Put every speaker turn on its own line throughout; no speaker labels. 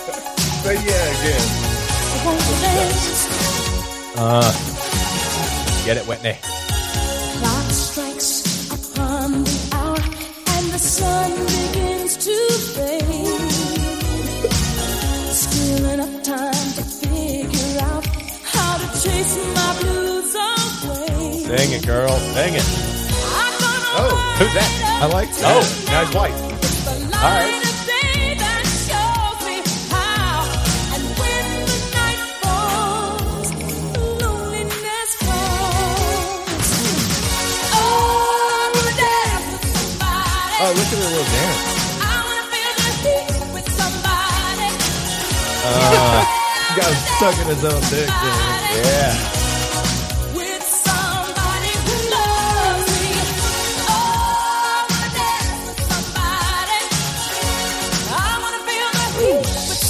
Say yeah again.
Uh, Get it, Whitney.
Clock strikes upon the hour and the sun begins to fade. Still enough time to figure out how to chase my blues away.
Sing it, girl. Sing it.
I'm gonna
Oh,
Who's that?
I like that.
Oh, now it's white.
the
right.
light of day that shows me how. And when the night falls, loneliness falls. Oh, I wanna dance with somebody.
Oh, look at her little dance. Uh, He got stuck in his own dick. dude.
Yeah.
Oh,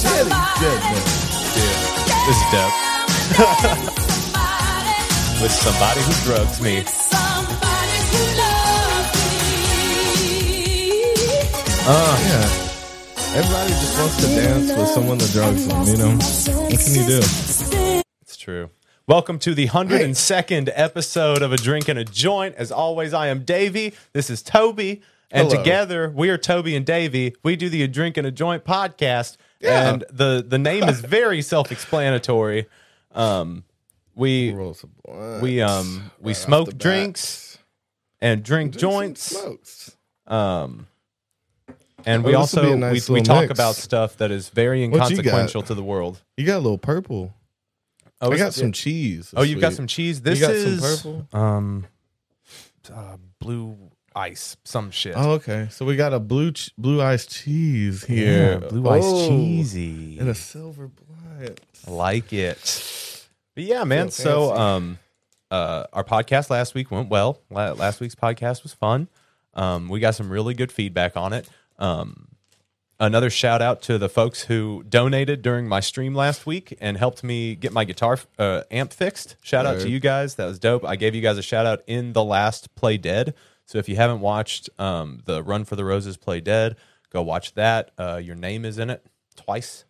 Really good, man.
This is dope. With somebody who drugs me.
Yeah. Everybody just wants to dance with someone that drugs them, you know? What can you do?
It's true. Welcome to the 102nd episode of A Drink and a Joint. As always, I am Davey. This is Toby. And
Hello.
together, we are Toby and Davey. We do the A Drink and a Joint podcast.
Yeah.
And the, the name is very self explanatory. Um, we
Rolls of blunt.
we um we
Right off the
smoke
bat.
drinks and drink
Drink some
joints.
smokes.
And
Oh,
we
this would be
also
a nice
we, we
little
talk
mix.
about stuff that is very
What you got?
inconsequential to the world.
You got a little purple.
Oh,
I
is-
got some cheese.
Oh,
this
you've got
week.
some cheese. This
got some
is
purple?
um, uh, blue ice, some shit.
Oh, okay. So we got a blue ch- blue ice cheese
Yeah,
here.
blue ice
Oh,
cheesy.
and a silver blunt.
like it. But yeah, man.
Feel
So
fancy.
um uh our podcast last week went well. La- last week's podcast was fun. Um we got some really good feedback on it. Um another shout out to the folks who donated during my stream last week and helped me get my guitar uh, amp fixed. Shout out to
Word.
you guys. That was dope. I gave you guys a shout out in the last Play Dead. So if you haven't watched um, the Run for the Roses Play Dead, go watch that. Uh, your name is in it twice.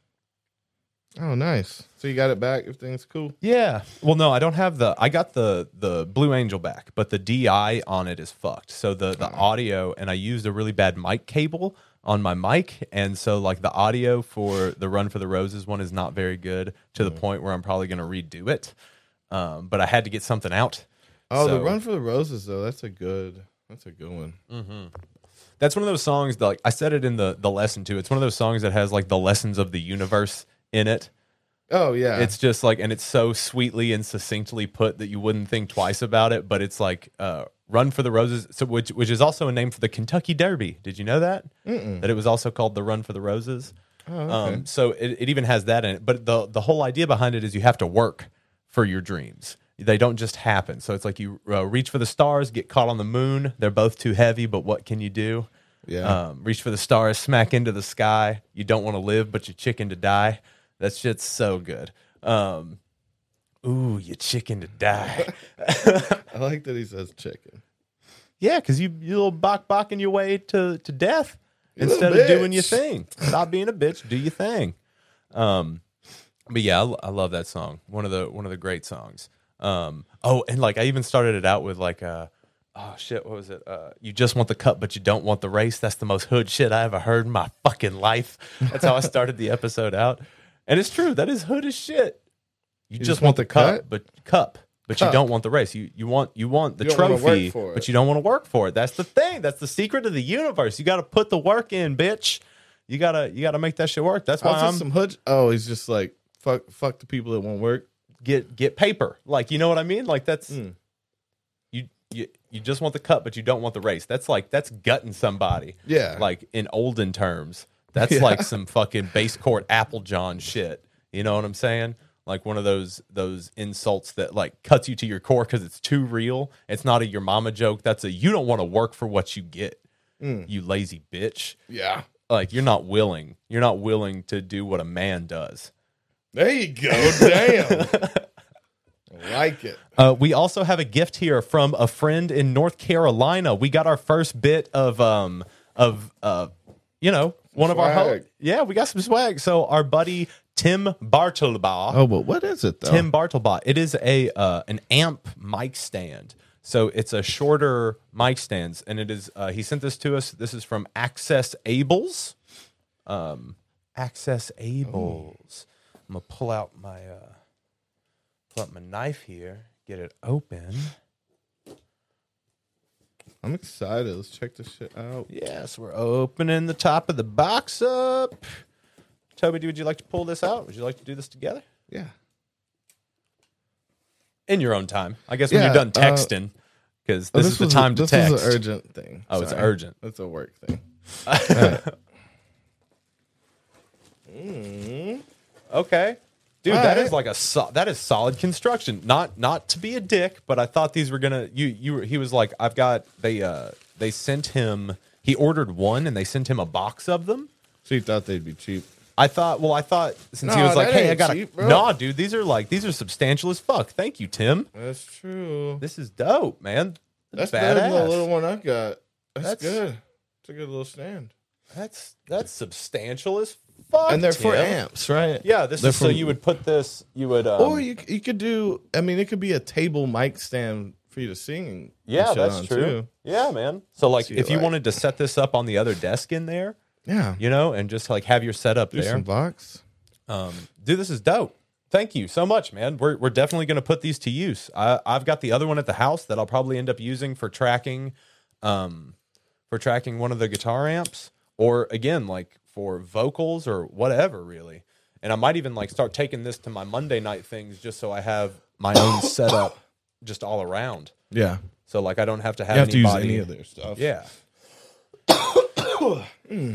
Oh, nice. So you got it back. Everything's cool.
Yeah. Well, no, I don't have the. I got the the Blue Angel back, but the DI on it is fucked. So the the audio, and I used a really bad mic cable on my mic, and so like the audio for the Run for the Roses one is not very good to the point where I'm probably going to redo it. Um, but I had to get something out.
Oh, the
So-
Run for the Roses though. That's a good. That's a good one.
That's one of those songs that like I said it in the the lesson too. It's one of those songs that has like the lessons of the universe in it.
Oh yeah.
It's just like, and it's so sweetly and succinctly put that you wouldn't think twice about it. But it's like, uh, "Run for the Roses," so which which is also a name for the Kentucky Derby. Did you know that? That it was also called the Run for the Roses.
oh, okay.
Um, so it, it even has that in it. But the the whole idea behind it is you have to work for your dreams. They don't just happen. So it's like you uh, reach for the stars, get caught on the moon. They're both too heavy, but what can you do?
yeah.
Um, reach for the stars, smack into the sky. You don't want to live, but you chicken to die. That shit's so good. Um, ooh, you chicken to die.
I like that he says chicken.
yeah, because you you little bok boking your way to to death
You little
instead of doing your
bitch.
thing. Stop being a bitch. Do your thing. Um, but yeah, I, lo- I love that song. One of the one of the great songs. Um, oh, and like I even started it out with like uh, oh shit, what was it? Uh, you just want the cup, but you don't want the race. That's the most hood shit I ever heard in my fucking life. That's how I started the episode out, and it's true. That is hood as shit. You, just, want, the cup,
cut?
but cup, but you
Cup.
don't want the race. You you want you want the
You don't wanna work
trophy,
for
but
it.
you don't want to work for it. That's the thing. That's the secret of the universe. You got to put the work in, bitch. You gotta you gotta make that shit work. That's why
Also
I'm
some hood. Oh, he's just like fuck. Fuck the people that won't work.
get get paper. Like you know what I mean? Like that's
Mm.
you you you just want the cup, but you don't want the race. That's like that's gutting somebody.
Yeah.
Like in olden terms, that's like some fucking base court Apple John shit. You know what I'm saying? Like one of those those insults that like cuts you to your core because it's too real. It's not a your mama joke. That's a you don't want to work for what you get.
Mm.
You lazy bitch.
Yeah.
Like you're not willing. You're not willing to do what a man does.
There you go. Damn. I like it.
Uh, we also have a gift here from a friend in North Carolina. We got our first bit of um of uh you know one of our ho-
Swag.
yeah, we got some swag. So our buddy Tim Bartelbaugh.
Oh, but what is it though?
Tim Bartelbaugh. It is a uh, an amp mic stand. So it's a shorter mic stands, and it is. Uh, he sent this to us. This is from Access Ables. Um, Access Ables.
Oh.
I'm gonna pull out my uh, pull out my knife here. Get it open.
I'm excited. Let's check this shit out.
Yes, we're opening the top of the box up. Toby, do- would you like to pull this out? Would you like to do this together
Yeah.
in your own time? I guess when you're
Yeah,
done
uh,
texting, because this, is the
was-
time to
this
text.
is an urgent thing.
Oh, it's urgent.
It's a work thing.
Okay. Dude,
All
that is
right.
like a so- that is solid construction. Not not to be a dick, but I thought these were gonna you you were, he was like I've got they uh they sent him he ordered one and they sent him a box of them.
So you thought they'd be cheap.
I thought well I thought since he
No,
was like
that
hey I
ain't
got to
cheap, bro.
nah dude these are like these are substantial as fuck. Thank you Tim.
That's true.
This is dope man.
That's
That's
better than the
badass.
little one I got. That's,
That's-
good. It's a good little stand.
That's that's substantial as fuck.
And they're for
Tim.
amps, right?
Yeah, this
They're
is so
from-
you would put this you would um,
Or you you could do. I mean, it could be a table mic stand for you to sing. and
Yeah,
shit
that's
on,
true.
too.
Yeah, man. So like,
See,
if you
like-
wanted to set this up on the other desk in there,
Yeah,
you know, and just like have your setup
do
there,
some blocks.
um, dude, this is dope. Thank you so much, man. We're we're definitely gonna put these to use. I, I've got the other one at the house that I'll probably end up using for tracking, um, for tracking one of the guitar amps, or again like for vocals or whatever, really. And I might even like start taking this to my Monday night things just so I have my own setup just all around.
Yeah,
So like I don't have to have,
you have to use
anybody-
any of their stuff.
yeah.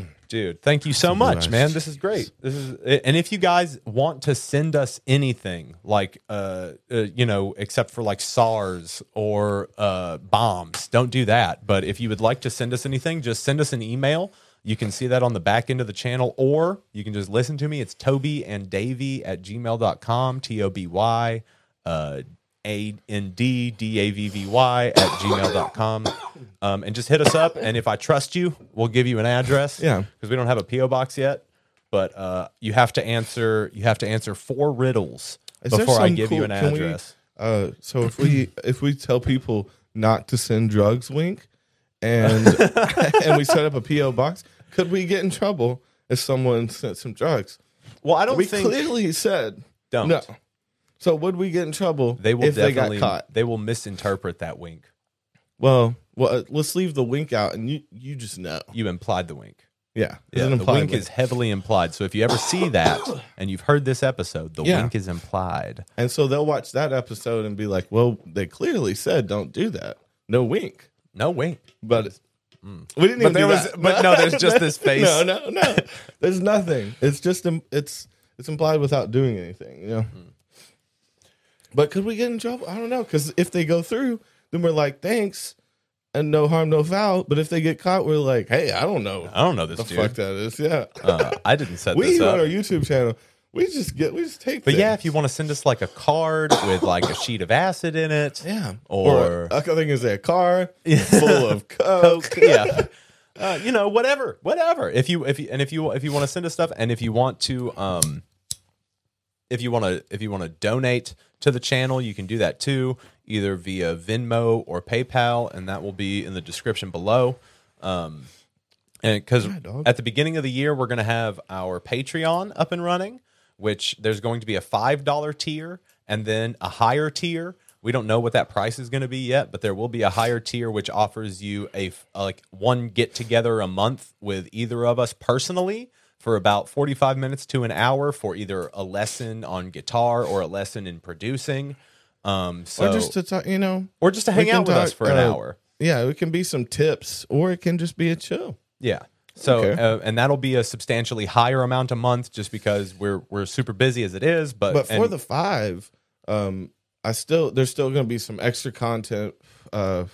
Dude, thank you so much,
nice.
man. This is great. This is and if you guys want to send us anything like uh, uh you know, except for like SARS or uh bombs, don't do that. But if you would like to send us anything, just send us an email. You can see that on the back end of the channel, or you can just listen to me. It's Toby and Davy at gmail.com, T O B Y uh a n d d a v v y at gmail.com um, and just hit us up and if i trust you we'll give you an address
Yeah.
because we don't have a po box yet but uh, you have to answer you have to answer four riddles
Is there
before i
some
give you
cool-
an
can we-
address
Uh, so if we if we tell people not to send drugs, wink, and and we set up a PO box, could we get in trouble if someone sent some drugs?
well i don't
We
think
clearly said
Don't.
No. So would we get in trouble
they will
if they
definitely
got
they,
caught?
will misinterpret that wink
Well, well, uh, let's leave the wink out, and you you just know.
you implied the wink
Yeah, it's
yeah,
an
the
implied
wink is heavily implied. So if you ever see that and you've heard this episode, the
Yeah.
wink is implied.
and so they'll watch that episode and be like, "Well, they clearly said don't do that. No wink."
No wink.
But we didn't. even
there
do
was-
that.
Mm. but no, there's just this face.
No, no, no. There's nothing. It's just im- it's it's implied without doing anything. You know.
Mm.
But could we get in trouble? I don't know because if they go through, then we're like, "Thanks." And no harm, no foul. But if they get caught, we're like, "Hey, I don't know."
I don't know this
the
dude.
fuck that is. Yeah.
Uh, I didn't set
we
this up.
on our YouTube channel, we just get we just take.
But yeah,
things.
if you want to send us like a card with like a sheet of acid in it,
yeah,
or,
I think it's a car full of coke.
yeah, uh, you know, whatever, whatever. If you if you, and if you if you want to send us stuff, and if you want to, um, if you want to if you want to donate to the channel, you can do that too, either via Venmo or PayPal, and that will be in the description below. Um, and because
dog.
at the beginning of the year we're going to have our patreon up and running which there's going to be a $5 tier and then a higher tier we don't know what that price is going to be yet but there will be a higher tier which offers you a f- like one get together a month with either of us personally for about 45 minutes to an hour for either a lesson on guitar or a lesson in producing um so
or just to talk, you know,
hang
we can
out with us
talk,
for an
uh,
hour
Yeah, it can be some tips, or it can just be a chill.
Yeah. So
Okay.
uh, and that'll be a substantially higher amount a month just because we're we're super busy as it is, but
But for
and-
the five, um, I still there's still going to be some extra content. Uh,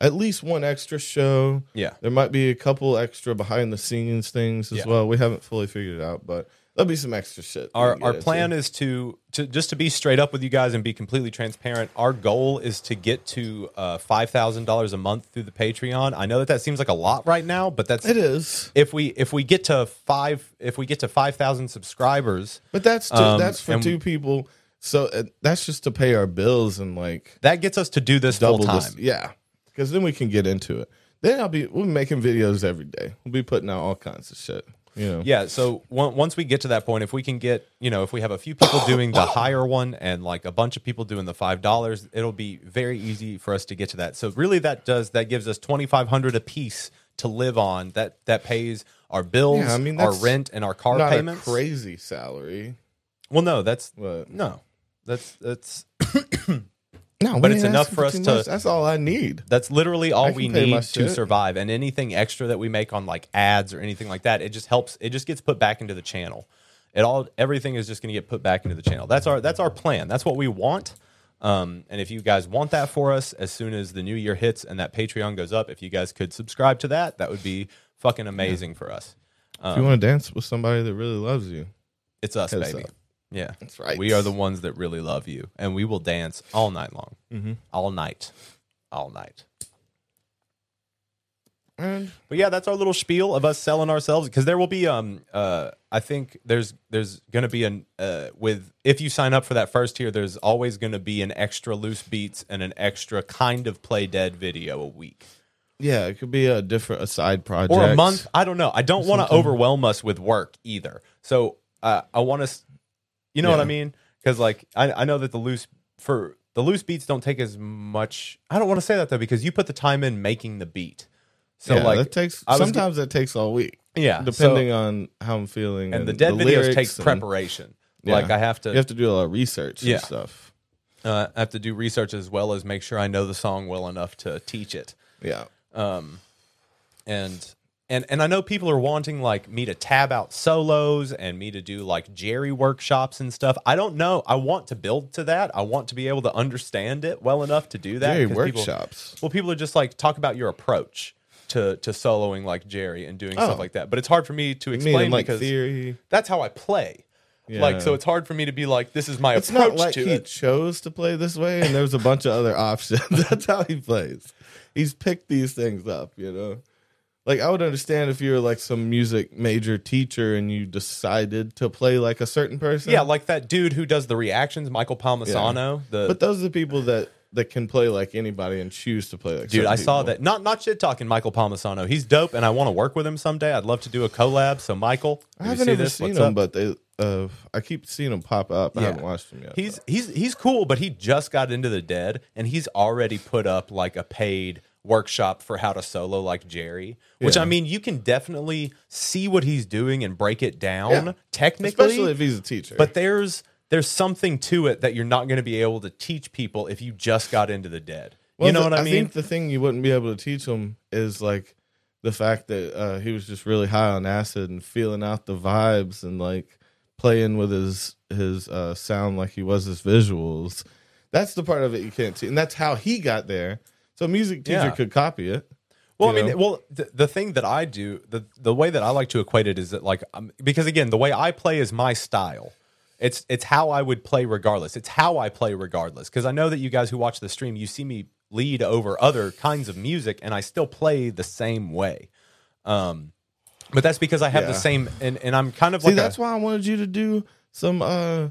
at least one extra show.
Yeah.
There might be a couple extra behind the scenes things as
Yeah.
well. We haven't fully figured it out, but there'll be some extra shit.
Our our plan is to, to just to be straight up with you guys and be completely transparent. Our goal is to get to uh, five thousand dollars a month through the Patreon. I know that that seems like a lot right now, but that's
it is,
if we if we get to five if we get to five thousand subscribers,
but that's to,
Um,
that's for
and-
two people. So uh, that's just to pay our bills and like
that gets us to do this
double
full time.
this. Yeah, because then we can get into it. Then I'll be we'll be making videos every day. We'll be putting out all kinds of shit. You know.
Yeah. So on- once we get to that point, if we can get, you know, if we have a few people doing the higher one and like a bunch of people doing the five dollars, it'll be very easy for us to get to that. So really, that does that gives us twenty five hundred a piece to live on. That that pays our bills,
Yeah, I mean,
our
that's
rent, and our car
Not
payments.
a crazy salary,
well, no, that's
but
no, that's that's
no,
But
we
it's
ain't
enough
asking
for us
too
to-
much. That's all I need.
that's literally
I
all
can
we
pay my
need to
shit.
survive. And anything extra that we make on like ads or anything like that, it just helps. It just gets put back into the channel. It all everything is just going to get put back into the channel. That's our that's our plan. That's what we want. Um, and if you guys want that for us, as soon as the new year hits and that Patreon goes up, if you guys could subscribe to that, that would be fucking amazing for us.
if
Uh.
you want to dance with somebody that really loves you,
It's us,
Hit us
baby.
up.
Yeah,
That's right.
We are the ones that really love you, and we will dance all night long,
Mm-hmm.
all night, all night.
and
But yeah, that's our little spiel of us selling ourselves because there will be um uh I think there's there's gonna be an uh with if you sign up for that first tier, there's always gonna be an extra loose beats and an extra kind of play dead video a week
yeah, it could be a different a side project
or a month. I don't know. I don't want to overwhelm us with work either. So uh, I want to, you know what
Yeah.
I mean? Because like I, I know that the loose for the loose beats don't take as much. I don't want to say that though because you put the time in making the beat. So
yeah,
like
that takes
I was-
sometimes that takes all week,
yeah, so-
depending on how I'm feeling.
and the dead videos
lyrics
takes
and-
preparation.
yeah.
Like I have to,
You have to do a lot of research
Yeah.
and stuff.
uh, I have to do research as well as make sure I know the song well enough to teach it.
Yeah,
And and and I know people are wanting like me to tab out solos and me to do like Jerry workshops and stuff. I don't know. I want to build to that. I want to be able to understand it well enough to do that.
Jerry
'cause people-
workshops.
well, people are just like talk about your approach to to soloing like Jerry and doing
Oh.
stuff like that. But it's hard for me to
I
explain
mean, like
because
theory.
that's how I play. Like
Yeah.
so, it's hard for me to be like, this is my
It's
approach
not like
to
he
it.
chose to play this way, and there's a bunch of other options. That's how he plays. He's picked these things up, you know. Like I would understand if you were like some music major teacher and you decided to play like a certain person.
Yeah, like that dude who does the reactions, Michael Palmisano. The
but those are the people that that can play like anybody and choose to play like.
dude,
certain
I saw
people.
that. Not not shit talking Michael Palmisano. He's dope, and I want to work with him someday. I'd love to do a collab. So Michael,
I
if you
haven't
see
ever
this,
seen
what's
them,
up?
but they. Uh, I keep seeing them pop up. I
Yeah.
haven't watched them yet.
He's he's he's cool, but he just got into the dead, and he's already put up like a paid workshop for how to solo like Jerry. Which
Yeah.
I mean, you can definitely see what he's doing and break it down
Yeah. though.
technically.
especially if he's a teacher.
but there's there's something to it that you're not going to be able to teach people if you just got into the dead.
Well,
you know
the-
what I mean?
think the thing you wouldn't be able to teach him is like the fact that uh, he was just really high on acid and feeling out the vibes and like playing with his his uh, sound like he was his visuals. That's the part of it you can't see, and that's how he got there. So a music teacher
Yeah.
could copy it.
Well, I
you
mean,
know?
well, the, the thing that I do, the the way that I like to equate it is that like um, because again, the way I play is my style. It's it's how I would play regardless. It's how I play regardless because I know that you guys who watch the stream, you see me lead over other kinds of music, and I still play the same way. Um, but that's because I have the
Yeah.
same, and, and I'm kind of
See,
like
that's
a,
why I wanted you to do some uh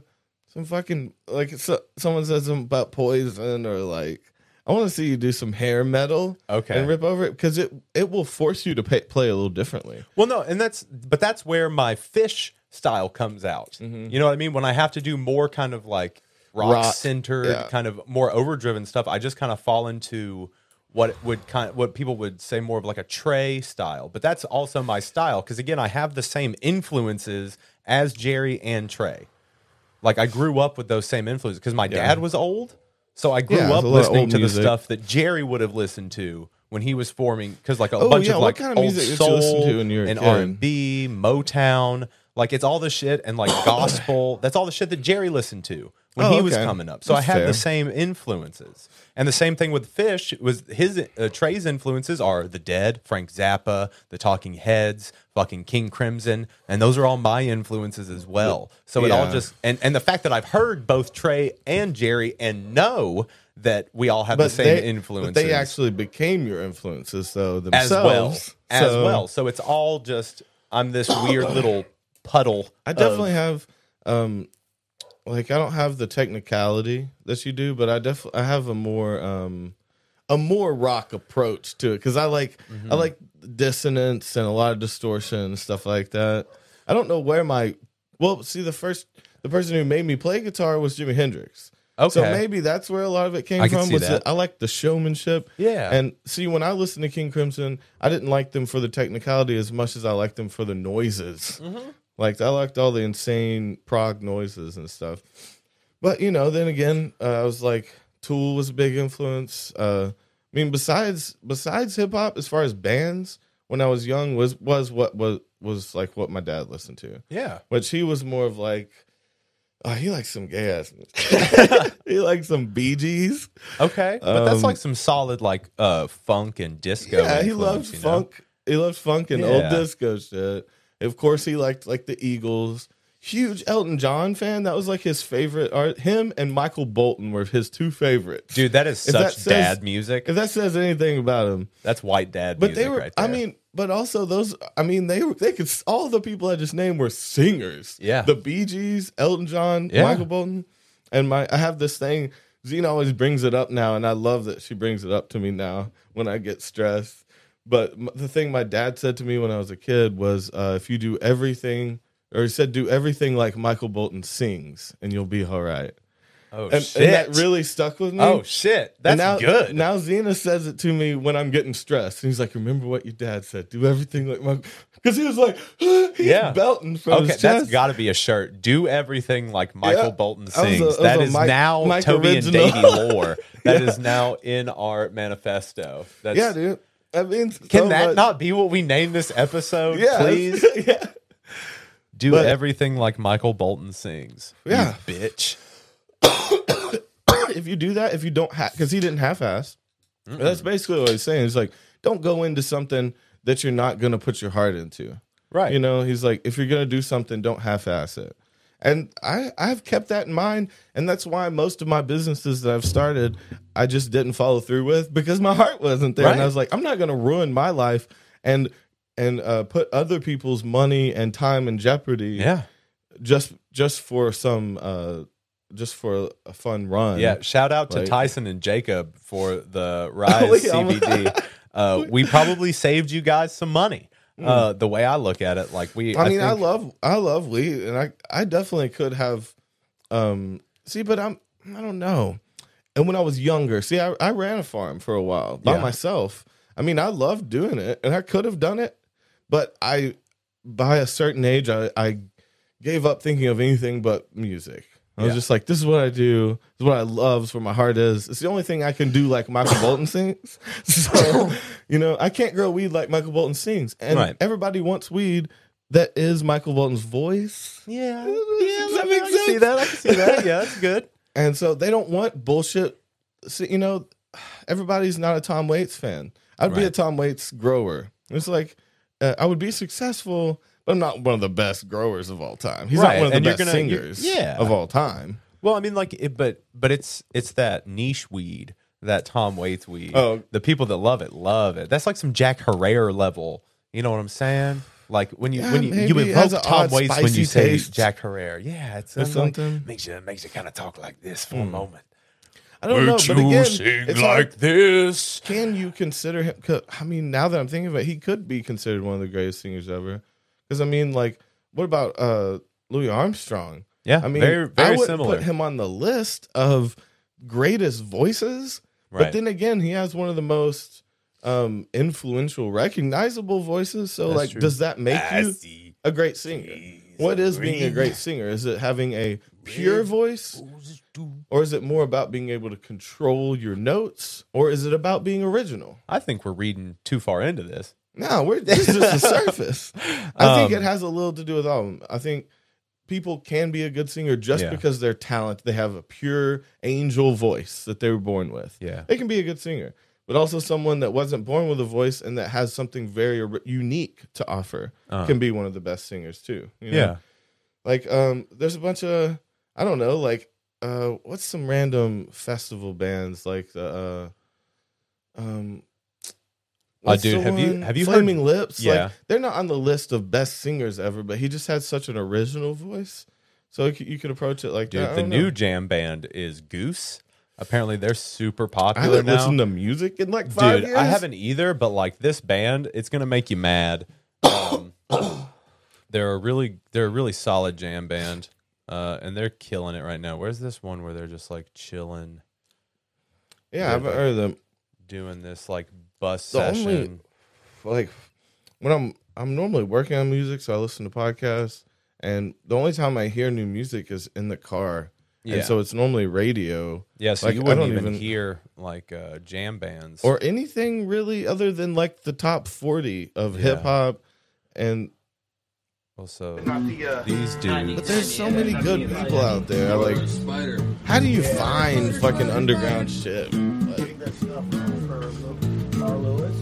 some fucking like so, someone says something about poison or like I want to see you do some hair metal,
Okay.
and rip over it because it it will force you to pay, play a little differently.
Well, no, and that's but that's where my fish style comes out.
Mm-hmm.
You know what I mean? When I have to do more kind of like rock,
Rock,
centered,
yeah.
kind of more overdriven stuff, I just kind of fall into what would kind what people would say more of like a Trey style. But that's also my style because again, I have the same influences as Jerry and Trey. Like I grew up with those same influences because my dad was old, so I grew
Yeah,
up
there's a lot of
listening
old
to the
music.
stuff that Jerry would have listened to when he was forming because like a
Oh,
bunch
yeah,
of
what
like
kind of
old
music did you
soul
listen to when you were a
and
kid?
R and B, Motown, Like it's all the shit and like gospel. That's all the shit that Jerry listened to when
Oh,
he was
okay.
coming up. So
That's
I had
fair.
the same influences, and the same thing with Fish was his uh, Trey's influences are the Dead, Frank Zappa, the Talking Heads, fucking King Crimson, and those are all my influences as well. So it all
Yeah.
just and and the fact that I've heard both Trey and Jerry and know that we all have the same influences
But they actually became your influences, though
as
themselves.
well as
So,
well. So it's all just I'm this weird little puddle.
I
of-
definitely have, um, like I don't have the technicality that you do, but I def I have a more um, a more rock approach to it because I like
Mm-hmm.
I like dissonance and a lot of distortion and stuff like that. I don't know where my well, see the first the person who made me play guitar was Jimi Hendrix. So
Okay.
maybe that's where a lot of it came
I can
from.
see
Was
that.
that. I like the showmanship.
Yeah.
And see, when I listened to King Crimson, I didn't like them for the technicality as much as I liked them for the noises. Like I liked all the insane prog noises and stuff. But you know, then again, uh, I was like, Tool was a big influence. Uh, I mean, besides besides hip hop, as far as bands, when I was young, was was what was was like what my dad listened to,
yeah.
which he was more of like. Oh, he likes some gay ass. he likes some Bee Gees.
Okay. But that's
Um,
like some solid like uh funk and disco.
Yeah, he
influence,
loved
you know?
funk. He loved funk and old
Yeah.
disco shit. Of course, he liked like the Eagles. Huge Elton John fan. That was like his favorite art. Him and Michael Bolton were his two favorites.
Dude, that is
If that
such
says-
dad music.
If that says anything about him,
That's white dad
but
music
they were.
right there.
I mean, but also those. I mean, they were. They could. All the people I just named were singers.
Yeah.
The Bee Gees, Elton John,
Yeah.
Michael Bolton, and my. I have this thing. Zena always brings it up now, and I love that she brings it up to me now when I get stressed. But m- the thing my dad said to me when I was a kid was, uh, "If you do everything," or he said, "Do everything like Michael Bolton sings, and you'll be all right."
oh
And,
shit.
and that really stuck with me.
oh shit. That's
And now,
good.
Now Xena says it to me when I'm getting stressed. And he's like, remember what your dad said. Do everything like my... Because he was like, he's
Yeah.
belting from
Okay,
his chest.
that's got to be a shirt. Do everything like Michael
Yeah.
Bolton
I was a-
sings.
I was
that
a
is
Mike-
now
Mike
Toby
original.
and Davey lore. That is now in our manifesto. That's,
yeah, dude. I mean,
Can
so
that
much.
not be what we name this episode?
Yeah,
Please
that's- yeah.
do
but-
everything like Michael Bolton sings. you
Yeah.
bitch.
If you do that, if you don't have, because he didn't half-ass. That's basically what he's saying. He's like, don't go into something that you're not going to put your heart into.
Right.
You know, he's like, if you're gonna do something, don't half-ass it. And I I've kept that in mind, and that's why most of my businesses that I've started, I just didn't follow through with because my heart wasn't there, and
Right.
I was like, I'm not gonna ruin my life and and uh, put other people's money and time in jeopardy
Yeah.
just just for some uh, just for a fun run.
Yeah. Shout out to
Like-
Tyson and Jacob for the Rise
We almost-
CBD. uh, we probably saved you guys some money. Uh, the way I look at it, like we,
Mm. I mean, I,
think-
love I love weed, and I I definitely could have. Um, see, but I'm I don't know. And when I was younger, see, I, I ran a farm for a while by
Yeah.
myself. I mean, I loved doing it, and I could have done it, but I by a certain age, I, I gave up thinking of anything but music. I was
Yeah.
just like, this is what I do. This is what I love. This is where my heart is. It's the only thing I can do like Michael Bolton sings. So, you know, I can't grow weed like Michael Bolton sings. And
Right.
everybody wants weed that is Michael Bolton's voice.
Yeah. Yeah.
Does that
I, mean,
make
I can see
sense?
that. I can see that. Yeah. That's good.
And so they don't want bullshit. So, you know, everybody's not a Tom Waits fan. I'd be a
Right.
Tom Waits grower. It's like uh, I would be successful, but I'm not one of the best growers of all time. He's
Right,
not one of the
and you're
best
gonna- you're-
singers
yeah.
of all time.
Well, I mean, like, it, but but it's it's that niche weed, that Tom Waits weed.
Oh.
the people that love it love it. That's like some Jack Herrera level. You know what I'm saying? Like when you
Yeah,
when you, you
maybe. It
evoke
has an
Tom
odd,
Waits when
spicy
you say
taste.
Jack Herrera, yeah, it's
Or
I'm like,
something. Hmm.
makes you makes you kind of talk like this for a moment.
I don't know, but again, it's like,
this?
can you consider him? 'cause, I mean, now that I'm thinking of it, he could be considered one of the greatest singers ever. Because I mean, like, what about uh, Louis Armstrong?
Yeah,
I mean,
very
I
very
wouldn't
similar.
put him on the list of greatest voices,
Right.
but then again, he has one of the most um influential, recognizable voices. So,
That's
like,
true.
does that make you
see.
a great singer? What is being a great singer? Is it having a pure voice? Or is it more about being able to control your notes? Or is it about being original?
I think we're reading too far into this.
No, we're this is just the surface. I think
Um,
it has a little to do with all of them. I think people can be a good singer just
Yeah.
because they're talented. They have a pure angel voice that they were born with.
Yeah.
They can be a good singer, but also someone that wasn't born with a voice and that has something very r- unique to offer
Uh,
can be one of the best singers too. you know?
yeah.
Like um there's a bunch of I don't know, like uh what's some random festival bands like the uh um
Uh,
what's
dude,
the
have you-
one?
have you heard-
Flaming Lips?
Yeah.
Like they're not on the list of best singers ever, but he just had such an original voice. So you could- you could approach it like
Dude,
that. I
the
don't
new
know.
jam band is Goose. Apparently, they're super
I
popular
haven't
now.
listened to music in like five
Dude,
years.
I haven't either, but like this band, it's gonna make you mad. Um, they're a really they're a really solid jam band, uh, and they're killing it right now. Where's this one where they're just like chilling,
Yeah, I haven't
Really?
heard of them.
doing this like bus
The only-
session?
like when I'm I'm normally working on music, so I listen to podcasts, and the only time I hear new music is in the car,
Yeah.
and so it's normally radio
yeah, so
like,
you
I
wouldn't
don't
even,
even-
hear like uh, jam bands.
or anything really other than like the top forty of
Yeah.
hip hop, and
also
the uh,
these
but
dudes.
there's so many good people out there. Like,
Spider.
how do you find fucking underground shit? Like,
that stuff for Carl Lewis.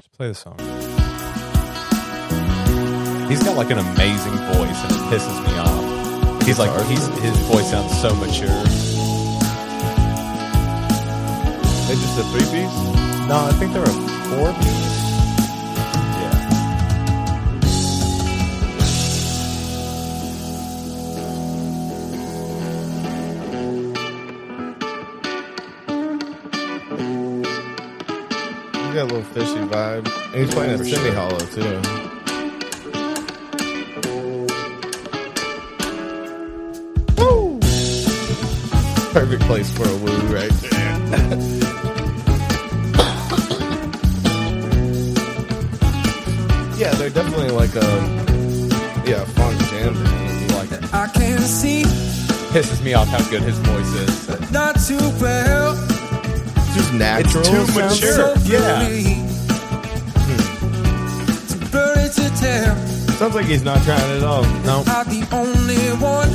Just play the song. He's got like an amazing voice, and it pisses me off. He's like he's, his voice sounds so mature.
they just a three piece.
No, I think there are four piece. Yeah.
You got a little fishy vibe, and he's playing a semi hollow too. Woo! Perfect place for a woo right there. yeah, they're definitely like a yeah funk jam. band. Like
I can see
Pisses me off how good his voice is.
not too well.
just natural.
too
sounds-
mature.
So
yeah.
pretty. Too early to tell.
Sounds like he's not trying at all.
No.
I'm the only one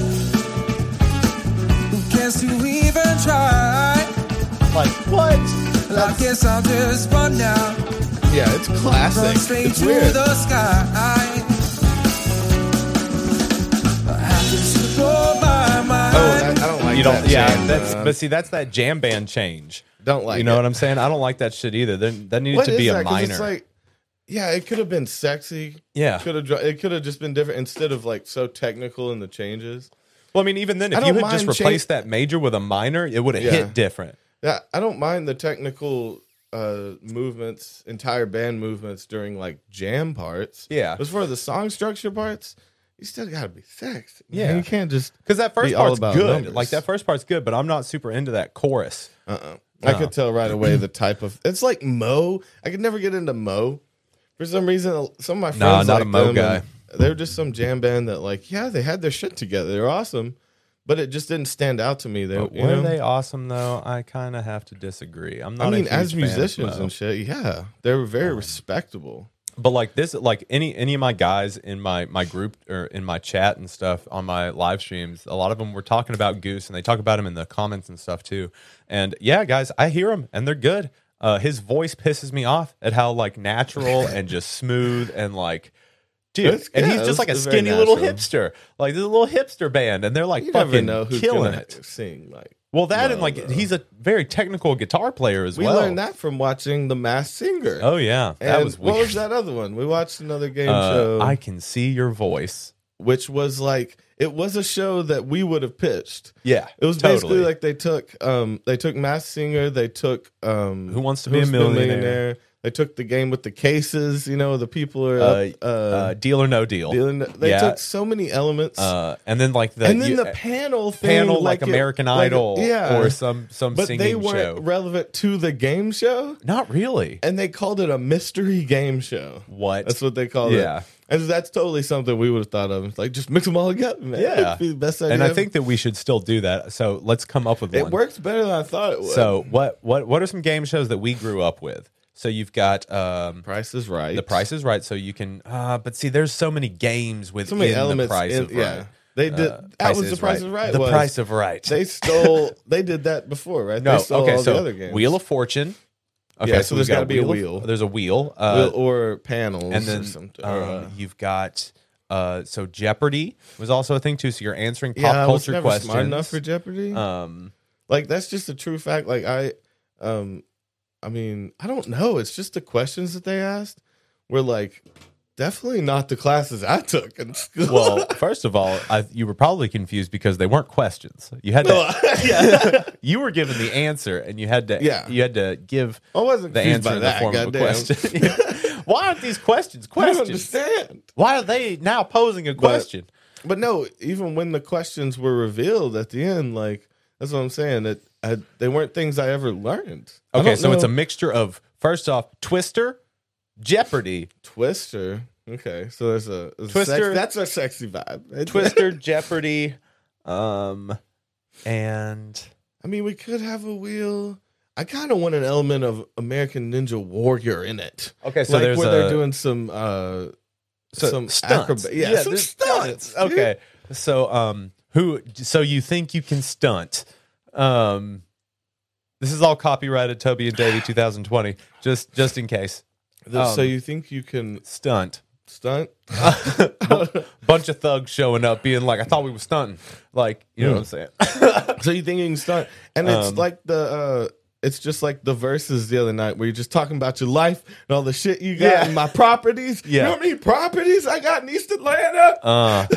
who cares to even try.
Like what?
Well, I guess I'll just run now.
Yeah, it's
Run
classic.
straight
It's
to
weird.
the sky. I have to blow my mind.
Oh, I, I don't like
You don't.
that
yeah.
jam,
that's.
man.
But see, that's that jam band change.
Don't like
you know
it.
what I'm saying? I don't like that shit either. There, that needed
What
to
is
be a
that? 'Cause
minor.
It's like, yeah, it could have been sexy.
yeah.
Could have. It could have just been different instead of like so technical in the changes.
Well, I mean, even then,
I
if you
don't
had just
mind change-
replaced that major with a minor, it would have
Yeah.
hit different.
Yeah, I don't mind the technical uh movements, entire band movements during like jam parts.
Yeah.
as for the song structure parts, you still got to be sexy. man.
Yeah.
you can't just.
Because that first
Be all
part's
about
good.
numbers.
Like that first part's good, but I'm not super into that chorus.
Uh-uh. I could tell right away the type of. It's like Mo. I could never get into Mo. For some reason, some of my friends
Nah, not a
liked
Mo
them,
guy.
and They were just some jam band that, like, yeah, they had their shit together. They were awesome, but it just didn't stand out to me. They,
But
you
were
know?
they awesome though? I kind of have to disagree. I'm not.
I
a
mean,
huge
as
fan of
musicians
Mo.
and shit, yeah, they were very respectable.
but like this, like any any of my guys in my my group or in my chat and stuff on my live streams, a lot of them were talking about Goose and they talk about him in the comments and stuff too. And yeah, guys, I hear him and they're good. Uh, his voice pisses me off at how like natural and just smooth and like. Dude,
It's-
and
yeah,
he's just
it's-
like a
it's very
skinny little
natural.
hipster. Like this is a little hipster band, and they're like
You
fucking
never know who's
killing
gonna
it.
sing. Like,
Well, that and
Well,
like
uh,
he's a very technical guitar player as
we
well.
learned that from watching The Masked Singer.
Oh yeah, that
And
was weird.
what was that other one? We watched another game
Uh,
show.
I can see your voice.
which was like it was a show that we would have pitched.
Yeah,
It was
totally.
basically like they took um they took Mass Singer, they took um
Who Wants to Be a
Who's Been
Millionaire?
They took the game with the cases, you know, the people are
uh,
up, uh,
uh, Deal or No Deal.
dealing. They
yeah.
took so many elements,
uh, and then like the
and then
you- uh,
the panel thing,
panel like,
it-
American
like,
Idol,
yeah,
or some some
but
singing
they weren't
show.
relevant to the game show,
Not really.
and they called it a mystery game show.
What?
That's what they called it.
Yeah.
and that's totally something we would have thought of. It's Like just mix them all up, man.
yeah,
It'd be the best idea.
and I
ever.
think that we should still do that. So let's come up with
It
one.
works better than I thought it would.
So what what what are some game shows that we grew up with? So you've got um,
Price is right.
the Price is Right, so you can. Uh, but see, there's so many games within
So many
the
elements.
Price
in-
of
yeah.
Right.
They did.
Uh,
that was the Price is Right.
The
was.
Price of Right.
They stole. they did that before, right?
no,
They stole
okay,
all
so
the other games.
Wheel of Fortune. Okay,
Yeah, so
we've
there's gotta
got
be a
of-
wheel.
there's a wheel. Uh,
Wheel or panels,
and then
or something.
um,
or, uh,
you've got uh, so Jeopardy was also a thing too. So you're answering pop
yeah, I was
culture
never
questions.
smart enough for Jeopardy.
um,
like that's just a true fact. Like I, um, I mean, I don't know. It's just the questions that they asked were like definitely not the classes I took in school.
well, first of all, I, you were probably confused because they weren't questions. You had to,
yeah,
you were given the answer, and you had to
Yeah.
you had to give
I wasn't
the
confused
answer
by
in the
that.
form of a
goddamn.
question. Why aren't these questions
I don't
questions?
understand.
Why are they now posing a question?
But no, even when the questions were revealed at the end, like that's what I'm saying. That I, they weren't things I ever learned. I
okay,
don't
so it's a
know-
mixture of first off Twister, Jeopardy,
Twister. Okay, so there's a there's a
Twister-
sex- that's a sexy vibe.
Twister, Jeopardy, um, and
I mean, we could have a wheel. I kind of want an element of American Ninja Warrior in it.
okay, so
like
there's
where
a,
they're doing some uh some acrobat- yeah, some
there's
stunts, dude.
Okay, so um, who? So you think you can stunt? Um, this is all copyrighted, Toby and Davey, 2020. Just just in case,
the- so
um,
you think you can
stunt.
stunt?
Bunch of thugs showing up, being like, "I thought we were stunting." Like, you know
Hmm.
what I'm saying?
so you think you can stunt? And it's
Um,
like the uh it's just like the verses the other night where you're just talking about your life and all the shit you got
Yeah.
and my properties.
Yeah.
You know how many properties I got in East Atlanta?
Uh,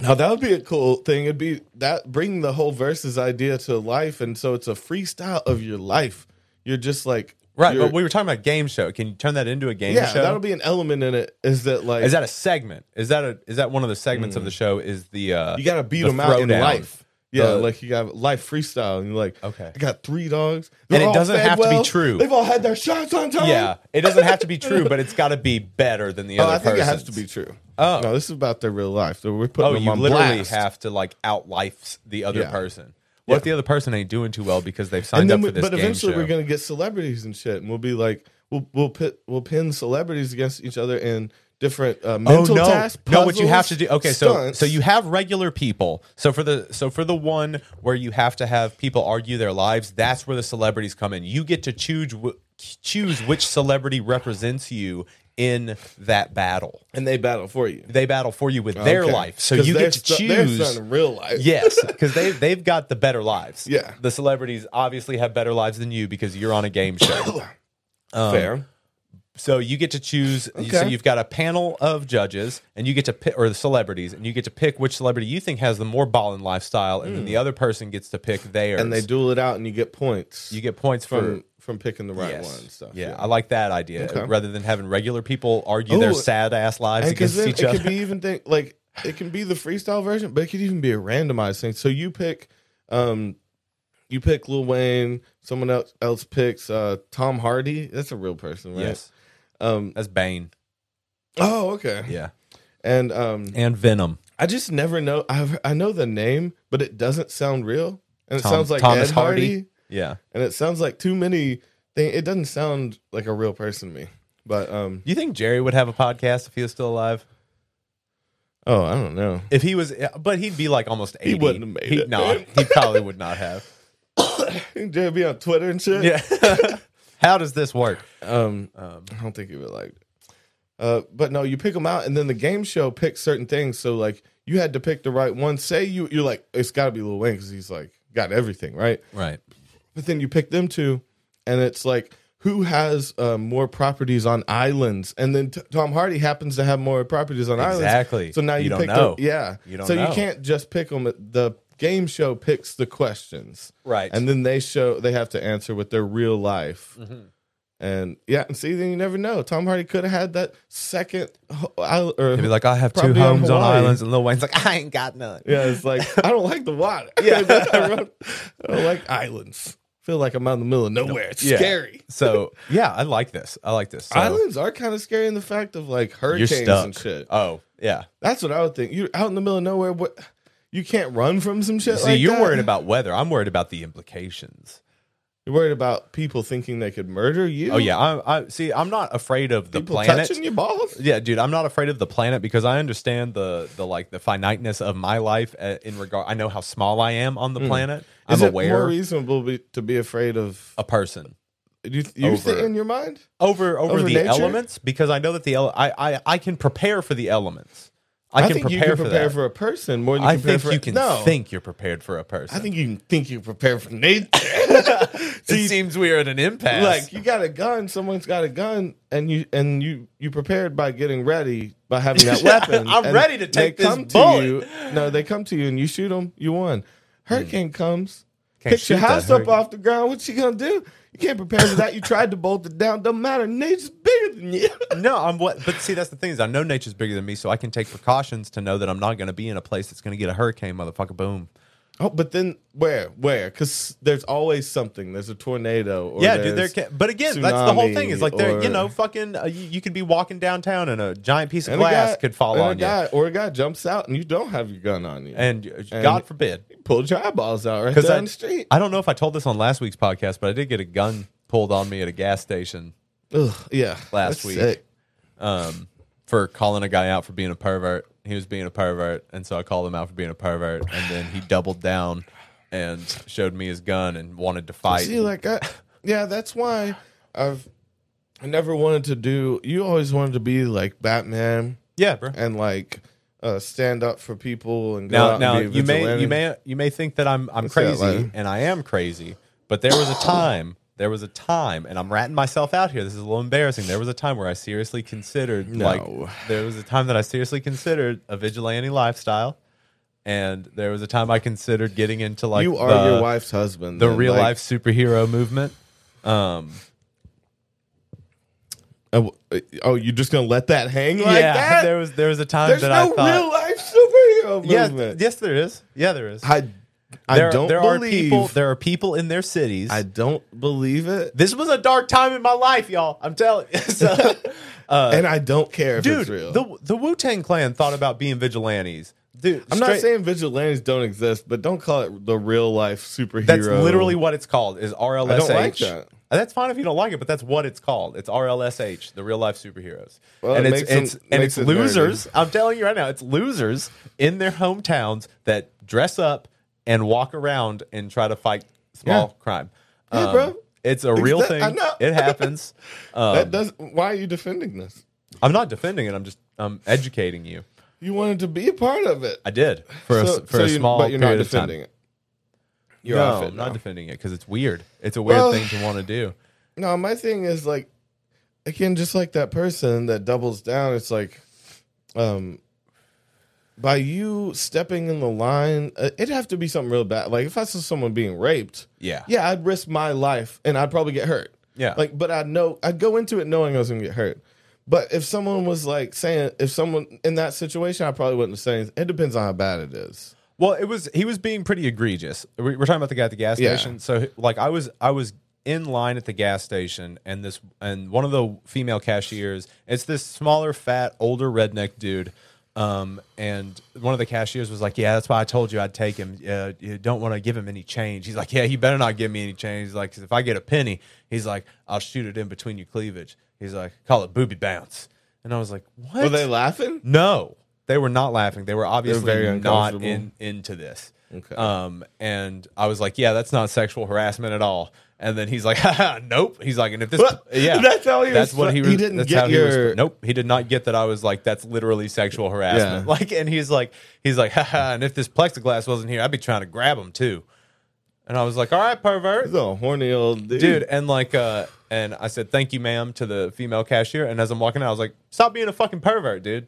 Now that would be a cool thing. It'd be that bring the whole verses idea to life, and so it's a freestyle of your life. You're just like
right,
you're-
but we were talking about game show. Can you turn that into a game
yeah,
show?
that'll be an element in it. Is that like Hmm.
is that a segment? Is that a is that one of the segments of the show? Is the uh,
you got to beat
the
them out in
throwdown?
life? Yeah,
The-
like you got life freestyle, and you're like,
Okay.
I got three dogs,
And it
all
doesn't
fed
have to be true.
They've all had their shots on time.
Yeah, it doesn't have to be true, but it's got to be better than the
oh,
other.
I think it has to
person's.
be true.
Oh.
no, this is about their real life. So we're putting
Oh,
them
you
on
literally
blast.
have to like out life the other
Yeah.
person. What if
Yeah.
the other person ain't doing too well because they've signed
and then
up
we,
for this
but
game
eventually
show?
we're gonna get celebrities and shit, and we'll be like, we'll we'll pit, we'll pin celebrities against each other in different uh,
Oh
mental
no!
tasks.
no, what you
puzzles,
have to do? Okay, so
stunts.
so you have regular people. So for the so for the one where you have to have people argue their lives, that's where the celebrities come in. You get to choose wh- choose which celebrity represents you in that battle.
and they battle for you
They battle for you with their
Oh, Okay.
life, so
'Cause
you
they're
get to
stu- they're
choose.
stunned in real life.
Yes, because they they've got the better lives.
Yeah.
the celebrities obviously have better lives than you because you're on a game show.
fair.
so you get to choose. So
Okay.
you've got a panel of judges, and you get to pick, or the celebrities, and you get to pick which celebrity you think has the more ball and lifestyle, and then the other person gets to pick theirs.
Hmm. And they duel it out, and you get points.
You get points
from
for.
from picking the right
Yes.
one. and Stuff.
yeah, I like that idea.
Okay.
Rather than having regular people argue
Ooh.
their sad ass lives
and because
against
then
each
it
other.
could be even thing like it can be the freestyle version, but it could even be a randomized thing. So you pick, um, you pick Lil Wayne. Someone else else picks uh, Tom Hardy. That's a real person, right?
Yes,
Um,
that's Bane.
Oh, okay.
Yeah,
And um,
and Venom.
I just never know. I I know the name, but it doesn't sound real, and it
Tom-
sounds like
Thomas
Ed Hardy,
Hardy? Yeah.
and it sounds like too many. Thing. It doesn't sound like a real person to me. But um,
Do you think Jerry would have a podcast if he was still alive?
oh, I don't know.
If he was, but he'd be like almost eighty.
wouldn't have made
He'd
it.
Not. He probably would not have.
Jerry be on Twitter and shit.
Yeah. How does this work?
Um, I don't think he would like. it. Uh, but no, you pick them out, and then the game show picks certain things. So like, you had to pick the right one. Say you you're like, it's got to be Lil Wayne because he's like got everything right.
Right.
but then you pick them two, and it's like who has uh, more properties on islands, and then t- Tom Hardy happens to have more properties on islands.
Exactly.
So now
You
you,
don't
pick
know.
The, yeah.
You don't
so
know.
you can't just pick them. The game show picks the questions,
Right.
And then they show they have to answer with their real life.
Mm-hmm.
And yeah, and see, then you never know. Tom Hardy could have had that second. ho- isle- Or
He'd be like, I have two
Probably on
homes on,
Hawaii.
islands, and Lil Wayne's like, I ain't got none.
yeah, it's like I don't like the water. Yeah, I, don't, I don't like islands. Feel like I'm out in the middle of nowhere. It's
Yeah.
scary.
So yeah, I like this. I like this. So,
Islands are kind of scary in the fact of like
you're
hurricanes
stuck.
and shit.
Oh yeah.
That's what I would think. You're out in the middle of nowhere. What you can't run from some shit.
See,
like
you're
that.
worried about weather. I'm worried about the implications.
You're worried about people thinking they could murder you.
Oh yeah, I, I see. I'm not afraid of the
people
planet.
touching your balls.
Yeah, dude, I'm not afraid of the planet because I understand the the like the finiteness of my life uh, in regard. I know how small I am on the planet.
Hmm. Is
I'm
it more
aware
reasonable be, to be afraid of
a person
you? You
Over-
think in your mind?
over over,
Over
the
nature?
elements because I know that the ele- I, I I can prepare for the elements. I, can
think
prepare,
you can
for
prepare
that.
for a person more than you
I
prepare
think
for
you can
no.
think you're prepared for a person.
I think you can think you prepare for nature.
it seems we're at an impasse.
like you got a gun, someone's got a gun, and you and you you prepared by getting ready by having that weapon.
I'm
and
ready to
they
take this
come
bullet. Hmm.
To you, no, they come to you and you shoot them. You won. Hurricane comes,
Can't
picks your
shoot that
house up
hurricane.
off the ground. What you gonna do? You can't prepare for that. You tried to bolt it down. Don't matter. Nature's bigger than you.
no, I'm what, but see, that's the thing is, I know nature's bigger than me, so I can take precautions to know that I'm not going to be in a place that's going to get a hurricane, motherfucker. Boom.
Oh, but then where? Where? Because there's always something. There's a tornado. Or
yeah, dude. There
there's-
can, but again, that's the whole thing. Is like there, you
tsunami
know,
or-
fucking. Uh, you, you could be walking downtown and a giant piece of
and a
glass
guy-
could fall
and a
on you,
guy- Or a guy jumps out and you don't have your gun on you.
and, uh, God forbid.
pulled your eyeballs out right
Because
there
I,
on the street.
I don't know if I told this on last week's podcast, but I did get a gun pulled on me at a gas station
Ugh, yeah.
last
that's
week.
sick.
um, for calling a guy out for being a pervert. He was being a pervert, and so I called him out for being a pervert, and then he doubled down and showed me his gun and wanted to fight.
See, like, I, yeah, that's why I've I never wanted to do. You always wanted to be like Batman
yeah, bro.
and like uh, stand up for people and go
Now,
out
now
and be a
you may
vigilante.
you may you may think that I'm I'm
Let's say that
crazy,
later.
and I am crazy, but there was a time. There was a time, and I'm ratting myself out here. This is a little embarrassing. There was a time where I seriously considered,
No.
like, there was a time that I seriously considered a vigilante lifestyle, and there was a time I considered getting into like
you are
the-
your wife's husband.
the
then,
real
like,
life superhero movement. Um,
Oh, oh, you're just gonna let that hang like
yeah,
that?
there was there was a time
There's
that
no
I thought,
real life superhero
yeah,
movement.
yes, there is, yeah, there is.
I, I
there,
don't
there
believe.
are people. There are people in their cities.
I don't believe it,
this was a dark time in my life, y'all. I'm telling you. So, uh,
and I don't care if
dude,
it's real.
the the Wu Tang Clan thought about being vigilantes. Dude,
I'm
straight-
not saying vigilantes don't exist, but don't call it the real life superhero.
that's literally what it's called. Is RLSH?
I don't like that.
That's fine if you don't like it, but that's what it's called. It's RLSH, the real life superheroes.
Well,
and
it
it's
makes
it's
them-
and
makes
it's
it narrative.
losers. I'm telling you right now, it's losers in their hometowns that dress up and walk around and try to fight small crime. Um,
Yeah, bro.
It's a real
that-
thing.
I know.
It happens. Um,
that does. Why are you defending this?
I'm not defending it. I'm just I'm educating you.
You wanted to be a part of it
I did for a, s- for a
you-
small
but you're not
period of
defending
time.
it. You're
no,
off it
I'm not
now.
defending it because it's weird. It's a weird
Well-
thing to want to do.
No, my thing is like again, just like that person that doubles down, it's like um by you stepping in the line, uh, it'd have to be something real bad. Like if I saw someone being raped,
Yeah.
yeah, I'd risk my life and I'd probably get hurt.
Yeah.
Like, but I know I'd go into it knowing I was gonna get hurt. But if someone was like saying, if someone in that situation, I probably wouldn't have said anything. It depends on how bad it is.
Well, it was he was being pretty egregious. We- We're talking about the guy at the gas
Yeah.
station. So like I was I was in line at the gas station and this and one of the female cashiers, it's this smaller, fat, older redneck dude. Um, and one of the cashiers was like, "Yeah, that's why I told you I'd take him. Uh, you don't want to give him any change." He's like, "Yeah, you better not give me any change." He's like, "'Cause if I get a penny, he's like, I'll shoot it in between your cleavage." He's like, "Call it booby bounce." And I was like, "What?"
Were they laughing?
No, they were not laughing. They were obviously
very
not
uncomfortable.
in into this.
Okay.
Um, and I was like, yeah, that's not sexual harassment at all. And then he's like, Haha, nope. He's like, and if this,
What?
yeah,
That's how he
That's
was-
what he.
he
Was,
didn't
that's
get
how He
your-
was, nope. He did not get that. I was like, that's literally sexual harassment.
Yeah.
Like, and he's like, he's like, Haha, and if this plexiglass wasn't here, I'd be trying to grab him too. And I was like, all right, pervert
He's a horny old dude.
dude and like uh and i said thank you ma'am to the female cashier and as i'm walking out i was like stop being a fucking pervert dude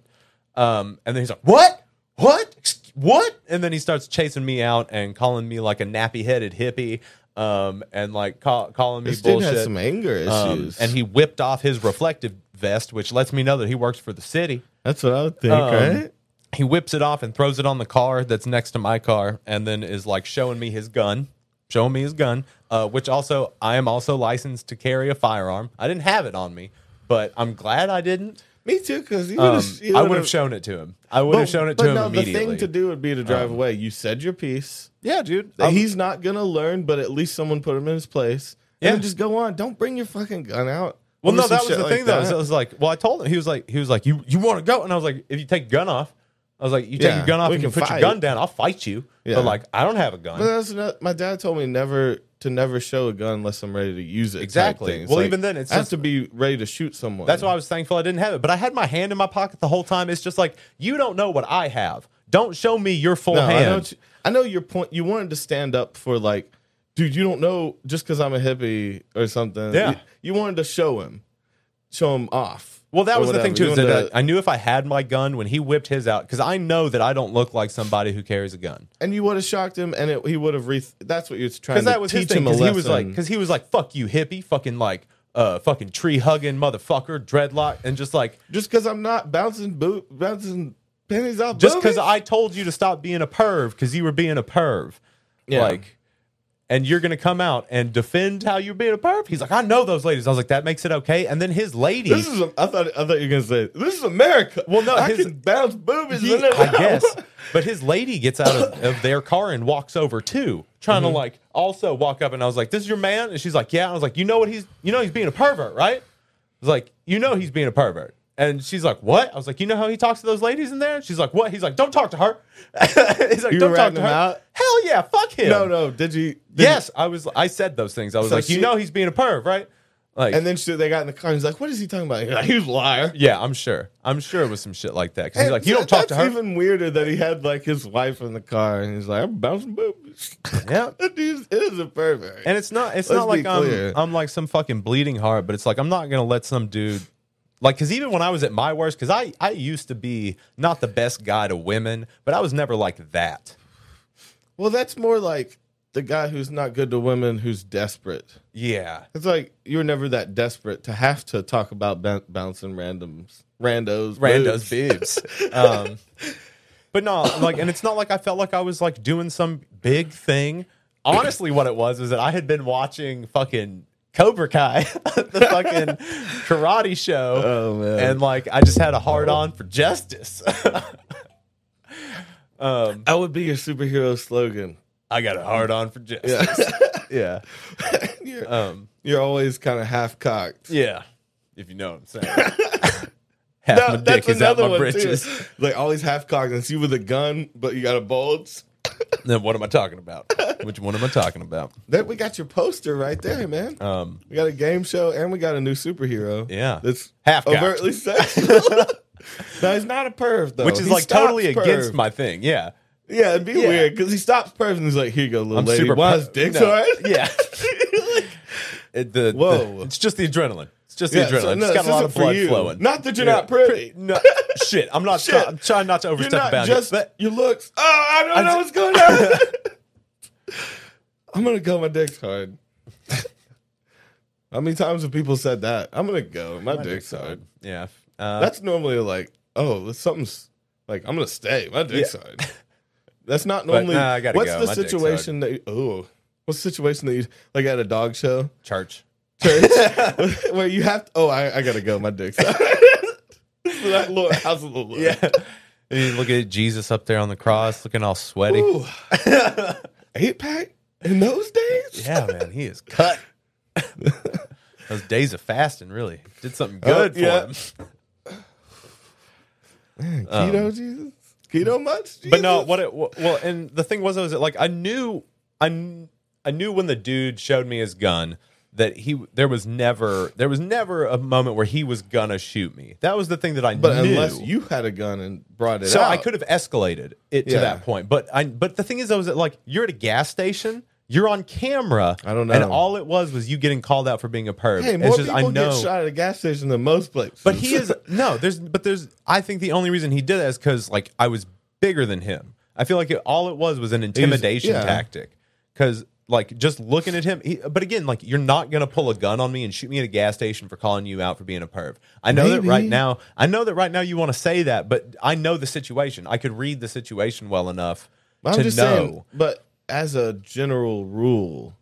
um and then he's like what what Ex- what and then he starts chasing me out and calling me like a nappy headed hippie um and like call, calling me
this dude
bullshit
has some anger
Um,
issues,
and he whipped off his reflective vest which lets me know that he works for the city
that's what I would think,
um,
right?
he whips it off and throws it on the car that's next to my car, and then is like showing me his gun, showing me his gun, uh, which also I am also licensed to carry a firearm. I didn't have it on me, but I'm glad I didn't.
Me too, because you
Um,
would've- you
I would have
would've-
shown it to him. I would have
But-
shown it
but
to him
no,
immediately. Um,
The thing to do Oh, would be to drive away. You said your piece.
yeah, dude.
He's not gonna learn, but at least someone put him in his place. Yeah.
Yeah.
And just go on. Don't bring your fucking gun out.
Well,
Over
no,
some
that was
shit
the
like
thing though.
that.
is I was like, well, I told him he was like, he was like, you you want to go, and I was like, if you take gun off, I was like, you take
Yeah,
your gun off
we
and you
can
put
fight.
your gun down, I'll fight you.
Yeah.
But like, I don't have a gun.
But that's not, my dad told me never to never show a gun unless I'm ready to use it. type
Exactly.
thing. It's
Well, even then, it's
I have
just-
to be ready to shoot someone.
That's why I was thankful I didn't have it. But I had my hand in my pocket the whole time. It's just like you don't know what I have. Don't show me your full
No, I
hand.
know, what you- I know your point. You wanted to stand up for like, dude. You don't know just because I'm a hippie or something.
Yeah.
You, you wanted to show him, show him off.
well, that
or
was the thing
whatever.
too.
You
Is that
wanted to-
I I knew if I had my gun when he whipped his out, because I know that I don't look like somebody who carries a gun.
and you would have shocked him, and it, he would have re. That's what you're trying
Because
to
that was his
teach
thing.
him a
Because
lesson.
he was like, because he was like, "Fuck you, hippie, fucking like, uh, fucking tree hugging motherfucker, dreadlock," and just like,
just because I'm not bouncing boot, bouncing pennies off.
just because
boobies?
I told you to stop being a perv because you were being a perv,
Yeah.
like, and you're gonna come out and defend how you're being a perv. He's like, I know those ladies. I was like, that makes it okay. And then his lady,
This is. A, I thought. I thought you were gonna say this is America.
Well, no,
I
his-
can bounce boobies.
he-
whenever
I guess,
want.
but his lady gets out of, of their car and walks over too, trying
Mm-hmm.
to like also walk up. And I was like, "This is your man," and she's like, "Yeah." And I was like, "You know what? He's you know he's being a pervert, right?" I was like, you know he's being a pervert. And she's like, what? I was like, you know how he talks to those ladies in there? She's like, what? He's like, don't talk to her. He's like,
You
don't
were
talk
ratting
to
him
her.
out?
Hell yeah, fuck him.
No, no. Did you? did you-
Yes, I was. I said those things. I was
So
like, you
she-
know he's being a perv, right? Like,
And then she, they got in the car. and He's like, "What is he talking about?" He's like, "He's a liar."
yeah, I'm sure. I'm sure it was some shit like that. 'Cause he's like, you don't talk to
That's
her.
Even weirder that he had like his wife in the car, and he's like, "I'm bouncing boobies."
Yeah.
it is, it is a pervert.
And it's not it's
Let's
not like
be
I'm
clear.
I'm like some fucking bleeding heart, but it's like I'm not gonna let some dude like because even when I was at my worst, because I I used to be not the best guy to women, but I was never like that.
well, that's more like the guy who's not good to women, who's desperate.
Yeah,
It's like you were never that desperate to have to talk about b- bouncing randoms, randos,
randos
boobs.
boobs. um, but no, like, and it's not like I felt like I was like doing some big thing. Honestly, what it was is that I had been watching fucking Cobra Kai, the fucking karate show.
Oh, man.
And like, I just had a hard on for justice.
That would be your superhero slogan.
I got a hard on for justice.
Yeah.
Yeah.
you're,
Um,
you're always kind of half cocked.
yeah. If you know what I'm saying. Half my dick is out my britches.
Too. Like always half cocked and see with a gun, but you got a bulge.
Then what am I talking about? Which one am I talking about?
That we got your poster right there, man.
Um,
we got a game show and we got a new superhero.
Yeah.
that's half
Half-cocked.
overtly sexual. no, he's not a perv though,
which is
He
like
stops
totally against
perv.
my thing. Yeah.
Yeah, it'd be
Yeah.
weird because he stops perv and he's like, "Here you go, little
I'm
lady.
super
Why
per-
is dick's
no.
hard?
Yeah. It- the- the-
Whoa.
it's just the adrenaline. It's just the
Yeah,
adrenaline.
so, no,
it's got
this
a lot
isn't
of
for
blood
you.
flowing.
Not that you're
Yeah.
not pretty.
No, shit. I'm not.
Shit.
I'm trying not to
You're
overstep
not
about
just
it. But
your looks. Oh, I don't
I
know
ju-
what's going on. I'm gonna go. My dick's hard. How many times have people said that? I'm gonna go. My, dick's hard.
yeah. Uh,
That's normally like, oh, something's like, I'm gonna stay. My dick's hard. That's not normally.
nah, I gotta
what's
go.
the
My dick's
situation that? Oh, what's the situation that you like at a dog show?
church.
church where you have to, oh I, I gotta go my dick's out. So that Lord, house of the Lord.
Yeah. You look at Jesus up there on the cross, looking all sweaty.
Ooh. eight pack in those days
Yeah, man, he is cut. Those days of fasting really did something good
Oh,
for
yeah.
him.
keto Jesus keto much Jesus?
Um, But no, what it wh- well, and the thing was, I was like, I knew, I, kn- I knew when the dude showed me his gun that he there was never there was never a moment where he was gonna shoot me. That was the thing that I
but
knew.
unless you had a gun and brought it
so
out
I could have escalated it to
Yeah.
that point. But I but the thing is, I was like, you're at a gas station. You're on camera.
I don't
And
know.
all it was was you getting called out for being a perv.
hey
It's
more
just, I
people
know-
get shot at a gas station than most places
but he is no. There's but there's. I think the only reason he did that is because like I was bigger than him. I feel like it, all it was was an intimidation
yeah.
tactic. Because like just looking at him, he, but again, like you're not gonna pull a gun on me and shoot me at a gas station for calling you out for being a perv. I know that right
Maybe.
now. I know that right now you want to say that, but I know the situation. I could read the situation well enough
But I'm
to
just
know.
saying but as a general rule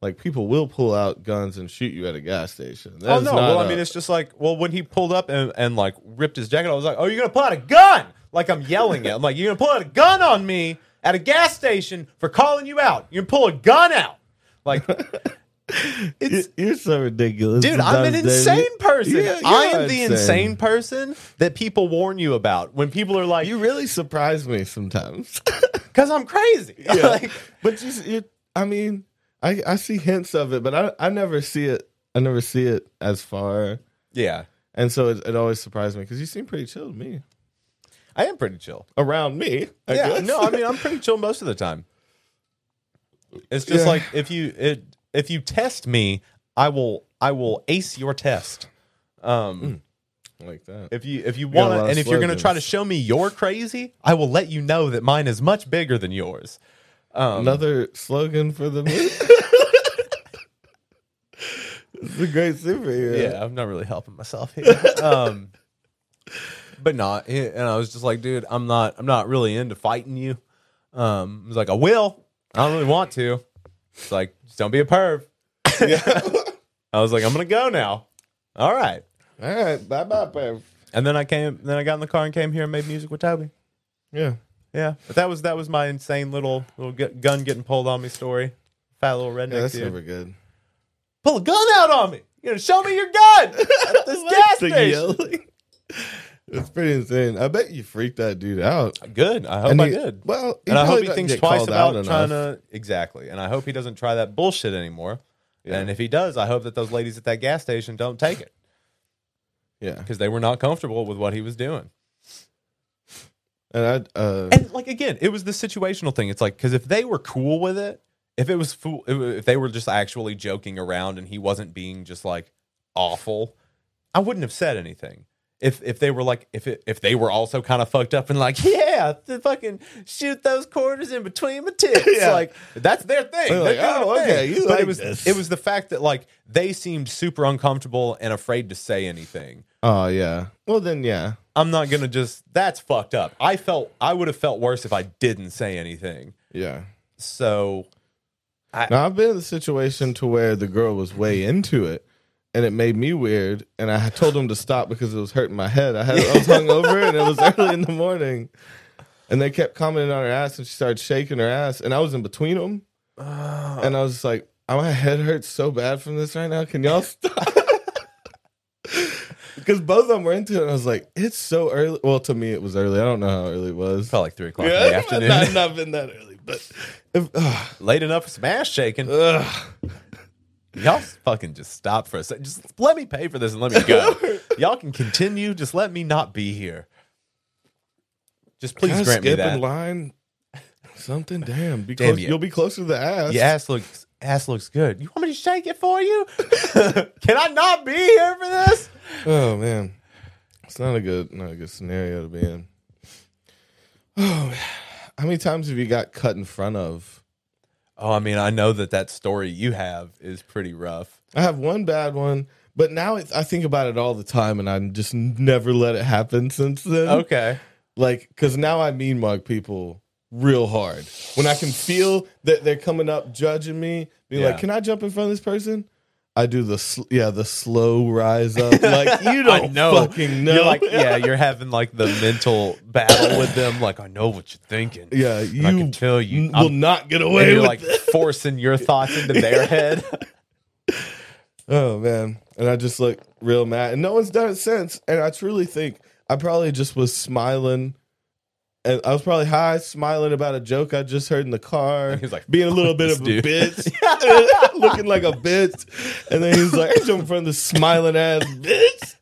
like people will pull out guns and shoot you at a gas station That
Oh
is
no!
not
Well, I
a-
mean, it's just like, well, when he pulled up and, and like ripped his jacket, I was like, "Oh, you're gonna pull out a gun!" Like I'm yelling at him, like, "You're gonna pull out a gun on me at a gas station for calling you out? You're gonna pull a gun out?" Like, It's
You're so ridiculous.
Dude, I'm an
sometimes, David.
insane person.
Yeah, you
I
are
am the insane person that people warn you about when people are like,
You really surprise me sometimes.
because I'm crazy.
Yeah.
like,
but you, s- you, I mean, I, I see hints of it, but I, I never see it. I never see it as far,
yeah,
and so it, it always surprised me because you seem pretty chill to me.
I am pretty chill.
Around me, I
yeah,
guess.
no, I mean I'm pretty chill most of the time. It's just
Yeah.
like if you it, if you test me, I will I will ace your test. Um,
like that.
if you if you
got a
want
lot
to,
of
and if you're going to
slogans.
try to show me you're crazy, I will let you know that mine is much bigger than yours. Um,
Another slogan for the movie. it's a great superhero.
yeah, I'm not really helping myself here. um, but not, and I was just like, dude, I'm not, I'm not really into fighting you. Um, I was like, I will. I don't really want to. It's like, just don't be a perv. I was like, I'm gonna go now. All right.
All right. Bye bye, Pam.
And then I came, then I got in the car and came here and made music with Toby.
Yeah.
Yeah, but that was that was my insane little little gu- gun getting pulled on me story. Fat little redneck
Yeah, that's
dude.
never good.
Pull a gun out on me. You know, show me your gun at this gas
The
station.
yelling. It's pretty insane. I bet you freaked that dude out.
Good. I hope I
he-
did.
Well,
and I
probably
hope he
doesn't
thinks
get
twice
called out
about
enough.
trying to exactly. And I hope he doesn't try that bullshit anymore. And if he does, I hope that those ladies at that gas station don't take it
Yeah,
because they were not comfortable with what he was doing.
and I. Uh,
And like again, it was the situational thing. It's like because if they were cool with it, if it was fool, if they were just actually joking around and he wasn't being just like awful, I wouldn't have said anything. If if they were like if it, if they were also kind of fucked up and like yeah, to fucking shoot those quarters in between my tits,
Yeah.
like that's their thing. They're
They're like,
doing
"Oh,
their
okay,
thing."
you
but
like
it was
this.
it was the fact that like they seemed super uncomfortable and afraid to say anything.
oh yeah. Well then, yeah.
I'm not gonna just that's fucked up. I felt I would have felt worse if I didn't say anything.
Yeah.
So
Now I've been in the situation to where the girl was way into it, and it made me weird. And I told him to stop because it was hurting my head. I had I was hungover, and it was early in the morning. And they kept commenting on her ass, and she started shaking her ass, and I was in between them, and I was just like, "Oh, "My head hurts so bad from this right now. Can y'all stop?" Because both of them were into it, and I was like, "It's so early." Well, to me, it was early. I don't know how early it was.
felt like three o'clock in the
Yeah,
afternoon,
not, not been that early, but if, ugh,
late enough for some ass shaking.
ugh.
Y'all fucking just stop for a second. Just let me pay for this and let me go. Y'all can continue. Just let me not be here. Just please
Can I
grant me
skip in
that.
line. Something damn. Be
Damn
close,
you.
You'll be close to the ass.
Your ass looks ass looks good. You want me to shake it for you? can I not be here for this?
Oh man, it's not a good, not a good scenario to be in. Oh, man. how many times have you got cut in front of?
Oh, I mean, I know that that story you have is pretty rough.
I have one bad one, but now it, I think about it all the time, and I just never let it happen since then.
Okay.
like because now I mean mug people real hard when I can feel that they're coming up judging me, being
Yeah.
like, "Can I jump in front of this person?" I do the sl- yeah the slow rise up like you
I
don't
know.
fucking know
You're like, yeah, you're having like the mental battle with them. Like, I know what you're thinking.
yeah
And
you
I can tell you-
will
I'm-
not get
And
away
you're
with
like
this.
forcing your thoughts into their head.
oh man and I just look real mad and no one's done it since and I truly think I probably just was smiling. And I was probably high, smiling about a joke I just heard in the car.
And he was like,
being a little bit
this
of a
dude.
bitch, looking like a bitch, and then he's like, "I jump from the smiling ass bitch."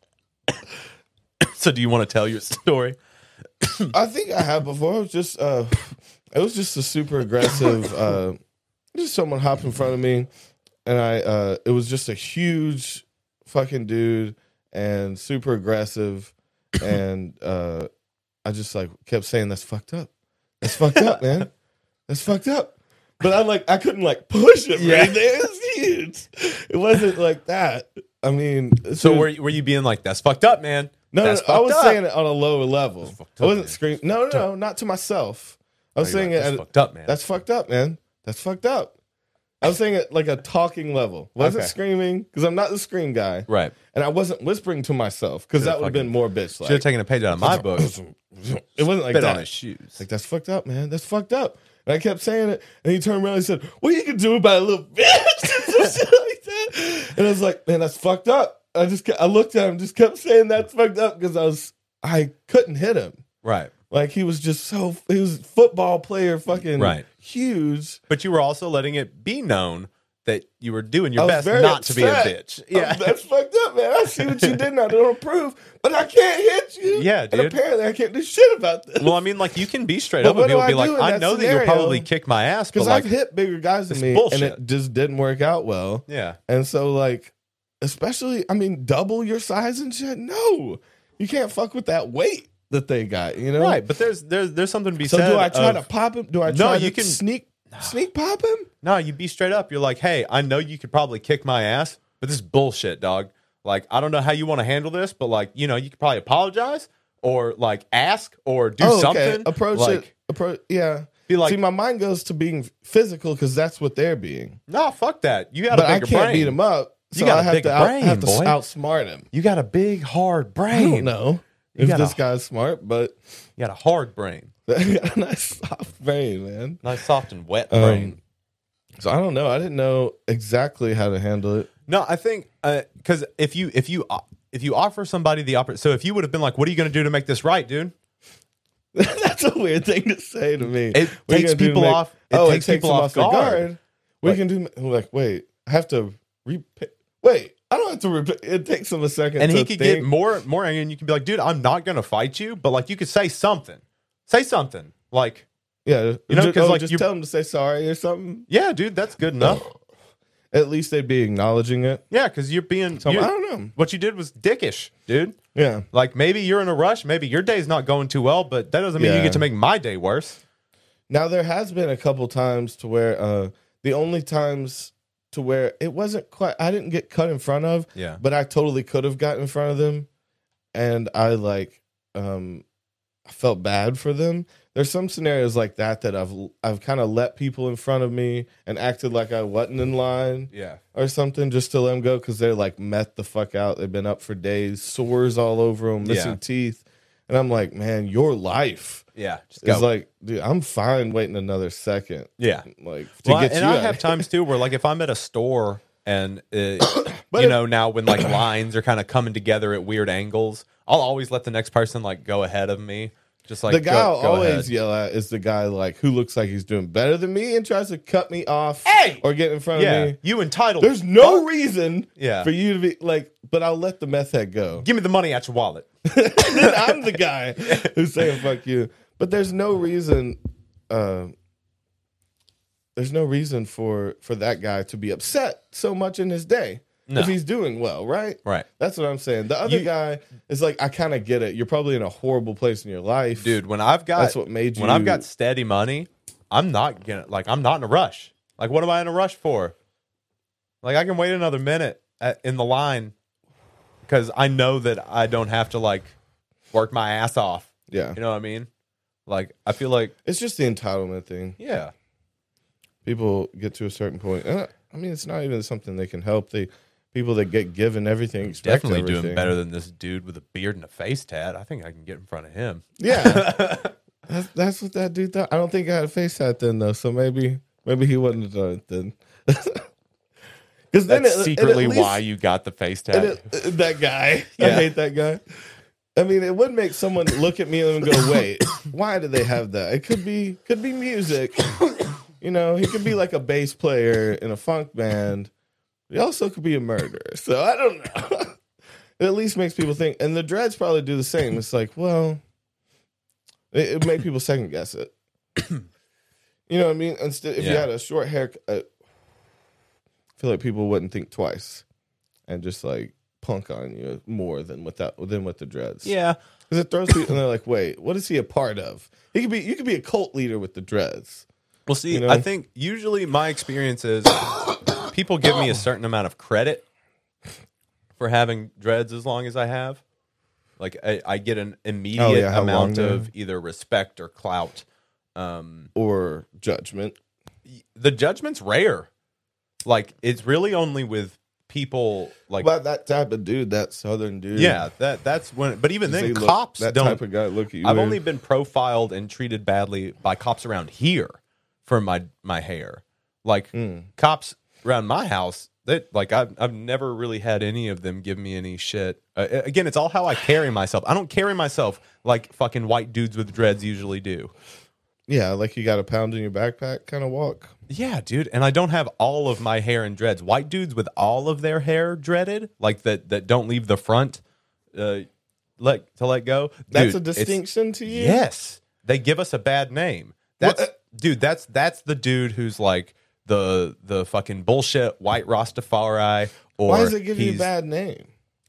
so, do you want to tell your story?
I think I have before. It was just, uh, it was just a super aggressive. Uh, just someone hopped in front of me, and I. Uh, it was just a huge fucking dude and super aggressive, and uh, I just like kept saying, "That's fucked up. That's fucked up, man. That's fucked up." But I like I couldn't like push it.
Yeah.
Yeah, right there. it was huge. It wasn't like that. I mean,
So,
dude-
were you, were you being like, that's fucked up, man?
no, no,
That's
no, I
fucked
was
up.
saying it on a lower level.
fucked
I
up,
wasn't
man.
screaming. No, no, no, not to myself. I
Oh,
was
you're
saying
like,
it.
that's
at-
fucked up, man.
That's fucked up, man. That's fucked up. I was saying it like a talking level. Wasn't
Okay.
screaming because I'm not the scream guy,
right.
and I wasn't whispering to myself because that would have been more bitch
Should have
like.
taken a page out of my book.
It wasn't like
Spit on
that.
his shoes.
Like that's fucked up, man. That's fucked up. And I kept saying it, and he turned around and said, "What you can do about a little bitch?" Some shit like And I was like, man, that's fucked up. I just ke- I looked at him, just kept saying that's fucked up because I was I couldn't hit him.
right.
Like he was just so he was football player fucking
Right.
huge.
But you were also letting it be known that you were doing your
I was
best
very
not to be a
upset.
bitch.
Yeah,
Yeah.
that's fucked up, man. I see what you did, and I don't approve, but I can't hit you.
Yeah,
And
dude.
apparently, I can't do shit about this.
well, I mean, like you can be straight
But
up
what
and
do
people
I
be like,
do in
I
that
know that you'll
scenario?
probably kick my ass, but
Because
like,
I've hit bigger guys than
it's
me, and
bullshit.
it just didn't work out well.
yeah,
And so, like, especially, I mean, double your size and shit. No, you can't fuck with that weight that they got. You know,
right. But there's there's there's something to be
So
said.
do I try
of-
to pop him? Do I
No,
try to
you can-
sneak sneak pop him?
No, you be straight up. You're like, hey, I know you could probably kick my ass, but this is bullshit, dog. Like, I don't know how you want to handle this, but like, you know, you could probably apologize or like ask or do something.
Oh, Approach
like,
it. Approach. Yeah.
Be like-
See, my mind goes to being physical because that's what they're being.
Nah, fuck that. You got
But
a
I
bigger
can't
brain.
beat him up.
You
So
got
I
a
have
big
to, out-
brain,
have to
boy.
outsmart him.
You got a big hard
I don't
brain.
know
You
if
got a-
this guy's smart, but
You got a hard brain,
nice soft brain, man.
nice, soft and wet
Um,
brain.
So I don't know. I didn't know exactly how to handle it.
No, I think because if you if you o- if you offer somebody the opportunity, so if you would have been like, "What are you going to do to make this right, dude?"
That's a weird thing to say to me.
It
What are you
takes
gonna do to
people
make-
off- it
oh,
takes
it takes
people
them
off
off their
guard.
guard. We
Like-
can do. I'm like, wait, I have to re. Wait, I don't have to. Re- it takes them a second.
and
to
he could
think.
get more more angry, and you can be like, "Dude, I'm not going to fight you," but like you could say something, say something like,
Yeah,
You know,
ju-
'cause,
oh,
like,
just
you-
tell them to say sorry or something.
"Yeah, dude, that's good enough."
At least they'd be acknowledging it.
Yeah, because you're being
So I'm-
you-
I don't know.
what you did was dickish, dude.
Yeah,
Like maybe you're in a rush, maybe your day's not going too well, but that doesn't mean you
Yeah.
get to make my day worse.
Now there has been a couple times to where uh the only times to where it wasn't quite I didn't get cut in front of,
Yeah.
but I totally could have got in front of them and I like um I felt bad for them. There's some scenarios like that that I've I've kind of let people in front of me and acted like I wasn't in line
Yeah,
or something just to let them go because they're like met the fuck out. They've been up for days, sores all over them, missing
Yeah.
teeth, and I'm like, man, your life.
yeah. Just
It's like, dude, I'm fine waiting another second,
yeah.
like to
Well, I-
get
and
you.
I
out.
have times too where like if I'm at a store and uh,
But
you
it-
know now when like lines are kind of coming together at weird angles, I'll always let the next person like go ahead of me. Just like
the guy
go-
I'll
go
always
ahead.
yell at is the guy like who looks like he's doing better than me and tries to cut me off
Hey!
or get in front
yeah,
of me.
you entitled.
There's no reason
Yeah.
for you to be like, but I'll let the meth head go.
give me the money out your wallet.
then I'm the guy who's saying fuck you. But there's no reason. Uh, there's no reason for for that guy to be upset so much in his day
No.
if he's doing well, right?
Right.
That's what I'm saying. The other
You-
guy is like, I kind of get it. You're probably in a horrible place in your life,
Dude, when I've got
That's what made
when I've
you-
got steady money, I'm not gonna like I'm not in a rush. Like what am I in a rush for? Like I can wait another minute at, in the line because I know that I don't have to like work my ass off.
Yeah,
You know what I mean? Like I feel like
it's just the entitlement thing.
yeah,
People get to a certain point, and I, I mean, it's not even something they can help. They people that get given everything expect
definitely
everything.
doing better than this dude with a beard and a face tat. I think I can get in front of him.
Yeah, that's, that's what that dude thought. I don't think I had a face hat then though, so maybe maybe he wouldn't have done it then. Because then
That's
it- it at
secretly
least-
why you got the face tat.
it- it- uh, that guy, I
Yeah.
hate that guy. I mean, it would make someone look at me and go, "Wait, why do they have that?" It could be could be music. You know, he could be like a bass player in a funk band. He also could be a murderer. So I don't know. it at least makes people think, and the dreads probably do the same. It's like, well, it, it make people second guess it. You know what I mean? Instead, if you
Yeah.
had a short haircut, I feel like people wouldn't think twice and just like punk on you more than with that than with the dreads.
yeah,
because it throws people, and they're like, wait, what is he a part of? He could be, you could be a cult leader with the dreads.
Well, see,
You know?
I think usually my experience is people give me a certain amount of credit for having dreads as long as I have. Like I, I get an immediate
Oh, yeah, how
amount
long
of either respect or clout. Um,
or judgment.
the judgment's rare. Like it's really only with people like
About that type of dude, that southern dude.
yeah that that's when. But even
They
then,
look-
cops
that
don't.
type of guy look at you.
I've
weird.
only been profiled and treated badly by cops
Hmm.
around here for my my hair. Like cops around my house that like I've I've never really had any of them give me any shit. Uh, again, it's all how I carry myself. I don't carry myself like fucking white dudes with dreads usually do.
Yeah, like you got a pound in your backpack kind of walk.
Yeah, dude, and I don't have all of my hair in dreads. White dudes with all of their hair dreaded, like that that don't leave the front uh let to let go.
That's
Dude,
a
it's-
distinction to you.
Yes, they give us a bad name. That's
Well, uh,
dude. That's that's the dude who's like the the fucking bullshit white Rastafari. Or
Why does it give you a
he's-
bad name?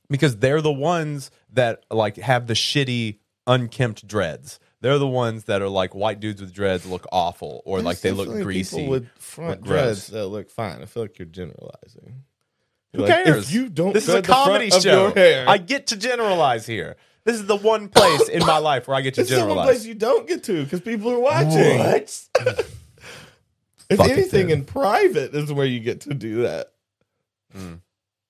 Because they're the ones that like have the shitty unkempt dreads. They're the ones that are like white dudes with dreads look awful or like they
There's
look
definitely
greasy.
People with front
or gross.
dreads that look fine. I feel like you're generalizing.
Who
Like, if
cares?
you don't
This is a
dread the front
comedy
of
show.
your hair-
I get to generalize here. This is the one place in my life where I get to
This is the one
generalize.
place you don't get to because people are watching.
What?
If
Fuck it,
anything,
dude.
in private is where you get to do that.
Mm.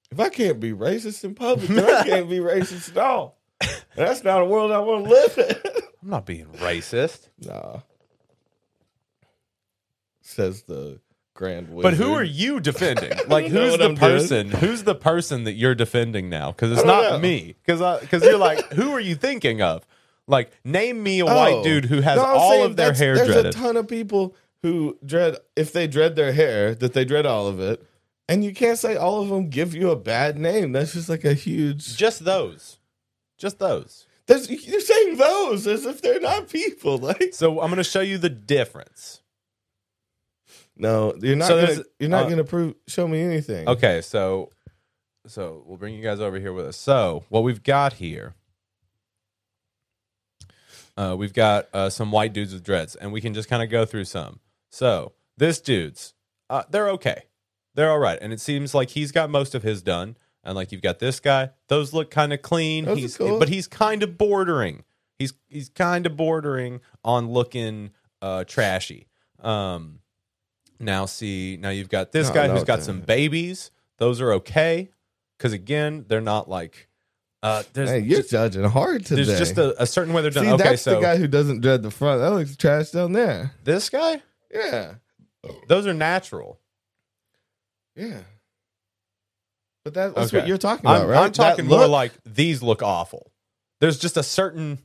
If I can't be racist in public, then I can't be racist at all. And that's not a world I want to live in.
I'm not being racist.
Nah. Says the grand wizard.
But who are you defending? Like,
know
who's
what
the
I'm doing.
person? Who's the person that you're defending now? Because it's
I don't
not
know.
me. Because because you're like, who are you thinking of? Like, name me a
Oh.
white dude who has
No, I'm
all
saying
of their
that's-
hair
There's
dreaded.
a ton of people who dread if they dread their hair that they dread all of it, and you can't say all of them give you a bad name. That's just like a huge.
Just those. Just those.
There's, you're saying those as if they're not people. Like
So I'm going to show you the difference.
no, you're not.
So there's-
gonna, you're not
uh,
gonna prove show me anything.
Okay, so so we'll bring you guys over here with us. So what we've got here, uh, we've got uh, some white dudes with dreads, and we can just kind of go through some. So this dude's, uh, they're okay, they're all right, and it seems like he's got most of his done. And like you've got this guy, those look kind of clean.
Those are
he's
cool.
but he's kind of bordering. He's he's kind of bordering on looking uh, trashy. Um, now see, now you've got this
No,
guy
no,
who's got
dude.
some babies. Those are okay because again, they're not like uh, there's
Hey, you're
just,
judging hard today.
there's just a, a certain way they're done.
See,
okay,
that's
so
the guy who doesn't dread the front. That looks trash down there.
this guy,
Yeah,
those are natural.
yeah. But that, that's what
Okay.
you're talking about,
I'm,
right?
I'm talking
That
more
look-
like these look awful. There's just a certain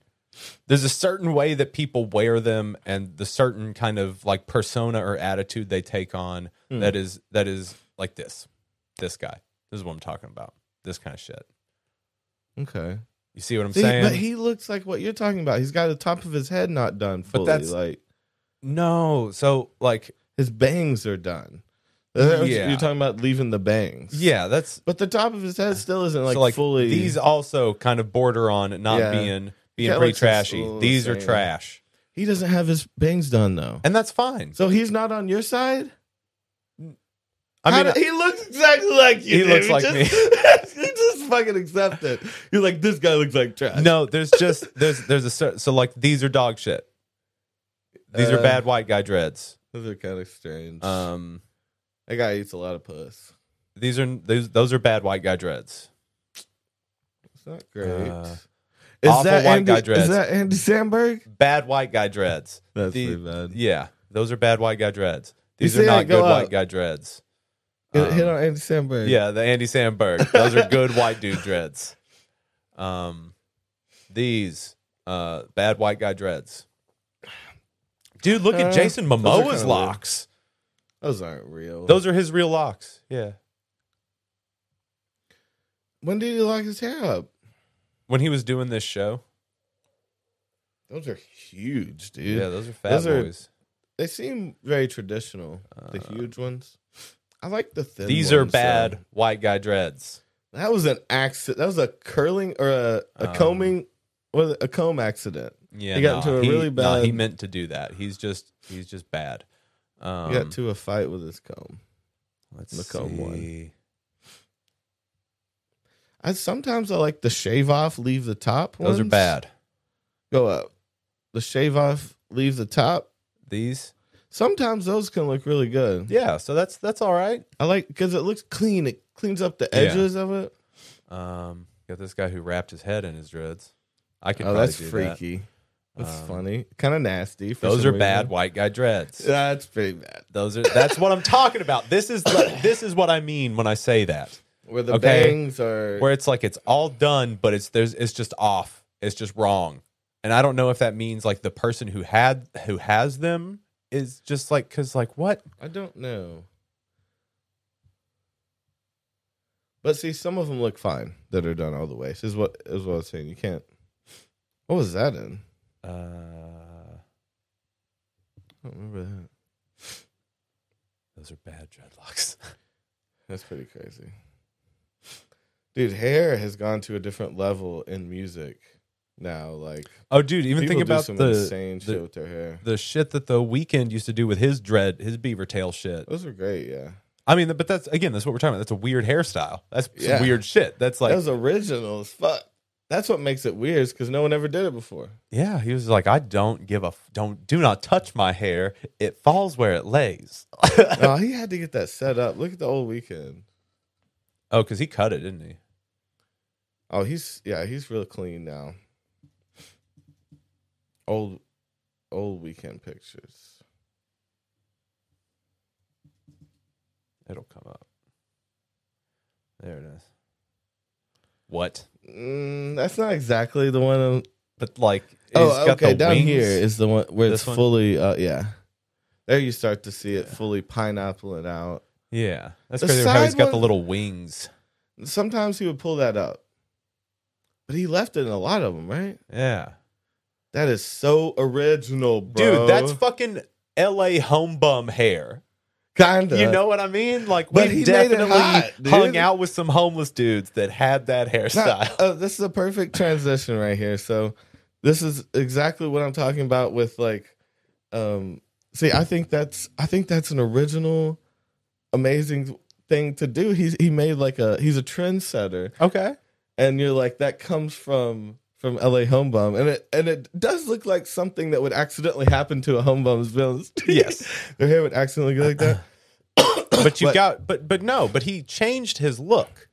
there's a certain way that people wear them and the certain kind of like persona or attitude they take on
Hmm.
that is that is like this. This guy. This is what I'm talking about. This kind of shit.
okay.
You see what I'm
See,
saying?
But he looks like what you're talking about. He's got the top of his head not done fully.
that's-
like
no. So like
his bangs are done. That's what
Yeah.
You're talking about leaving the bangs.
yeah, that's
But the top of his head still isn't like,
so like
fully.
these also kind of border on not
Yeah.
being being
Yeah,
pretty
like,
trashy.
oh,
these are
same.
trash.
he doesn't have his bangs done though.
And that's fine.
So he's not on your side.
I
How
mean,
do- he looks exactly like
He
you.
looks
dude.
like
just, me. you just fucking accept it. You're like, this guy looks like trash.
No, there's just there's there's a cer- so like these are dog shit. These
Uh,
are bad white guy dreads.
those are kind of strange.
Um,
that guy eats a lot of puss.
these are those those are bad white guy dreads.
It's not great.
Uh,
is
awful
that
white
Andy?
guy dreads.
Is that Andy Sandberg?
Bad white guy dreads.
That's
The-
pretty bad.
Yeah, those are bad white guy dreads.
You
These
see
are
that
not
go
good
up.
white guy dreads.
Hit- Hit
Um,
on Andy Sandberg.
Yeah, the Andy Samberg. Those are good white dude dreads. Um, these uh bad white guy dreads. Dude, look
Uh,
at Jason
those are
Momoa's
kinda weird.
locks.
Those aren't real.
Those are his real locks. Yeah.
when did he lock his hair up?
When he was doing this show.
Those are huge, dude.
Yeah, those are fat
Those are-
boys.
They seem very traditional. the
Uh,
huge ones. I like the thin.
These are
ones, though.
bad white guy dreads.
That was an accident. That was a curling or a, a
Um,
combing, was it? a comb accident.
Yeah.
He got
nah,
into a really
nah, he
bad-
meant to do that. He's just he's just bad. Um
He got to a fight with his comb.
let's
look up
see.
one. I sometimes I like the shave off, leave the top.
Those are
ones.
bad.
Go up. The shave off, leave the top.
These?
Sometimes those can look really good.
Yeah, so that's that's all right.
I like because it looks clean. It cleans up the
Yeah.
edges of it.
Um got this guy who wrapped his head in his dreads. I could
Oh,
probably
that's
do that.
freaky. That's funny. Kind of nasty. for
Um, Those
some
are
reason.
bad white guy dreads.
That's pretty bad.
Those are that's what I'm talking about. This is this is what I mean when I say that.
Where the
Okay.
bangs are.
Where it's like it's all done, but it's there's it's just off. It's just wrong. And I don't know if that means like the person who had who has them is just like cuz like what?
I don't know. But see, some of them look fine that are done all the way. This is what is what I was saying. You can't. What was that in?
Uh
I don't remember that.
those are bad dreadlocks.
That's pretty crazy. Dude, hair has gone to a different level in music now. Like,
Oh dude, even
people
think
do
about
some
the
insane
the-
shit with their hair.
the shit that the weekend used to do with his dread, his beaver tail shit.
Those are great, yeah.
I mean, but that's again, that's what we're talking about. That's a weird hairstyle. That's some
Yeah.
weird shit. That's like
that was original as fuck. That's what makes it weird, because no one ever did it before.
Yeah, he was like, I don't give a, f- don't, do not touch my hair. It falls where it lays.
oh, he had to get that set up. Look at the old weekend.
Oh, because he cut it, didn't he?
Oh, he's yeah, he's real clean now. Old, old weekend pictures.
It'll come up. There it is. What?
Mm, that's not exactly the one. um, I'm-
But like, he's
Oh,
got
okay.
the
Down
wings.
here is the one where
This
it's
one?
fully. Uh, yeah, there you start to see it fully pineapple it out.
Yeah, that's
The
crazy. How he's
side
got the
one-
little wings.
Sometimes he would pull that up, but he left it in a lot of them, right?
Yeah,
That is so original, bro.
dude, that's fucking L.A. home bum hair.
kind of
You know what I mean? Like,
But
we
he made it
definitely
hot, dude.
hung out with some homeless dudes that had that
Now,
hairstyle.
uh, this is a perfect transition right here. So this is exactly what I'm talking about with like um see I think that's I think that's an original amazing thing to do. He's he made like a he's a trendsetter
okay.
and you're like that comes from from LA Homebum and it and it does look like something that would accidentally happen to a homebum's villains.
Yes.
Their hair would accidentally go like that.
but you
But-
got but but no but he changed his look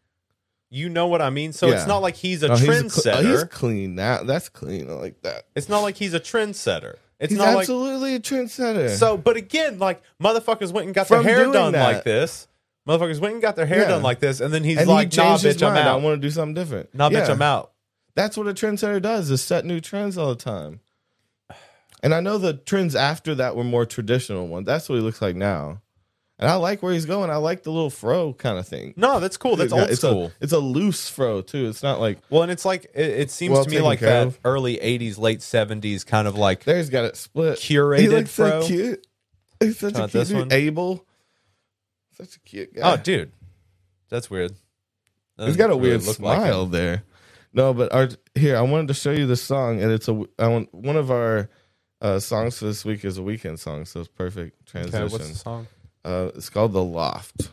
you know what i mean so it's
Yeah.
not like he's a
Oh, he's a cl-
trendsetter
oh, he's clean now. That's clean. I like that.
it's not like he's a trendsetter it's
he's
not
absolutely a trendsetter.
like so but again like motherfuckers went and got
From
their hair
doing
done
that.
like this motherfuckers went and got their hair
Yeah.
done like this and then he's
and
like
he
nah
changed his
bitch i'm
mind. I
out
want to do something different.
nah bitch
Yeah.
i'm out
That's what a trendsetter does is set new trends all the time. And I know the trends after that were more traditional ones. That's what he looks like now. And I like where he's going. I like the little fro kind of thing.
no that's cool that's
It's got-
old
it's
school
A, it's a loose fro too. It's not like
well and it's like it, it seems
Well
to me
taken
like
care
that
of.
early 80s late 70s kind of like
there's got it split. he
Curated
looks
fro?
so cute. He's such
Talking
a
about
cute
this one?
dude. Abel. Such a cute guy.
oh dude that's weird that
He's got a
doesn't really
weird
look like him.
smile there. No, but our here I wanted to show you this song, and it's a I want, one of our uh, songs for this week is a weekend song, so it's perfect
okay,
transition.
what's the song
uh, it's called the Loft,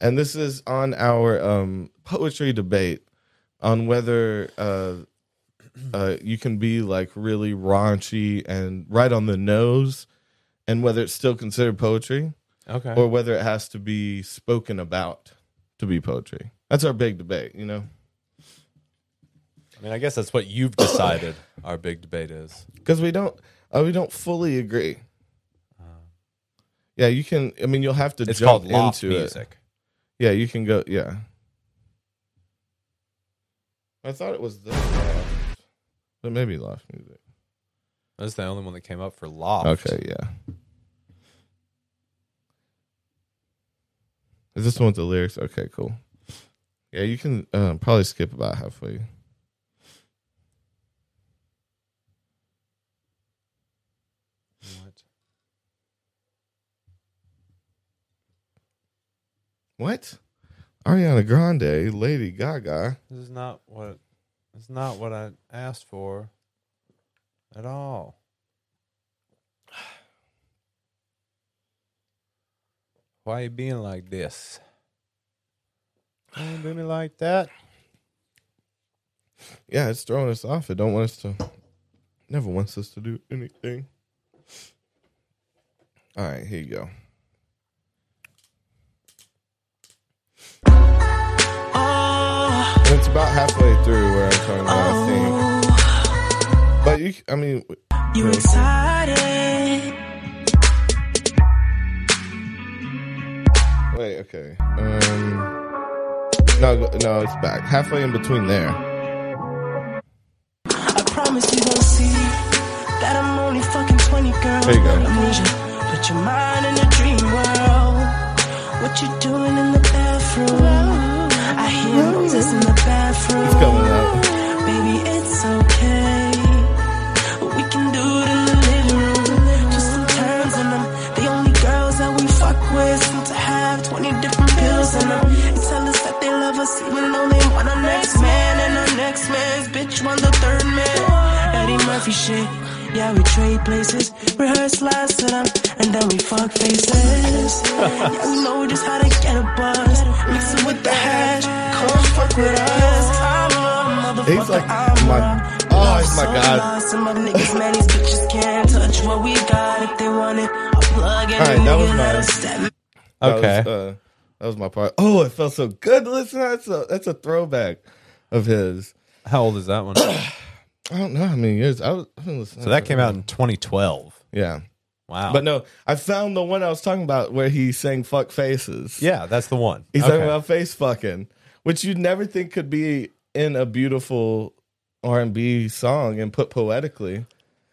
and this is on our um, poetry debate on whether uh, uh, you can be like really raunchy and right on the nose, and whether it's still considered poetry
okay
or whether it has to be spoken about to be poetry. That's our big debate, you know?
I mean, I guess that's what you've decided our big debate is.
Because we don't uh, we don't fully agree. Yeah, you can. I mean, you'll have to
Uh. It's
jump
called loft
into it.
music.
Yeah, you can go. Yeah. I thought it was the loft, but maybe loft music.
That's the only one that came up for loft.
Okay, yeah. Is this the one with the lyrics? Okay, cool. Yeah, you can uh, probably skip about halfway.
What?
What? Ariana Grande, Lady Gaga.
This is not what. It's not what I asked for, at all. Why you being like this? Why you do me like that?
Yeah, it's throwing us off. It don't want us to. Never wants us to do anything. All right, here you go. And it's about halfway through where I'm talking about seeing. But you, I mean,
You excited?
wait, okay. Um, no, no, it's back. Halfway in between there.
I promise you gon' see that I'm only fucking 20, girl.
There you go.
I need you. Put your mind in a dream world. What you doing in the bathroom? I hear noises in the bathroom.
It's coming up.
Baby, it's okay. We can do it in the living room. Just some terms in them. The only girls that we fuck with seem to have 20 different pills in them. And tell us that they love us even though they want our next man. And our next man's bitch want the third man. Eddie Murphy shit. Yeah, we trade places, rehearse lines to them, and then we fuck faces. yeah, we know just how to get a buzz. Mix it with the hash, come fuck with us. I'm a motherfucker.
He's like,
I'm
my-
a-
oh, it's my God.
some of niggas, man, these bitches can't touch what we got if they want it. I'll plug in
Alright,
a
that was
nigga,
mine.
let 'em step-
That was,
Okay.
uh, that was my part. Oh, it felt so good. Listen, that's a that's a throwback of his.
How old is that one? so
I don't know how many years. I was, I was so
that came out in 2012.
Yeah,
Wow.
but no, I found the one I was talking about where he sang "fuck faces."
yeah, that's the one.
He's
Okay.
talking about face fucking, which you'd never think could be in a beautiful R and B song and put poetically.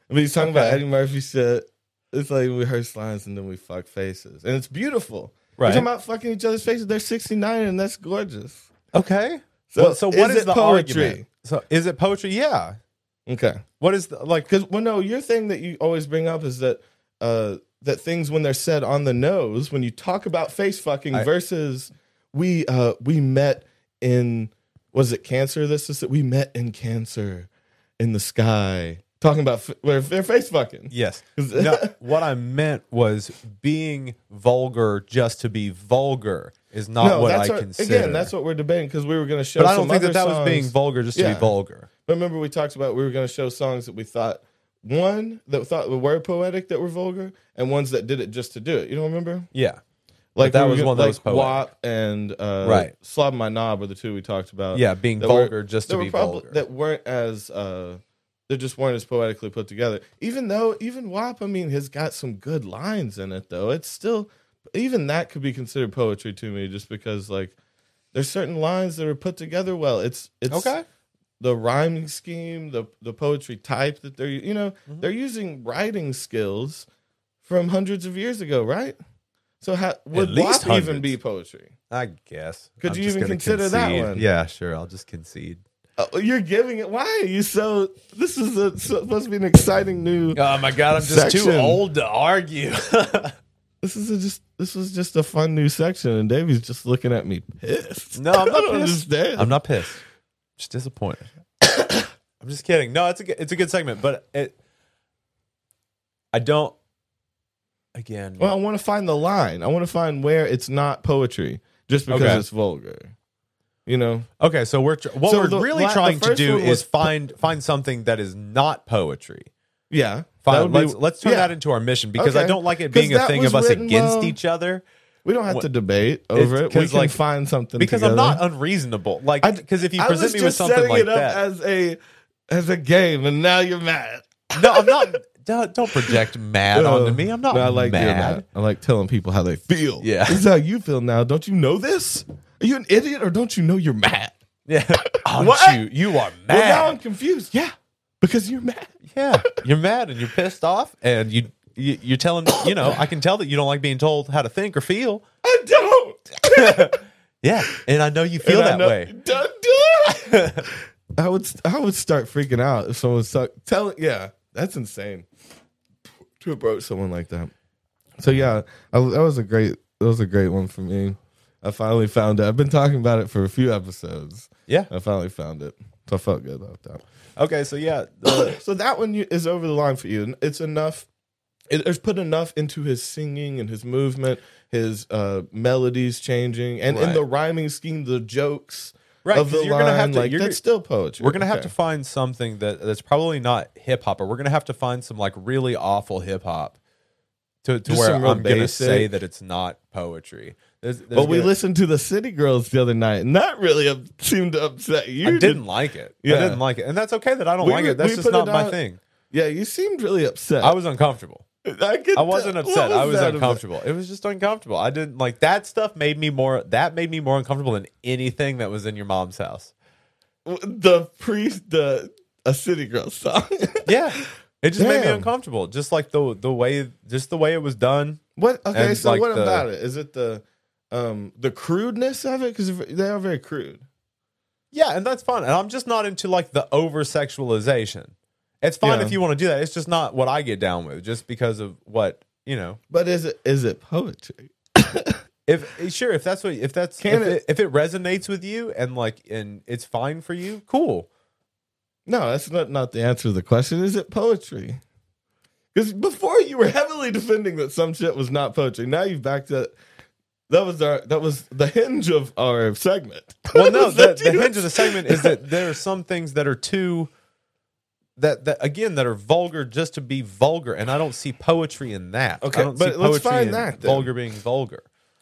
But he's talking about
Okay.
Eddie Murphy shit. It's like we rehearse lines and then we fuck faces, and it's beautiful. We're
Right.
talking about fucking each other's faces. They're sixty nine, and that's gorgeous.
Okay.
So,
Well, so what
is
is,
it
the
poetry?
argument? So is it poetry? Yeah.
Okay,
What is the like?
because well, no, your thing that you always bring up is that uh, that things when they're said on the nose, when you talk about face fucking
I-
versus we uh, we met in was it cancer? This is that we met in cancer in the sky. Talking about f- where they're face fucking.
Yes.
'Cause-
No, what I meant was being vulgar just to be vulgar is not what I
that's our-
consider.
again. That's what we're debating because we were going to show.
but I don't
some
think that
other
that was
songs-
being vulgar just to
Yeah.
be vulgar.
But remember, we talked about we were going to show songs that we thought one that we thought were poetic that were vulgar, and ones that did it just to do it. You don't remember?
Yeah.
Like
that
we were
was
gonna-
one that was
like
poetic.
WAP and uh,
Right.
Slob My Knob were the two we talked about.
Yeah, being
that
vulgar just
that
to
were
be
prob-
vulgar.
That weren't as uh, they just weren't as poetically put together. Even though even WAP, I mean, has got some good lines in it though. It's still even that could be considered poetry to me, just because like there's certain lines that are put together well. It's it's
Okay.
the rhyming scheme, the the poetry type that they're you know
Mm-hmm.
they're using writing skills from hundreds of years ago, right? So how would
least
WAP even
hundreds.
be poetry?
I guess.
Could
I'm
you
just
even
gonna
consider that
concede.
one?
Yeah, sure. I'll just concede.
Oh, you're giving it. Why are you so? This is a, supposed to be an exciting new.
Oh my god, I'm
just too Section. old
to argue.
This is a just. This was just a fun new section, and Davey's just looking at me pissed.
No, I'm
I
not
don't
pissed.
understand.
I'm not pissed. Just disappointed. I'm just kidding. No, it's a good- it's a good segment, but it. I don't. Again,
Well, I want to find the line. I want to find where it's not poetry just because
Okay.
it's vulgar. You know,
okay. So we're tr- what
So
we're
the
really
la- the
trying to
first
do
one
is
was-
find find something that is not poetry.
yeah. that
Find,
would be-
let's let's turn
yeah.
that into our mission because I
Okay.
don't like it
'Cause
being a
that
thing
was
of us
written um,
against
well-
each other
We don't have
What-
to debate over it. We
'cause,
can
like-
find something
because I'm
together.
not unreasonable. Like
I-
because if you
I
present
was
me with
just
something
setting
like
it up
that,
as a as a game, and now you're mad.
no, I'm not. Don't, don't project mad onto me. I'm not
Oh, No, I like being
mad.
I like telling people how they feel.
Yeah.
this is how you feel now. Don't you know this? Are you an idiot, or don't you know you're mad?
Yeah. Aren't
What?
you? You are mad.
Well, now I'm confused. Yeah, because you're mad.
yeah. You're mad and you're pissed off and you, you you're telling you know, I can tell that you don't like being told how to think or feel.
I don't
Yeah. And I know you feel
And I
that
know-
way.
Don't do it. I would I would start freaking out if someone suck tell yeah that's insane to approach someone like that. So yeah, I, that was a great that was a great one for me. I finally found it. I've been talking about it for a few episodes.
Yeah.
I finally found it. So I felt good about that.
Okay, so yeah. uh,
so that one you- is over the line for you. It's enough. It, it's put enough into his singing and his movement, his uh, melodies changing, and in
Right.
the rhyming scheme, the jokes
Right,
of
'cause
the
you're
line.
gonna have to-
like,
you're
that's
gonna-
still poetry.
we're gonna have
Okay.
to find something that that's probably not hip hop, or we're gonna have to find some like really awful hip hop to to, to
Just
where
some real
I'm going to
basic-
say that it's not poetry. There's, there's
But we
gonna-
listened to the City Girls the other night, and that really up- seemed to upset you.
I didn't like it.
Yeah.
I didn't like it, and that's okay that I don't
We
like
re-
it. That's
we
just
put
not
it
my
on-
thing.
Yeah, you seemed really upset.
I was uncomfortable.
I, could
I wasn't
tell- what
upset. I was
that about-
uncomfortable. It was just uncomfortable. I didn't like that stuff. Made me more. That made me more uncomfortable than anything that was in your mom's house.
The priest, the a City Girls song.
Yeah, it just made me
Damn.
uncomfortable. Just like the the way, just the way it was done.
what? Okay,
And,
so
like,
what
the-
about it? Is it the um the crudeness of it? Because they are very crude.
Yeah, and that's fine. And I'm just not into like the over sexualization. It's fine
Yeah.
if you want to do that. It's just not what I get down with, just because of what you know.
But is it is it poetry?
If sure, if that's what if that's
Can
if
it-
it, if it resonates with you and like and it's fine for you, cool.
No, that's not not the answer to the question. Is it poetry? Because before you were heavily defending that some shit was not poetry. Now you've backed up. That was our that was the hinge of our segment.
Well, no,
Was that
the, the
you-
hinge of the segment is that there are some things that are too that that again that are vulgar just to be vulgar, and I don't see poetry in that.
Okay,
I don't
but let's find
in
that, then.
vulgar being vulgar.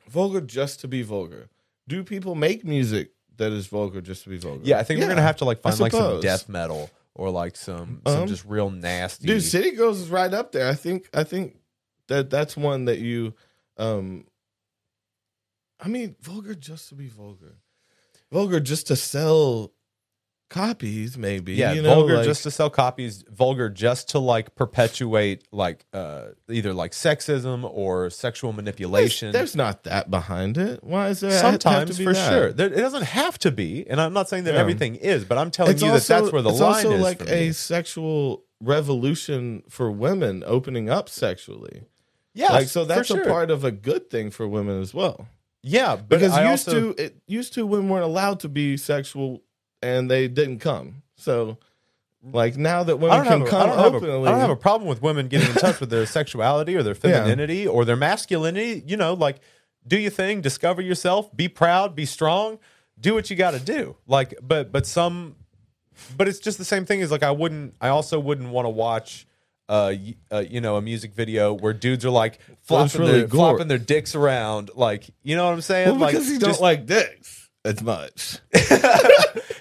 vulgar just to be vulgar. Do people make music that is vulgar just to be vulgar?
Yeah, I think we're gonna have to like
I
find like some
suppose.
death metal or like some some
Um,
just real nasty.
Dude, City Girls is right up there. I think I think that that's one that you um I mean, vulgar just to be vulgar. Vulgar just to sell copies maybe.
yeah,
you know,
vulgar
like-
just to sell copies, vulgar just to like perpetuate like uh either like sexism or sexual
there's,
manipulation.
there's not that behind it. Why is there have to
Sometimes
be
for
that?
sure. There, it doesn't have to be, and I'm not saying that
Yeah.
everything is, but I'm telling you that that's where the
it's
line
also
is.
like
for me.
a sexual revolution for women opening up sexually.
yeah,
like so that's
for sure.
a part of a good thing for women as well.
Yeah, but
Because
I
used
also-
to it used to women weren't allowed to be sexual and they didn't come. So like now that
I
women
don't, have
can
a, I,
come
don't have a-
openly.
I don't have a problem with women getting in touch with their sexuality or their femininity or their masculinity. You know, like do your thing, discover yourself, be proud, be strong, do what you got to do. Like, but but some, but it's just the same thing as like I wouldn't. I also wouldn't want to watch. Uh, y- uh, you know, a music video where dudes are like flopping,
really
their,
gore.
flopping their dicks around, like you know what I'm saying?
well, because
like,
you
just-
don't like dicks as much.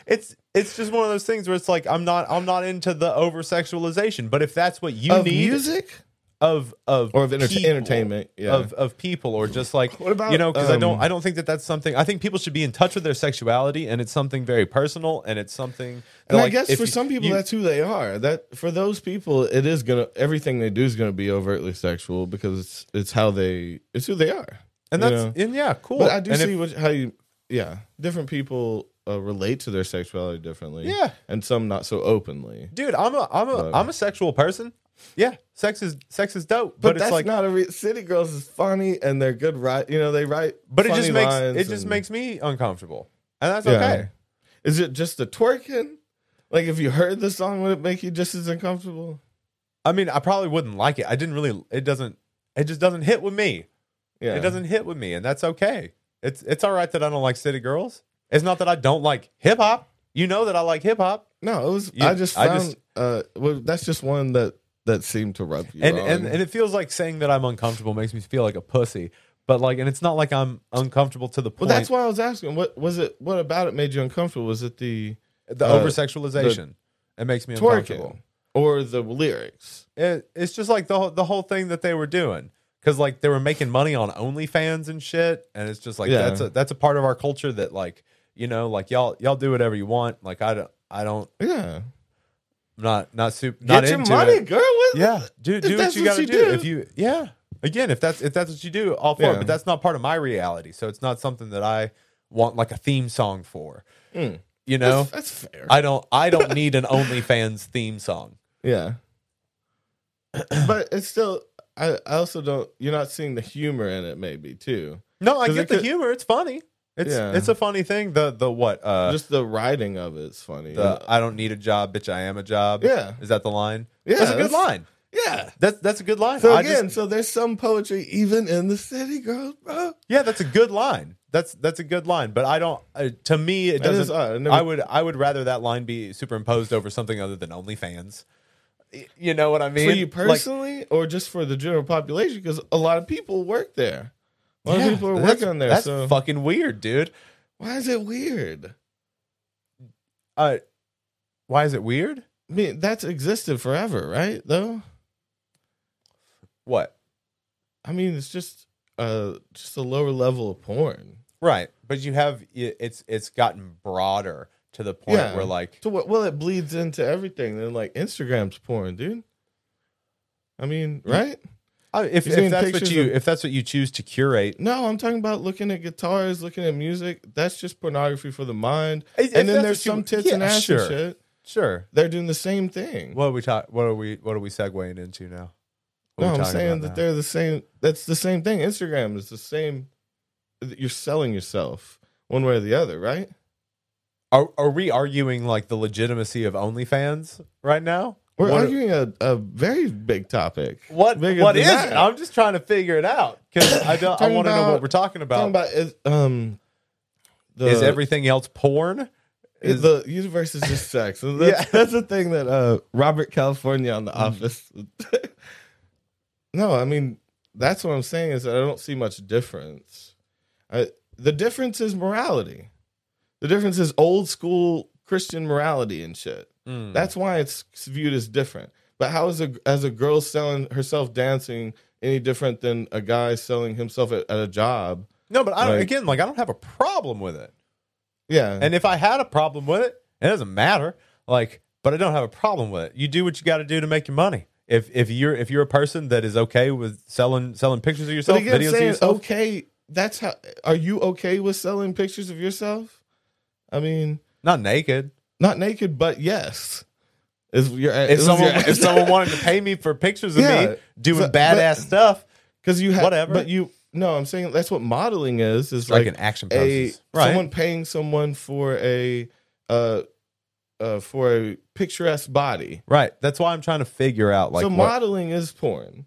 it's it's just one of those things where it's like I'm not I'm not into the over sexualization, but if that's what you
of
need,
music?
of of
Or of enter-
people,
entertainment, yeah.
of of people or just like
What about,
you know because I don't
um,
I don't think that that's something I think people should be in touch with their sexuality and it's something very personal and it's something that,
And I
like,
guess
if
for
you-
some people
you-
that's who they are. That for those people it is gonna everything they do is gonna be overtly sexual because it's it's how they it's who they are.
and
you
that's
know?
and yeah cool
But I do
And if-
see what, how you, yeah, different people uh, relate to their sexuality differently.
Yeah.
and some not so openly.
dude I'm a I'm a
But-
am a sexual person yeah sex is sex is dope but,
But, that's
it's like
not a re- city girls is funny and they're good. Right, you know they write,
but it just
funny
makes
lines
it just
and-
makes me uncomfortable and that's
Yeah.
okay
Is it just the twerking? Like if you heard the song, would it make you just as uncomfortable?
I mean I probably wouldn't like it I didn't really it doesn't it just doesn't hit with me
Yeah,
It doesn't hit with me, and that's okay. It's it's all right that I don't like city girls. It's not that I don't like hip hop. You know that I like hip hop,
No, it was.
You-
I just
I
found.
just-
uh, well, that's just one that that seemed to rub you.
and,
wrong.
and and it feels like saying that I'm uncomfortable makes me feel like a pussy. But like, and it's not like I'm uncomfortable to the
well,
point.
that's why I was asking. What was it? What about it made you uncomfortable? Was it the
the
uh,
over sexualization. It makes me uncomfortable.
twerking or the lyrics?
It, it's just like the whole, the whole thing that they were doing because like they were making money on OnlyFans and shit, and it's just like
Yeah.
that's a that's a part of our culture that like you know like y'all y'all do whatever you want. Like I don't I don't
Yeah.
not not super not
Get your
into
money,
it.
girl. What-
Yeah, do do what
that's
you
what
got to
you
do.
do.
If you, yeah, again, if that's if that's what you do, all for it.
Yeah.
But that's not part of my reality, so it's not something that I want like a theme song for. You know,
Hmm. That's, that's fair.
I don't I don't need an OnlyFans theme song.
yeah. but it's still, I, I also don't, you're not seeing the humor in it, maybe, too.
No, I
'Cause
get
it
the
could-
humor. It's funny. It's
Yeah.
it's a funny thing. The the what uh
Just the writing of it's funny.
the uh, I don't need a job, bitch. I am a job.
Yeah.
is that the line?
Yeah,
that's a good
that's-
line.
yeah.
That's that's a good line.
So
I
again,
just-
so there's some poetry even in the city, girls, bro.
Yeah, that's a good line. That's that's a good line, but I don't. Uh, to me, it
That is
doesn't.
odd. I
I,
never-
would I would rather that line be superimposed over something other than OnlyFans. Y- You know what I mean?
for you
Like,
personally, or just for the general population? Because a lot of people work there. A lot
yeah,
of people are
that's-
working on there.
That's
so
fucking weird, dude.
why is it weird?
Uh, why is it weird?
I mean, that's existed forever, right? Though,
What?
I mean, it's just uh just a lower level of porn.
Right, but you have i- it's it's gotten broader to the point
Yeah.
where like
So what? Well, it bleeds into everything. Then like Instagram's porn, dude. I mean, right?
I- if,
You're seeing
if that's what
pictures
you
of-
if that's what you choose to curate,
No, I'm talking about looking at guitars, looking at music. That's just pornography for the mind.
If- if
and
that's
then there's
what you-
some tits
yeah,
and ass
sure.
and shit.
sure.
They're doing the same thing.
What are we talk? What are we what are we segueing into now?
no, I'm saying that they're the same. That's the same thing. Instagram is the same. You're selling yourself one way or the other, right?
are are we arguing like the legitimacy of OnlyFans right now?
We're
What-
arguing a, a very big topic.
What
Bigger
what
than
is
that.
it? I'm just trying to figure it out because I don't. I
Talking
want to know what
about-
we're talking about.
talking about? Is, um, the,
is everything else porn? Is,
the universe is just sex? And That's,
Yeah. Mm.
that's the thing that uh, Robert California on The Office. no, I mean that's what I'm saying is that I don't see much difference. I, the difference is morality. The difference is old school Christian morality and shit.
Mm.
That's why it's viewed as different. But how is a as a girl selling herself dancing any different than a guy selling himself at, at a job?
no, but I don't,
like-
again, like I don't have a problem with it.
Yeah,
And if I had a problem with it, it doesn't matter. Like, but I don't have a problem with it. You do what you got to do to make your money. If if you're if you're a person that is okay with selling selling pictures of yourself,
but again,
videos of
saying oh,
yourself,
okay, that's how. Are you okay with selling pictures of yourself? I mean,
not naked.
not naked, but yes. Is your
If someone if someone wanted to pay me for pictures of
Yeah.
me doing
So- but-
badass stuff,
because you have
whatever.
but you no, I'm saying that's what modeling is. Is
it's like,
like
an action
a
poses, right?
someone paying someone for a uh uh for a picturesque body.
right. That's why I'm trying to figure out like
so
what,
modeling is porn.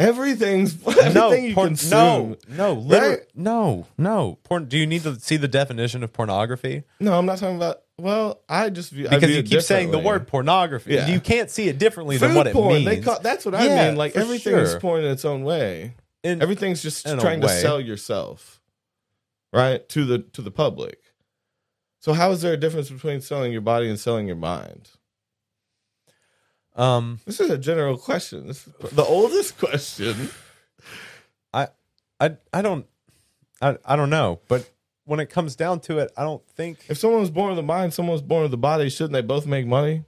Everything's everything you
porn-
consume.
no, no, liter-
Right?
no, no. Porn. Do you need to see the definition of pornography?
No, I'm not talking about. Well, I just view I
Because
view
you
it
keep saying the
differently.
word pornography.
Yeah.
You can't see it differently
Food
than what it
porn.
means.
They call, that's what
Yeah,
I mean. Like
for
everything is
sure.
porn in its own way.
And-
Everything's just
in a
trying to
way.
sell yourself, right to the to the public. So how is there a difference between selling your body and selling your mind?
um,
This is a general question. This is the oldest question.
I, I, I don't, I, I don't know. But when it comes down to it, I don't think
If someone was born with a mind, someone was born with a body. Shouldn't they both make money?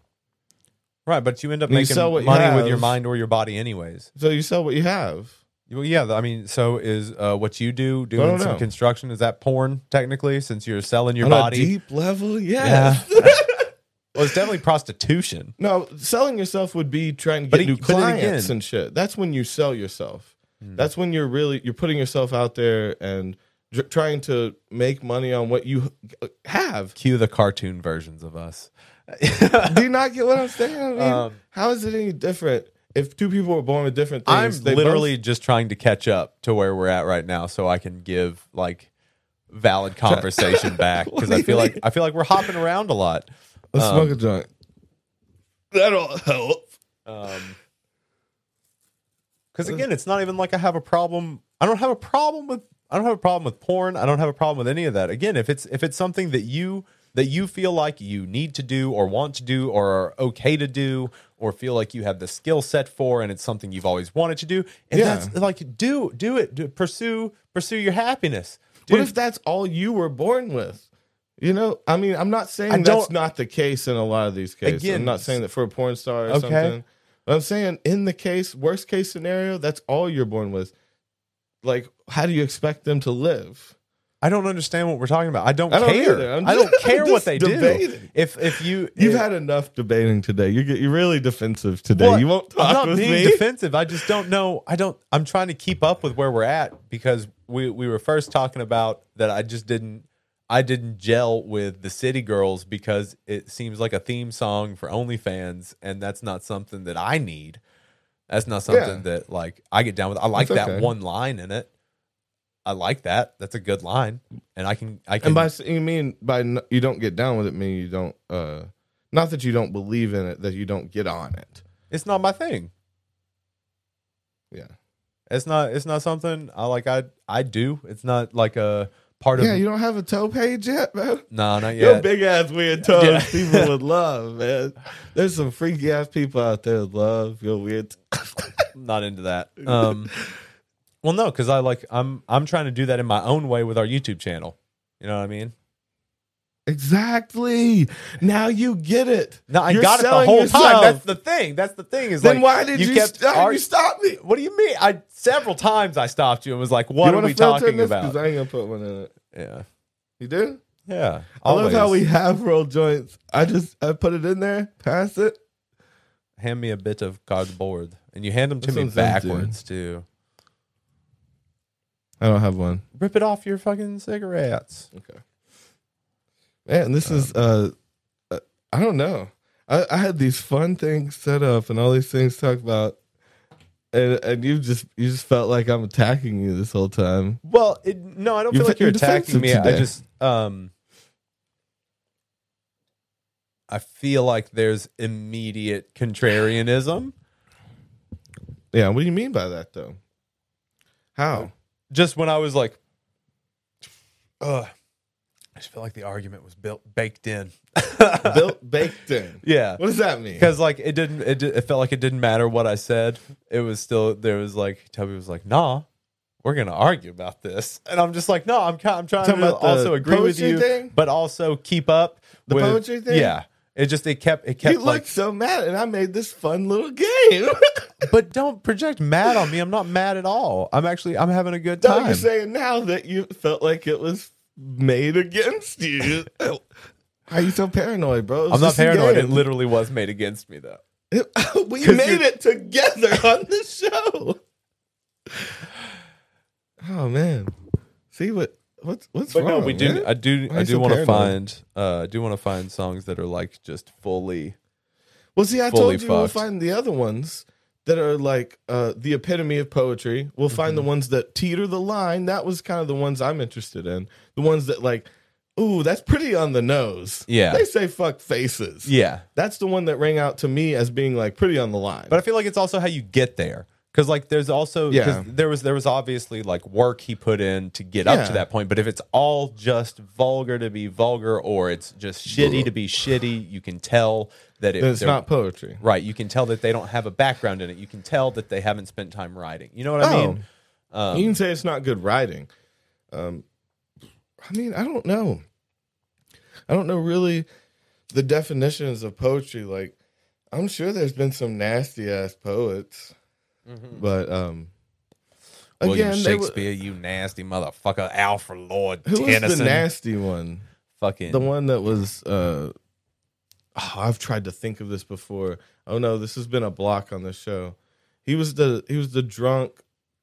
right. But you end up
You
making
sell what you
money with your
have.
mind or your body, anyways.
So you sell what you have.
Well, yeah. I mean, so is uh, what you do doing
don't
some
know.
construction is that porn technically? Since you're selling your
On
body,
a deep level,
yeah.
yes.
well, it's definitely prostitution.
No, selling yourself would be trying to
But
get
it-
new
but then
clients
again- Hmm.
and shit. That's when you sell yourself. That's when you're really you're putting yourself out there and dr- trying to make money on what you h- have.
Cue the cartoon versions of us.
Do you not get what I'm saying? I mean,
Um,
how is it any different if two people were born with different
I'm
things? they
literally just trying to catch up to where we're at right now, so I can give like valid conversation back because I feel like I feel like we're hopping around a lot.
both- let's
um,
smoke a joint. That'll help.
Um, because again, it's not even like I have a problem. I don't have a problem with. I don't have a problem with porn. I don't have a problem with any of that. Again, if it's if it's something that you that you feel like you need to do or want to do or are okay to do or feel like you have the skill set for and it's something you've always wanted to do, and
Yeah.
that's like do do it. Do, pursue pursue your happiness.
What
Dude,
if that's all you were born with? You know, I mean, I'm not saying
I don't-
that's not the case in a lot of these cases.
Again,
I'm not saying that for a porn star or
okay.
something. But I'm saying in the case, worst case scenario, that's all you're born with. Like, how do you expect them to live?
I don't understand what we're talking about. I don't,
I don't
care.
either. I'm
I don't
just- I'm
care what
just
they do.
debating.
If if you
You've
if-
had enough debating today. You're, get- you're really defensive today.
What?
You won't talk
I'm not
with
being
me.
defensive. I just don't know. I don't. I'm trying to keep up with where we're at because we we were first talking about that. I just didn't. I didn't gel with the City Girls because it seems like a theme song for OnlyFans, and that's not something that I need. That's not something
Yeah.
that like I get down with. I like
That's
that
okay.
one line in it. I like that. That's a good line, and I can. I can.
and by s- you mean by n- you don't get down with it, mean you don't, uh, not that you don't believe in it, that you don't get on it.
it's not my thing.
Yeah.
It's not it's not something I like I I do. It's not like a part
Yeah,
of
you don't have a toe page yet, man.
No, not
Your
yet.
big ass weird toes
Yeah.
people would love, man. There's some freaky ass people out there that love your weird.
not into that. Um Well no, cuz I like I'm I'm trying to do that in my own way with our YouTube channel. You know what I mean?
exactly. Now you get it.
No, I
You're
got it the
selling
whole time.
yourself.
That's the thing. That's the thing is
then
like,
why did you, stop,
ar-
you stop me?
What do you mean? I several times I stopped you and was like, "What
you
are
wanna
we
filter
talking
this?
about?"
'Cause I ain't gonna put one in it.
yeah.
You do?
Yeah.
I love how
always.
we have roll joints. I just I put it in there, pass it.
hand me a bit of cardboard and you hand them to
That's
me
what I'm saying,
backwards too.
I don't have one.
Rip it off your fucking cigarettes.
Okay. Man, this is uh,
Um,
uh, I don't know. I, I had these fun things set up and all these things talked about, and and you just you just felt like I'm attacking you this whole time.
Well, it, no, I don't
You
feel
fe-
like you're
you're
attacking
defensive
me. I
today.
just um I feel like there's immediate contrarianism.
Yeah, what do you mean by that though? How?
Just when I was like Ugh. I just feel like the argument was built baked in.
Built baked in.
yeah.
What does that mean?
because like it didn't it, di- it felt like it didn't matter what i said it was still there was like toby was like nah we're gonna argue about this and i'm just like no i'm, ki- I'm trying
Talking
to
about the
also agree with
poetry
you
thing?
but also keep up
The
with,
poetry thing?
yeah it just it kept it
You
kept
looked
like
so mad, and I made this fun little game.
but don't project mad on me i'm not mad at all i'm actually i'm having a good
No,
time
you're saying now that you felt like it was made against you. How are you so paranoid, bro?
i'm not paranoid it literally was made against me though
literally, we
'Cause
made
you're-
it together on the show. Oh man, see what what's what's
But
wrong?
no, we
man?
do. I do.
Why
I
you
do
so
want to
paranoid?
find. Uh, I do want to find songs that are like just fully.
Well, see, I
fully
told you we'll
fucked.
find the other ones that are like uh, the epitome of poetry. We'll find the
Mm-hmm.
ones that teeter the line. That was kind of the ones I'm interested in. The ones that like, ooh, that's pretty on the nose.
Yeah.
they say fuck faces.
Yeah,
that's the one that rang out to me as being like pretty on the line.
But I feel like it's also how you get there. Cause like there's also
Yeah.
'cause there was there was obviously like work he put in to get up
Yeah.
to that point. But if it's all just vulgar to be vulgar or it's just shitty to be shitty, you can tell that it,
Then it's
they're-
not poetry.
right. You can tell that they don't have a background in it. You can tell that they haven't spent time writing. You know what I
Oh.
mean? Um,
you can say it's not good writing. Um, I mean, I don't know. I don't know really the definitions of poetry. Like, I'm sure there's been some nasty ass poets, but
Mm-hmm.
um,
William
Oh, again, they were-
Shakespeare, you nasty motherfucker, Alfred Lord
who was the
Tennyson,
nasty one?
fucking
The one that was. Uh, oh, I've tried to think of this before. Oh no, this has been a block on the show. He was the he was the drunk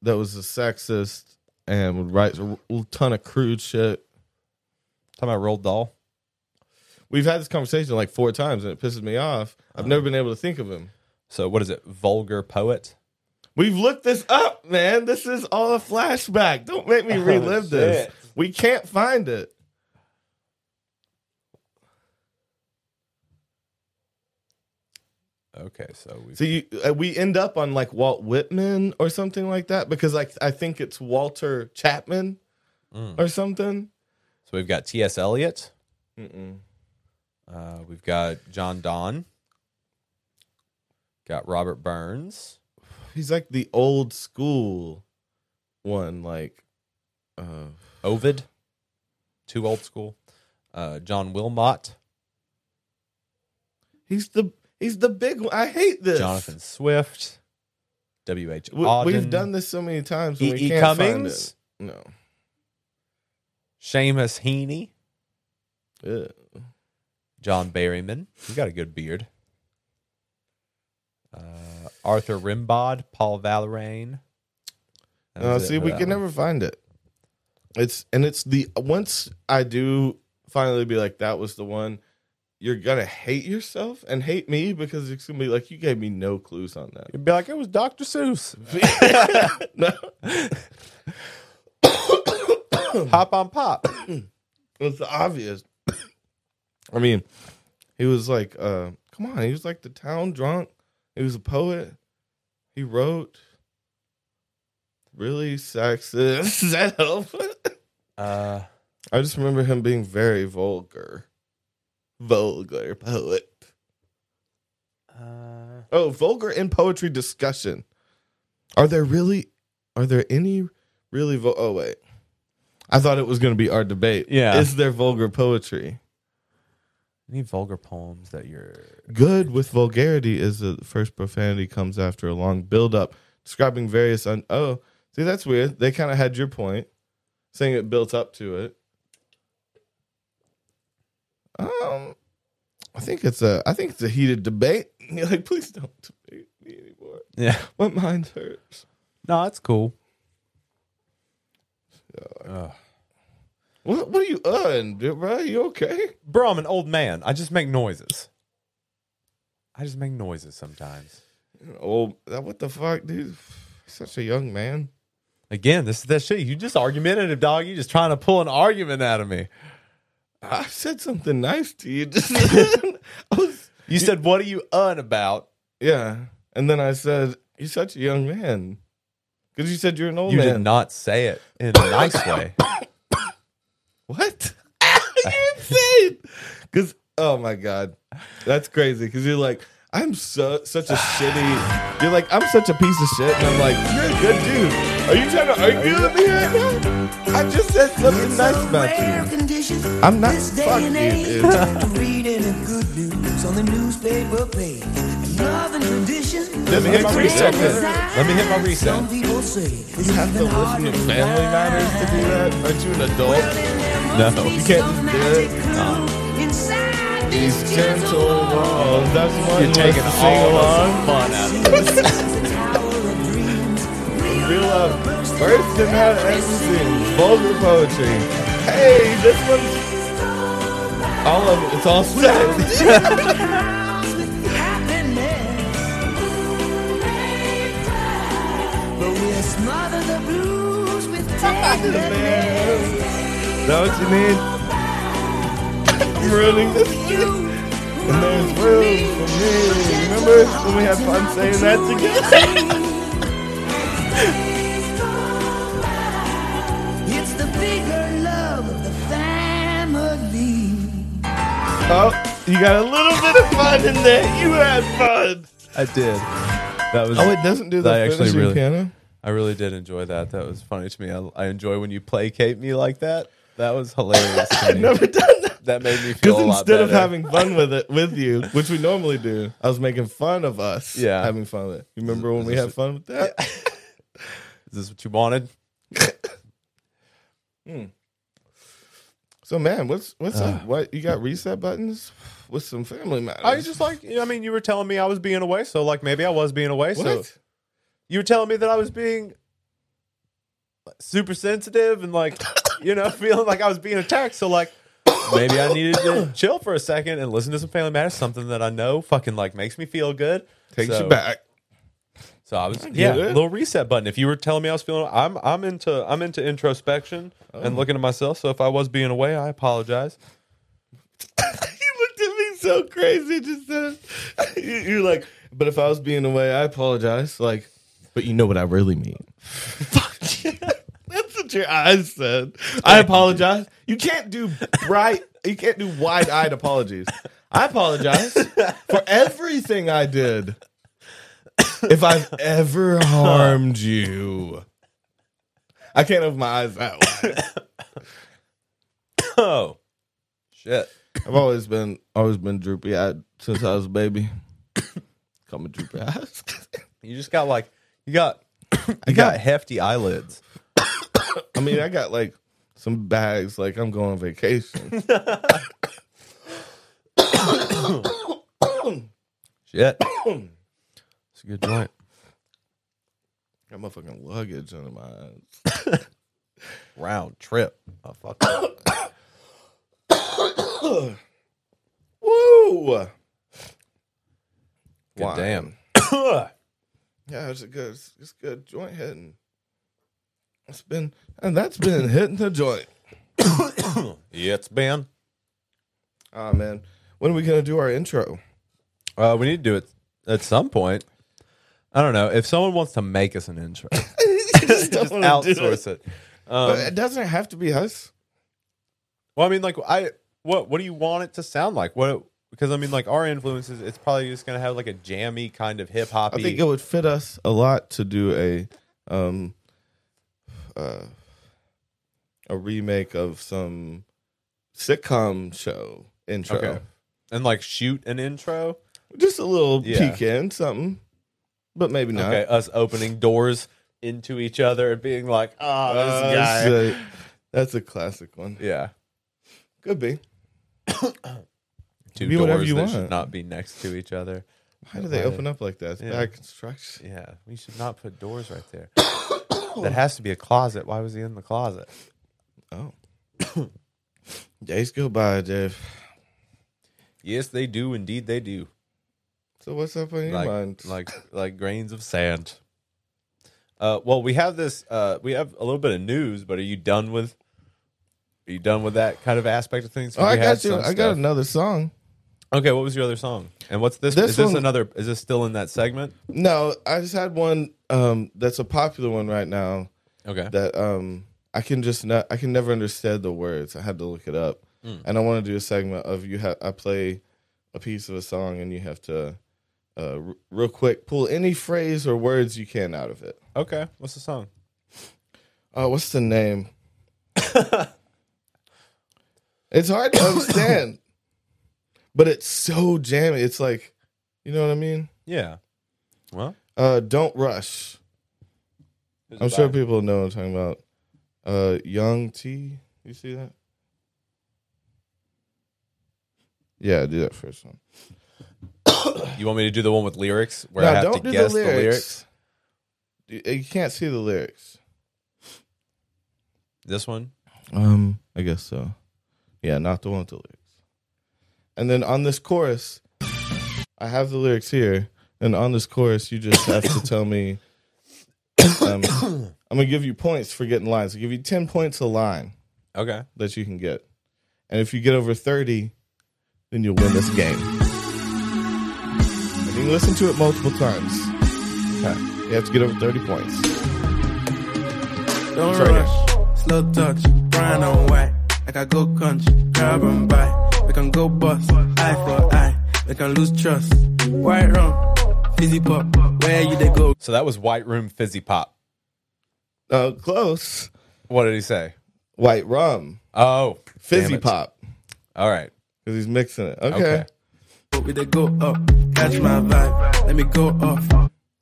that was a sexist and would write a ton of crude shit.
talking about Roald Dahl.
We've had this conversation like four times and it pisses me off.
Uh-huh.
I've never been able to think of him.
So what is it? Vulgar poet.
We've looked this up, man. This is all a flashback. Don't make me
Oh,
relive this.
shit.
We can't find it.
Okay, so we.
So you, uh, we end up on like Walt Whitman or something like that because like I think it's Walter Chapman
Mm.
or something.
So we've got T.S. Eliot.
Mm-mm.
Uh, we've got John Donne. Got Robert Burns.
He's like the old school one, like uh,
Ovid. Too old school. Uh, John Wilmot.
he's the he's the big one. I hate this.
Jonathan Swift. W.H.
We,
Auden.
we've done this so many times. and we
E.E.
can't find it.
Cummings.
No.
Seamus Heaney.
Yeah.
John Berryman. He's got a good beard. Uh, Arthur Rimbaud. Paul Valeraine. That
No,
was it
Uh, see,
for
we
that
can
one.
never find it. It's and it's the once I do finally be like that was the one. You're gonna hate yourself and hate me because it's gonna be like you gave me no clues on that.
You'd be like, it was Dr. Seuss.
no,
Hop on pop.
it's obvious. I mean, he was like, uh, "Come on," he was like the town drunk He was a poet. He wrote really sexist. Does that help?
Uh,
I just remember him being very vulgar. Vulgar poet.
uh,
Oh, vulgar in poetry discussion. Are there really? Are there any really? Vul- oh wait, I thought it was going to be our debate.
Yeah.
is there vulgar poetry?
any vulgar poems that you're
Good with vulgarity is the first profanity comes after a long build up, describing various. Un- oh, see that's weird. They kind of had your point, saying it built up to it. Um, I think it's a. I think it's a heated debate. You're like, please don't debate me anymore.
yeah
My mind hurts.
no that's cool
What what are you on, dude, bro? You okay?
bro i'm an old man i just make noises i just make noises sometimes
Oh, that what the fuck, dude? Such a young man.
again this is that shit you just argumentative dog you just trying to pull an argument out of me
I said something nice to you. Just I was,
you said what are you un about
yeah, and then I said, "You're such a young man," because you said you're an old
you
man.
did not say it in a nice way
What? you're insane. Because oh my god, that's crazy. Because you're like, I'm so such a shitty. You're like, I'm such a piece of shit, and I'm like, you're a good dude. Are you trying to argue with me right now? I just said something nice about you. I'm not fuck you, dude.
Reading the good news on the newspaper page. Love and tradition.
Let me hit my reset button.
let me hit my reset
Some people say it's
You have to
even
listen
harder
to
to
Family Matters to do that. Aren't you an adult?
no
You can't just do it. These gentle walls. Oh, That's one
you're taking
less
all
sing along.
the fun out of it
Real love. First and how to everything. Vulgar poetry. Hey, this one's all of it. It's all set.
Smother the blues with
Man. Know what you need? I'm ruining this. And there's room for me. Remember when we had fun saying that together?
It's the bigger love of the family.
Oh, you got a little bit of fun in there. You had fun.
i did that was
Oh, it doesn't do
That
that.
actually
Actually,
really-
piano.
I really did enjoy that. That was funny to me. I, I enjoy when you placate me like that. That was hilarious. To me.
Never done that.
that made me feel
Because
a lot
instead of
better.
having fun with it with you, which we normally do, I was making fun of us.
Yeah.
having fun with it. You remember when we had fun with that?
is this what you wanted?
So man, what's what's
Uh,
up? What you got? Reset buttons with some family matters.
I was just like, I mean, you were telling me I was being away, so like maybe I was being away. So
what?
you were telling me that I was being super sensitive and like, you know, feeling like I was being attacked. So like. Maybe I needed to chill for a second and listen to some Family Matters, something that I know fucking like makes me feel good.
Takes
So-
you back.
So I was
get
yeah,
it.
little reset button. If you were telling me I was feeling, I'm I'm into I'm into introspection
Oh.
and looking at myself. So if I was being away, I apologize.
you looked at me so crazy just then. you, you're like, but if I was being away, I apologize. Like, but you know what I really mean. Fuck yeah. That's what your eyes said. I apologize. You can't do bright. You can't do wide-eyed apologies. I apologize for everything I did. If I've ever harmed you, I can't open my eyes that wide.
Oh shit!
I've always been always been droopy eyed since I was a baby. Call me droopy eyes.
You just got like you got you got
got-
hefty eyelids.
I mean, I got like some bags. Like I'm going on vacation.
Shit, it's a good joint.
Got my fucking luggage under my eyes.
Round trip. Oh, fuck.
Woo!
Good
Wow.
damn.
Yeah, it's a good, it's good joint hitting. It's been and that's been hitting the joint.
yeah, it's been.
Ah man, when are we gonna do our intro?
Uh, we need to do it at some point. I don't know if someone wants to make us an intro,
Just don't
just
wanna do
outsource it. Um,
But it doesn't have to be us.
well, I mean, like, I what what do you want it to sound like? What because I mean, like, our influences, it's probably just gonna have like a jammy kind of hip
I think
hoppy.
it would fit us a lot to do a um uh a remake of some sitcom show intro.
Okay. And like shoot an intro,
Just a little
Yeah.
peek in, something. But maybe not.
okay? Us opening doors into each other and being like, "Ah,
Uh,
this guy."
that's, a, that's a classic one.
yeah,
Could be.
two
Be
doors
whatever you
that
want.
should not be next to each other.
Why do they
Right.
open up like that? It's
Yeah.
bad construction.
Yeah, we should not put doors right there. that has to be a closet. Why was he in the closet?
Oh. Days go by, Dave.
Yes, they do. Indeed, they do.
So what's up on your mind?
Like, like, like grains of sand. Uh, well, we have this. Uh, we have a little bit of news, but are you done with? Are you done with that kind of aspect of things?
oh, I
We had
got you.
some
I got
stuff.
another song.
Okay, what was your other song? And what's this?
This
is this
one-
another? Is this still in that segment?
No, I just had one um, that's a popular one right now
Okay.
that um, I can just not, I can never understand the words. I had to look it up, and I want to do a segment of you. Ha- I play a piece of a song, and you have to uh, r- real quick pull any phrase or words you can out of it.
okay. What's the song?
Uh, what's the name? it's hard to understand, but it's so jammy. It's like, you know what I mean?
Yeah. Well,
Uh, don't rush. I'm sure people know what I'm talking about. Uh, Young T. You see that? Yeah, do that first one.
you want me to do the one with lyrics where I
Now,
have
don't
to
do
guess
the lyrics. You, you can't see the lyrics.
This one.
Um, I guess so. Yeah, not the one with the lyrics. And then on this chorus, I have the lyrics here. And on this chorus, you just have to tell me. Um, I'm gonna give you points for getting lines. I'll give you ten points a line.
Okay.
that you can get. And if you get over 30, then you'll win this game. And you can listen to it multiple times. You have to get over 30 points.
Don't
Sorry,
rush, slow touch, brown and white. Like I go crunch, grab and buy. We can go bust, eye for eye. We can lose trust. White rum, fizzy pop. Where you they go?
So that was White Room Fizzy Pop.
Uh, close.
What did he say?
White rum.
Oh,
Fizzy
damn it.
pop.
All right.
Because he's mixing it. Okay.
Okay.
We they go up, catch my vibe. Let me go off.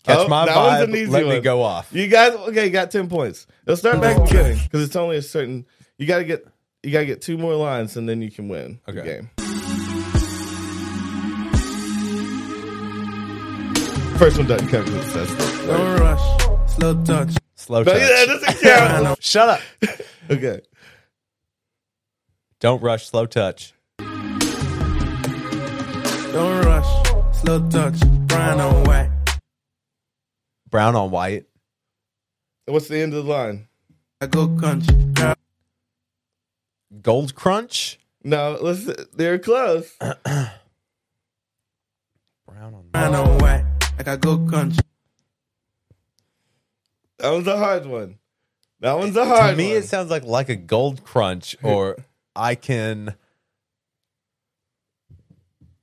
Catch
Oh,
my
that was
vibe.
an easy
Let me
one.
go off.
You guys, okay, you got 10 points. Let's start back at the beginning. Because it's only a certain, you got to get. You gotta get two more lines and then you can win the
Okay.
game. First one doesn't count because it says the word.
Don't rush, slow touch.
Slow
But
touch.
yeah, it doesn't count.
Shut up.
okay.
Don't rush. Slow touch.
Don't rush, slow touch, brown and white.
Brown on white.
What's the end of the line?
I go crunch, grab.
Gold crunch.
No, listen, they're close.
Brown on
Brown and white, like I go crunch.
That was a hard one. That one's a hard
to me,
one.
it sounds like like a gold crunch, or I can.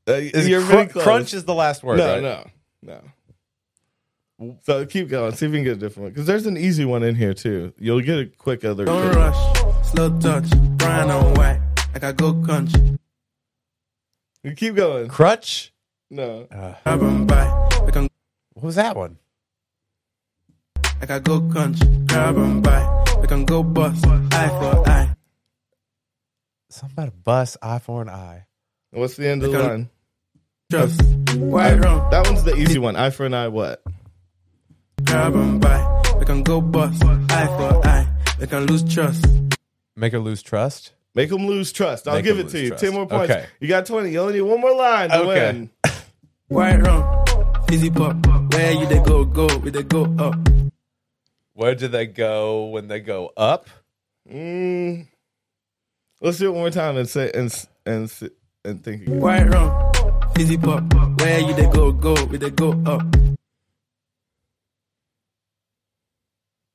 Uh,
Is
you're
cr-
really close.
crunch is the last word.
no,
right?
no, no. So keep going. See if you can get a different one. Because there's an easy one in here too. You'll get a quick other.
Don't
quick-
rush, slow touch, brown and white. Like I go crunch,
You Keep going.
Crutch.
No.
grab and buy. We can,
What was that one?
like I go crunch, grab and buy. We can go bust, eye for eye.
Something about a bus, eye for an eye.
What's the end of the
Okay.
line?
Trust, white rum,
That one's the easy one. Eye for an eye. What?
grab and buy. We can go bust, eye for eye. We can lose trust.
Make her lose trust.
Make them lose trust. I'll
Make
give
'em
it to
lose
you.
trust.
Ten more points.
Okay.
You got twenty. You only need one more line to
Okay.
win.
White rum, fizzy pop. Where you they go, go, we they go up.
Where do they go when they go up?
Mm. Let's do it one more time and say and s- and s- and think. again.
White rum, fizzy pop. Where you they go, go, we they go up.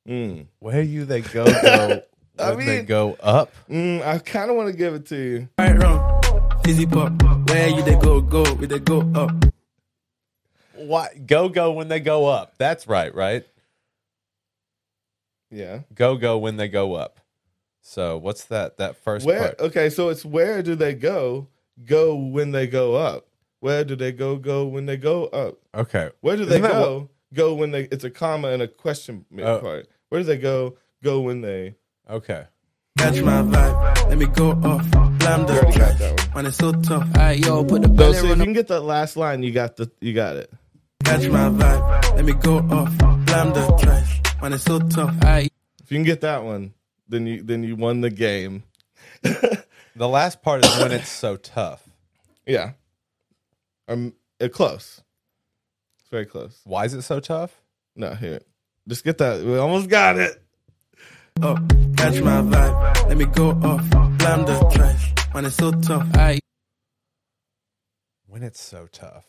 Mm.
Where you they go go?
I
When they
mean-
go up.
Mm, I kind of want to give it to you.
Right round, fizzy pop. Where you they go, go, we they go up.
What go go when they go up? That's right, right?
Yeah.
Go go when they go up. So what's that? That first
Where?
part.
Okay, so it's where do they go? Go when they go up. Where do they go? Go when they go up.
Okay.
Where do they
Isn't that
go? Go when they. It's a comma and a question
Oh.
part. Where do they go? Go when they.
Okay.
Catch my vibe, let me go off. Slam
You already
the
got that one.
man, it's so tough.
Alright, yo, put the
So
belly
see if
on
you
the
can get that last line, you got the you got it.
Catch my vibe, let me go off. Slam the trash, man, it's so tough.
Alright,
If you can get that one, then you then you won the game.
The last part is when it's so tough.
Yeah. Um, uh, close. It's very close.
Why is it so tough?
No, here. Just get that. We almost got it.
up. Oh, Catch my vibe, let me go off. Slam the trash, man, it's so tough.
alright.
When it's so tough.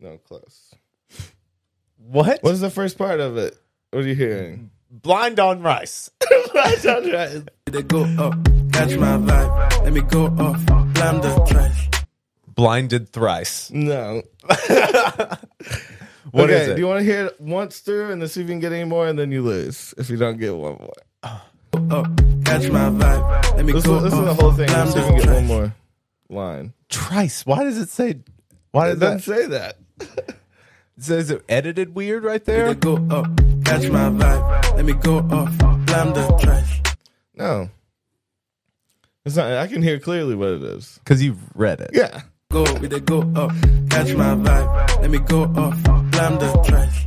No, close.
What?
What's the first part of it? What are you hearing?
Blind on rice.
They go up, catch my vibe, let me go off. Slam the trash,
Blinded thrice.
No.
What is
okay,
it?
do you want to hear it once through and then see if you can get any more and then you lose if you don't get one more?
up. Oh, Catch my vibe, let me
Listen,
go
listen to
off.
the whole thing
Slam
and see if you can get one more line.
Trice. Why does it say? Why
It
does that
doesn't say that.
says it edited weird right
They
there?
go up, catch my vibe, let me go off. Slam the trash,
No. It's not I can hear clearly what it is.
Because you've read it.
Yeah.
go with the go up. Catch my vibe, let me go off. Slam the trash,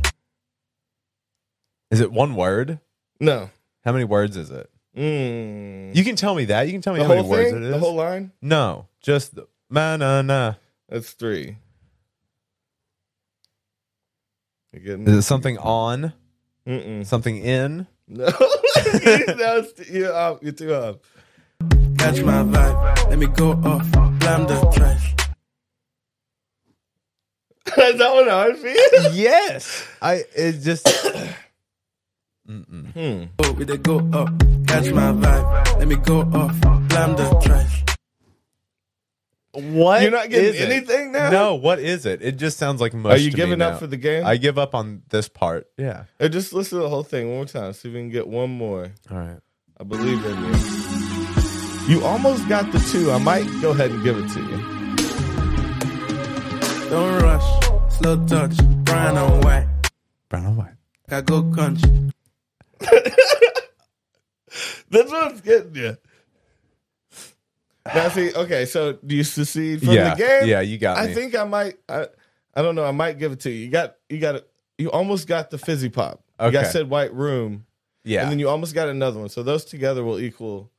Is it one word?
No.
How many words is it?
Mm.
You can tell me that. You can tell me
The
how many
whole
words
thing?
it is.
The whole line?
no, just the, ma na na.
That's three. You getting
Is it something on?
Mm-mm.
Something in?
No. that was, you're up. um, You're too up.
catch my vibe, let me go off. Slam the trash,
is that one hard for you?
yes. I. It just. Mm-mm.
Hmm.
go with the Oh, go up. Catch my vibe, let me go off. Slam the trash,
What?
You're not
is
getting
it?
anything now?
No. What is it? It just sounds like mush.
Are you
to me
giving up
now.
for the game?
I give up on this part. Yeah.
Hey, just listen to the whole thing one more time. See if we can get one more.
All right.
I believe in you. You almost got the two. I might go ahead and give it to you.
don't rush. Slow touch, brown and white.
Brown and white.
I go country,
That's what I'm getting you. Now, see, okay, so do you secede from
yeah.
the game?
Yeah. You got
I
me.
think I might. I, I don't know. I might give it to you. You got. You got. it. You almost got the fizzy pop. You
Okay.
guys said white room,
yeah.
and then you almost got another one. So those together will equal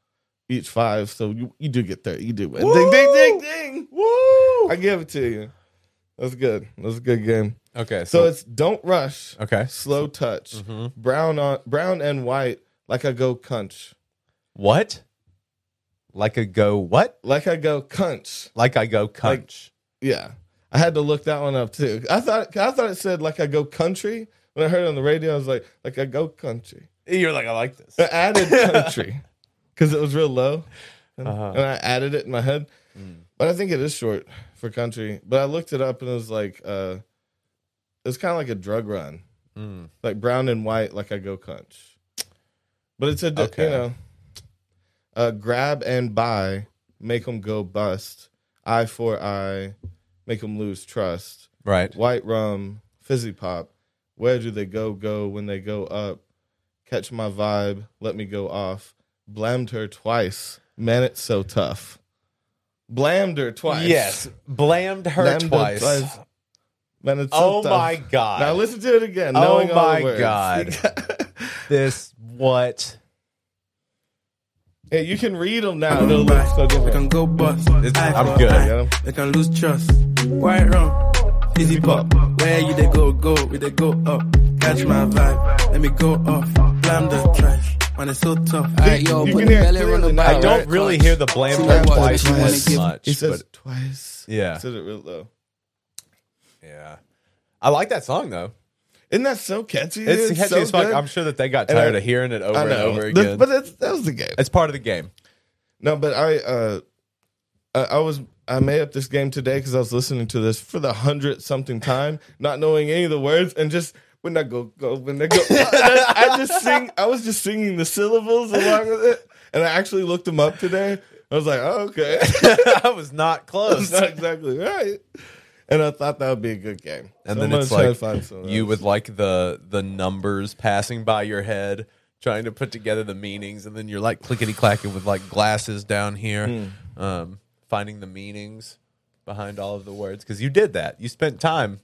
each five. So you, you do get there. You do win. Ding ding ding ding.
Woo!
I give it to you. That's good. That's a good game.
Okay.
So it's don't rush.
okay. mm-hmm.
Slow touch. Brown on brown and white. Like I go cunch.
What? Like a go what?
Like I go cunch.
Like I go cunch.
Yeah, I had to look that one up too. I thought I thought it said like I go country when I heard it on the radio. I was like, like I go country.
You're like I like this.
I added country because it was real low,
Uh-huh. Mm.
and I added it in my head. But I think it is short for country. But I looked it up and it was like, uh, it was kind of like a drug run,
Mm.
like brown and white, like I go cunch. But it's a di-
Okay.
you know, uh, grab and buy, make them go bust. Eye for eye, make them lose trust
Right.
white rum, fizzy pop. Where do they go? Go when they go up. Catch my vibe. Let me go off. Blamed her twice. Man, it's so tough. Blamed her twice.
Yes. Blamed her
Blamed
twice.
Man, it's so
Oh
tough.
my god.
Now listen to it again.
oh
knowing all the
my
words.
god. this what?
Yeah, you can read them now. They'll
come
look so
back. We
different.
can go bust.
It's-
Eye
I'm
for
good.
eye.
Got 'em?
They can lose trust. White rum, fizzy pop. Where you they go, go, we they go up. Catch my vibe, let me go off. Slam the trash, man, it's so tough.
Alright, yo,
You
put
can
the
hear it
belly on
clearly
the
now,
body.
I
All
don't
right.
really hear the blame
See
her
what-
twice
what you wanna
as
give-
much.
He says
but
twice.
Yeah.
He said it real low.
Yeah. I like that song though.
Isn't that so catchy?
It's,
dude?
catchy
so
as fuck.
good.
I'm sure that they got
And I-
tired of hearing it over
I
and
know.
over
That-
again.
but that's, that was the game.
it's part of the game.
No, but I, uh, I, I was, I made up this game today because I was listening to this for the hundredth something time, not knowing any of the words, and just when I go go when I go, I, I just sing. I was just singing the syllables along with it, and I actually looked them up today. I was like, oh, okay,
I was not
that's
close.
not exactly right. And I thought that would be a good game.
and
So
then
I'm
it's
gonna
like
try to find some of
you
those.
with like the the numbers passing by your head, trying to put together the meanings, and then you're like clickety clacking with like glasses down here,
Hmm.
um, finding the meanings behind all of the words because you did that. You spent time.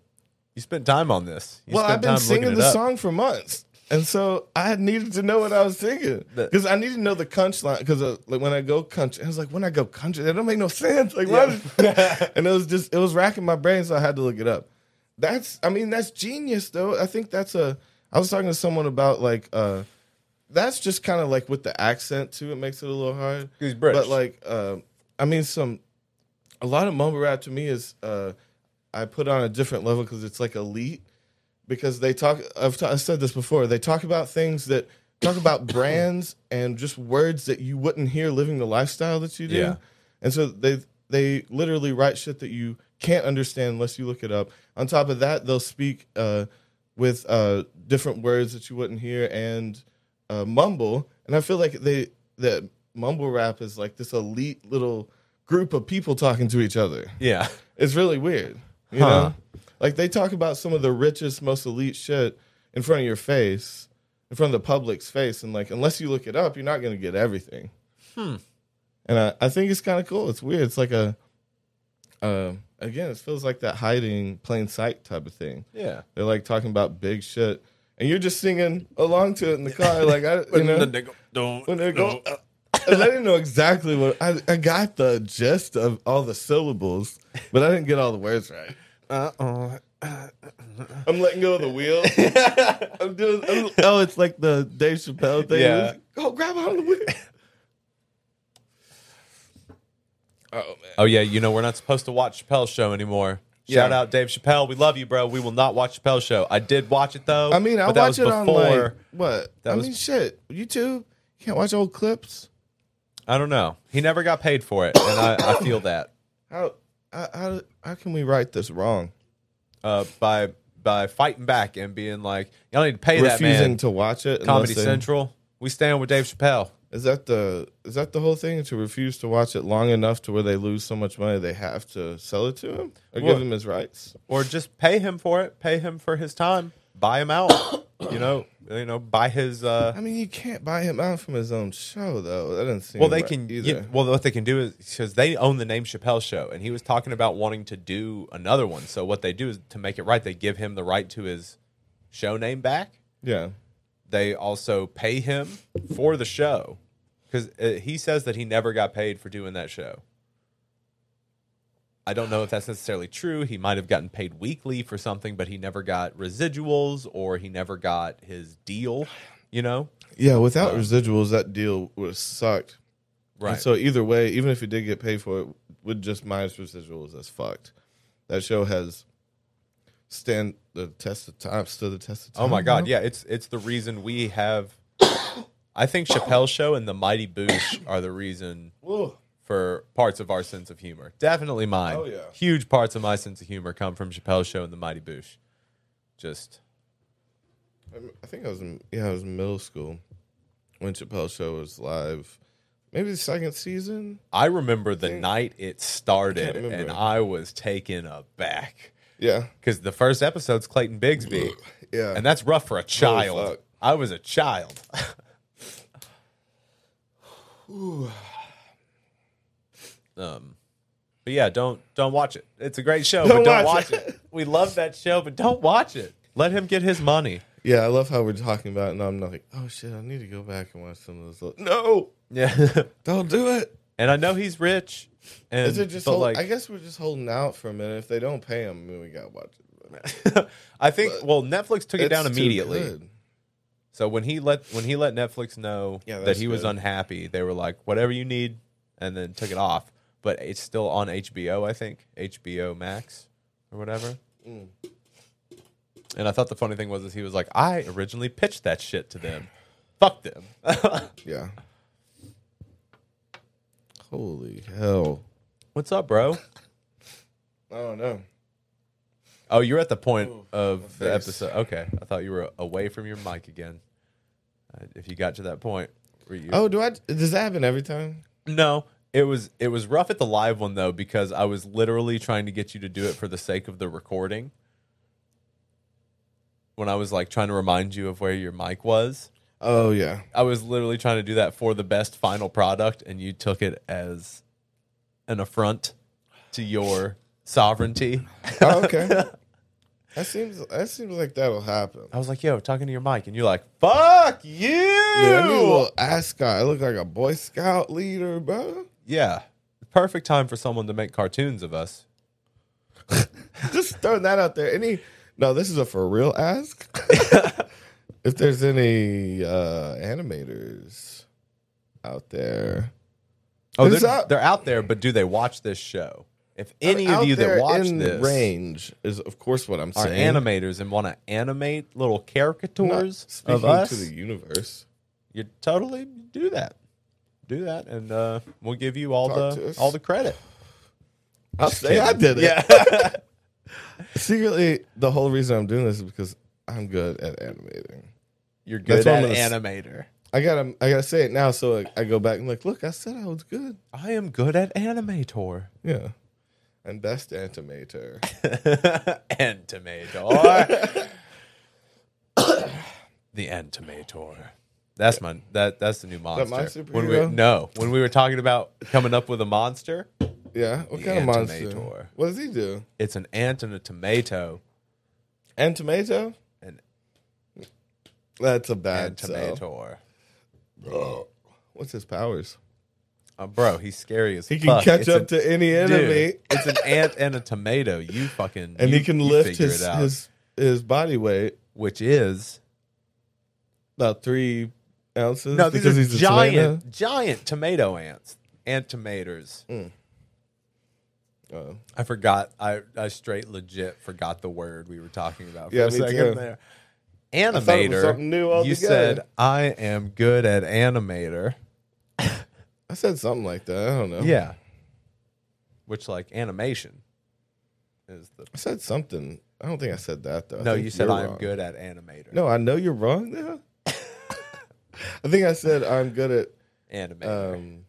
You spent time on this. You
well,
spent
I've been
time looking
singing
it
the
up.
song for months, and so I needed to know what I was singing
That-
because I needed to know the crunch line. Because like when I go country, I was like, when I go country, that don't make no sense. Like, why does- and it was just it was racking my brain, so I had to look it up. That's I mean that's genius though. I think that's a. I was talking to someone about like uh, that's just kind of like with the accent too. It makes it a little hard.
He's British.
But like, uh, I mean, some a lot of mumble rap to me is uh, I put on a different level because it's like elite because they talk. I've, ta- I've said this before. They talk about things that talk about brands and just words that you wouldn't hear living the lifestyle that you do.
Yeah.
And so they they literally write shit that you can't understand unless you look it up. On top of that, they'll speak uh, with uh, different words that you wouldn't hear and uh, mumble. And I feel like they that mumble rap is like this elite little group of people talking to each other.
Yeah,
It's really weird. You
Huh.
know? Like they talk about some of the richest, most elite shit in front of your face, in front of the public's face, and like unless you look it up, you're not gonna get everything.
Hmm.
And I, I think it's kind of cool. It's weird. It's like a uh, again, it feels like that hiding plain sight type of thing.
yeah.
They're like talking about big shit. And you're just singing along to it in the car, like I, you know, when they go, and I didn't know exactly what I, I got the gist of all the syllables, but I didn't get all the words right. Uh oh. I'm letting go of the wheel. I'm doing. I'm- oh, it's like the Dave Chappelle thing.
Yeah.
Go grab on the wheel. Oh man.
Oh yeah, you know we're not supposed to watch Chappelle's show anymore.
Yeah.
Shout out Dave Chappelle, we love you, bro. We will not watch Chappelle's show. I did watch it though.
I mean, I
but that
watch
was
it on like
before-
what?
that
I
was-
mean, shit. YouTube you can't watch old clips.
I don't know. He never got paid for it, and I, I feel that
How, how how how can we write this wrong?
uh, by by fighting back and being like, y'all need to pay that
Refusing
man.
to watch it. unless
Comedy
they-
Central, we stand with Dave Chappelle.
Is that the is that the whole thing to refuse to watch it long enough to where they lose so much money they have to sell it to him or
Well-
give him his rights?
or just pay him for it. Pay him for his time. Buy him out. you know, you know, buy his.
I
Uh,
mean, you can't buy him out from his own show though. That doesn't seem
well, they
right
can.
either.
yeah, well, what they can do is because they own the name Chappelle Show, and he was talking about wanting to do another one. So what they do is to make it right, they give him the right to his show name back.
yeah,
They also pay him for the show because uh, he says that he never got paid for doing that show. I don't know if that's necessarily true. He might have gotten paid weekly for something, but he never got residuals or he never got his deal, you know?
yeah. Without
Uh.
residuals, that deal would have sucked. And so either way, even if he did get paid for it, with just minus residuals, that's fucked. That show has stand the test of time, stood the test of time.
oh my god,
now.
yeah, it's it's the reason we have I think Chappelle's show and the Mighty Boosh are the reason
Ooh.
for parts of our sense of humor. Definitely mine.
Oh, yeah.
Huge parts of my sense of humor come from Chappelle's show and the Mighty Boosh. Just
I think I was in, yeah, I was in middle school when Chappelle's show was live. Maybe the second season.
I remember the night it started
Can't remember.
and I was taken aback.
Yeah,
Because the first episode's Clayton Bigsby.
yeah.
and that's rough for a child.
fuck.
I was a child. um but yeah, don't don't watch it. It's a great show, but
Don't
don't watch
watch
it. We love that show, but don't watch it. Let him get his money.
yeah, I love how we're talking about it, and I'm like, oh shit, I need to go back and watch some of those. Little- no,
Yeah.
don't do it.
and I know he's rich. And
Is it just?
but
Hold,
like
I guess we're just holding out for a minute. If they don't pay him, then we gotta watch it. But
I think well Netflix took it
it's
down
too
immediately.
good.
So when he let when he let Netflix know
Yeah,
that
that's
he was
good.
unhappy, they were like, "Whatever you need," and then took it off. But it's still on HBO, I think HBO Max or whatever.
Mm.
And I thought the funny thing was is he was like, I originally pitched that shit to them. Fuck them.
Yeah. Holy hell.
What's up, bro?
I don't know.
Oh, you're at the point of the
face.
episode. Okay, I thought you were away from your mic again. Uh, if you got to that point, were you?
Oh, do I? Does that happen every time?
no, it was it was rough at the live one though because I was literally trying to get you to do it for the sake of the recording. When I was like trying to remind you of where your mic was,
Oh yeah.
I was literally trying to do that for the best final product, and you took it as an affront to your sovereignty.
Oh, okay. that seems. That seems like that'll happen.
I was like, "Yo, talking to your mic," and you're like, "Fuck you!"
Yeah, I
Yeah,
need a little ascot. I look like a Boy Scout leader, bro.
perfect time for someone to make cartoons of us.
Just throwing that out there. Any? No, this is a for real ask. if there's any uh animators out there,
Oh,
Who's
they're,
up?
they're out there, but do they watch this show? If any
Out
of you that
there
watch
in
this
range is of course what I'm
are
saying.
animators and want to animate little
I'm not
caricatures
speaking
of us,
to the universe.
you totally do that. Do that, and uh, we'll give you all
Talk to
the
us.
all the credit.
I'll
Just
say I
kidding.
did it. Secretly, the whole reason I'm doing this is because I'm good at animating.
you're
That's
good
what I'm
at
gonna
animator.
I gotta, I gotta say it now, so I, I go back and like, look, I said I was good.
I am good at animator.
Yeah, and best animator.
Entomator. the Entomator. That's my that that's the new monster.
my
when we
superhero?
no, when we were talking about coming up with a monster,
Yeah, what
The
kind of
Antimator.
monster? What does he do?
it's an ant and a tomato.
Antimator?
An
That's uh, a bad tomato.
Entomator.
What's his powers?
Oh, bro, he's scary as
He can
fuck.
catch
It's
up
an-
to any enemy,
Dude, it's an ant and a tomato. You fucking
and
you-
he can
you
lift
figure
his
it out.
his his body weight
which is
about three ounces.
no, these
because
are
he's a
giant, giant tomato ants, ant tomatoes.
tomato. Oh.
I forgot. I, I straight legit forgot the word we were talking about for
Yeah,
a
me
second
too.
there.
thought it was
Animator.
something new
you
altogether.
said I am good at animator.
I said something like that. I don't know.
Yeah. Which like animation is the
I said something. I don't think I said that though. I
No,
think
you said
you're
I am
wrong.
good at animator.
No, I know you're wrong now. I think I said I'm good at
Animator.
um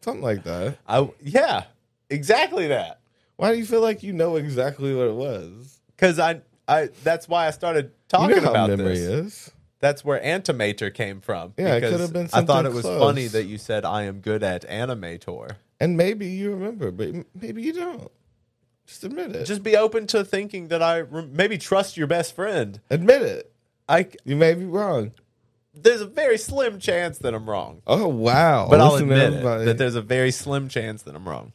something like that.
I yeah. Exactly that.
Why do you feel like you know exactly what it was?
Cuz I I that's why I started talking
you know how
about
memory
this.
is.
That's where animator came from.
Yeah, it
because
could've been
I thought
something
it was
close.
funny that you said I am good at animator.
And maybe you remember, but m- maybe you don't. Just admit it. Just
just be open to thinking that I rem- maybe trust your best friend.
admit it.
I c-
You may be wrong.
there's a very slim chance that I'm wrong,
Oh wow!
but I'll
Listen to
admit it,
everybody.
that there's a very slim chance that I'm wrong.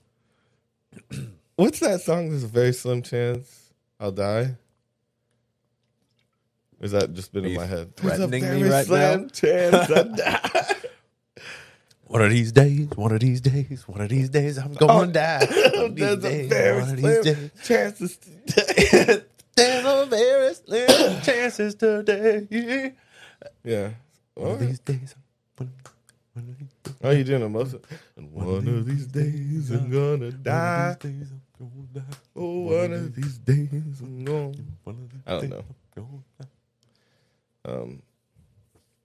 What's that song? There's a very slim chance I'll die. Or Is that just been
Are
in
you
my head?
threatening
There's
me
a very
right
slim
now?
chance I die.
One of these days, one of these days, one of these days, I'm going to die. One of these
There's a
days,
very
one of these
slim
days.
chance to
There's a very slim chances today.
Yeah.
One of
Alright.
these days. one of- one of these-
Oh, you doing a motion? And one of these days I'm gonna die.
One of these days I'm gonna die.
Oh, one of these days I'm gonna.
One of these
I don't
days
know.
I'm gonna die.
Um,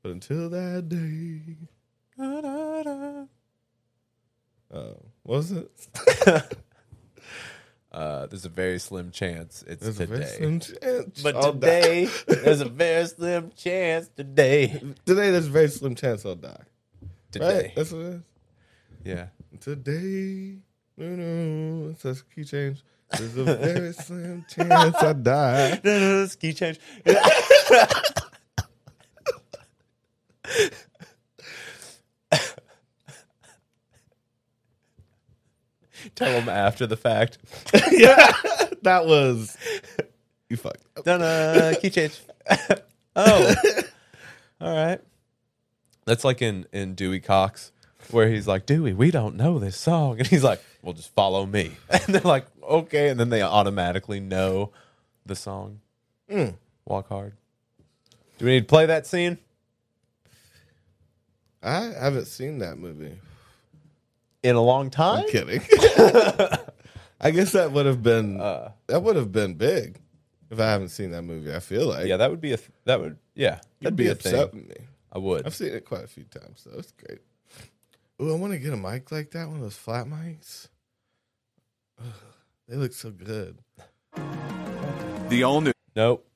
but until that day, uh, what was it?
Uh, there's a very slim chance it's
There's a
today.
very slim chance.
But
I'll die.
today, there's a very slim chance today.
today, there's a very slim chance I'll die.
Today.
Right? That's what it
Yeah.
is. Today, no, no, that's a key change. There's a very slim chance I die.
Ski change. Tell them after the fact.
yeah, that was you fucked. Up.
Donna, key change. oh. All right. That's like in, in Dewey Cox where he's like, Dewey, we don't know this song. And he's like, well, just follow me. And they're like, okay. And then they automatically know the song. Hmm. Walk Hard. Do we need to play that scene?
I haven't seen that movie.
In a long time?
I'm kidding. I guess that would have been
Uh.
that would have been big if I haven't seen that movie. I feel like
Yeah, that would be a, th- that would, yeah, that'd
you'd
be,
be
a
upset
thing.
with me.
I would.
I've seen it quite a few times, though. It's great. Ooh, I want to get a mic like that, one of those flat mics. Ugh, they look so good.
The all new
Nope.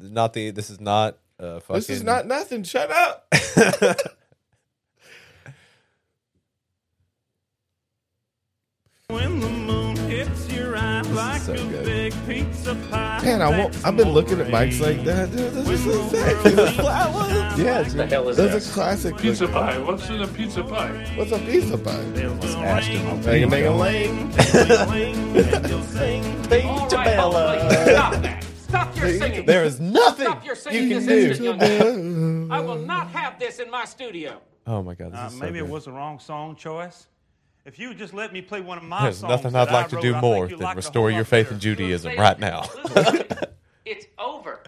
Not the, this is not uh fucking.
This is not nothing. Shut up.
When the moon hits your eye like
so
a
good.
big pizza pie.
Man, I want, I've been looking at mics like that. Dude, this is insane. This flat one.
Yeah, it's
That's a classic.
Pizza
Pizza.
pie. What's in a pizza pie?
What's a pizza pie?
Ashton.
Make it make a lane.
Stop that. Stop your singing.
There is nothing
Stop your
you
singing
can
this
do.
instant, young man. I will not have this in my studio.
Oh my god, this
Uh,
is so
maybe it
good.
was the wrong song choice. If you would just let me play one of my
There's
songs,
nothing
that
I'd
I
like to
wrote,
do
I think
more
you'd
than
like it a
restore
whole
your
lot
faith
better.
in Judaism
Say
right
it.
now. Oh,
Listen, it's over.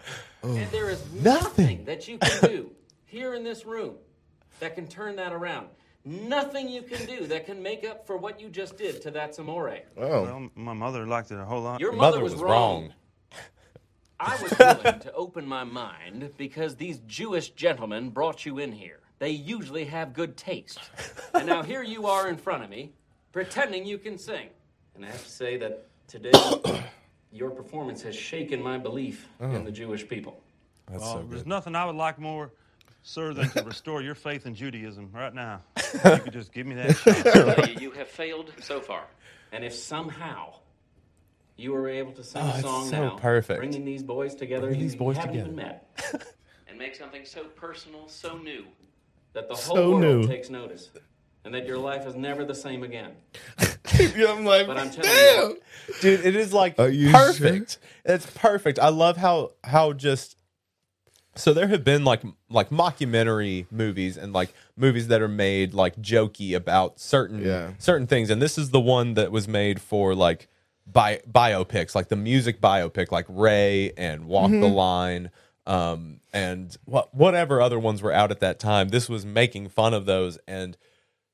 And there is nothing. that you can do here in this room that can turn that around. Nothing you can do that can make up for what you just did to that Samore.
Oh,
Well, my mother liked it a whole lot.
Your mother,
Mother was
wrong.
wrong.
I was willing to open my mind because these Jewish gentlemen brought you in here. They usually have good taste. And now here you are in front of me, pretending you can sing. And I have to say that today, your performance has shaken my belief in the Jewish people.
That's
Well,
so
there's
good.
nothing I would like more, sir, than to restore your faith in Judaism right now. If you could just give me that shot.
I tell you, you have failed so far. And if somehow you were able to sing
Oh,
a
it's
song
so
now,
perfect.
bringing these boys together,
Bringing
you
these boys
haven't even
together.
met, and make something so personal, so new, that the whole
So
world
new.
takes notice, and that your life is never the same again.
yeah, I'm like,
But I'm telling
damn.
you,
Dude, it is like
Are you
perfect. It's perfect. I love how how just so there have been like like mockumentary movies and like movies that are made like jokey about certain
Yeah.
certain things and this is the one that was made for like bi- biopics like the music biopic like Ray and Walk
Mm-hmm.
the Line um and what whatever other ones were out at that time this was making fun of those and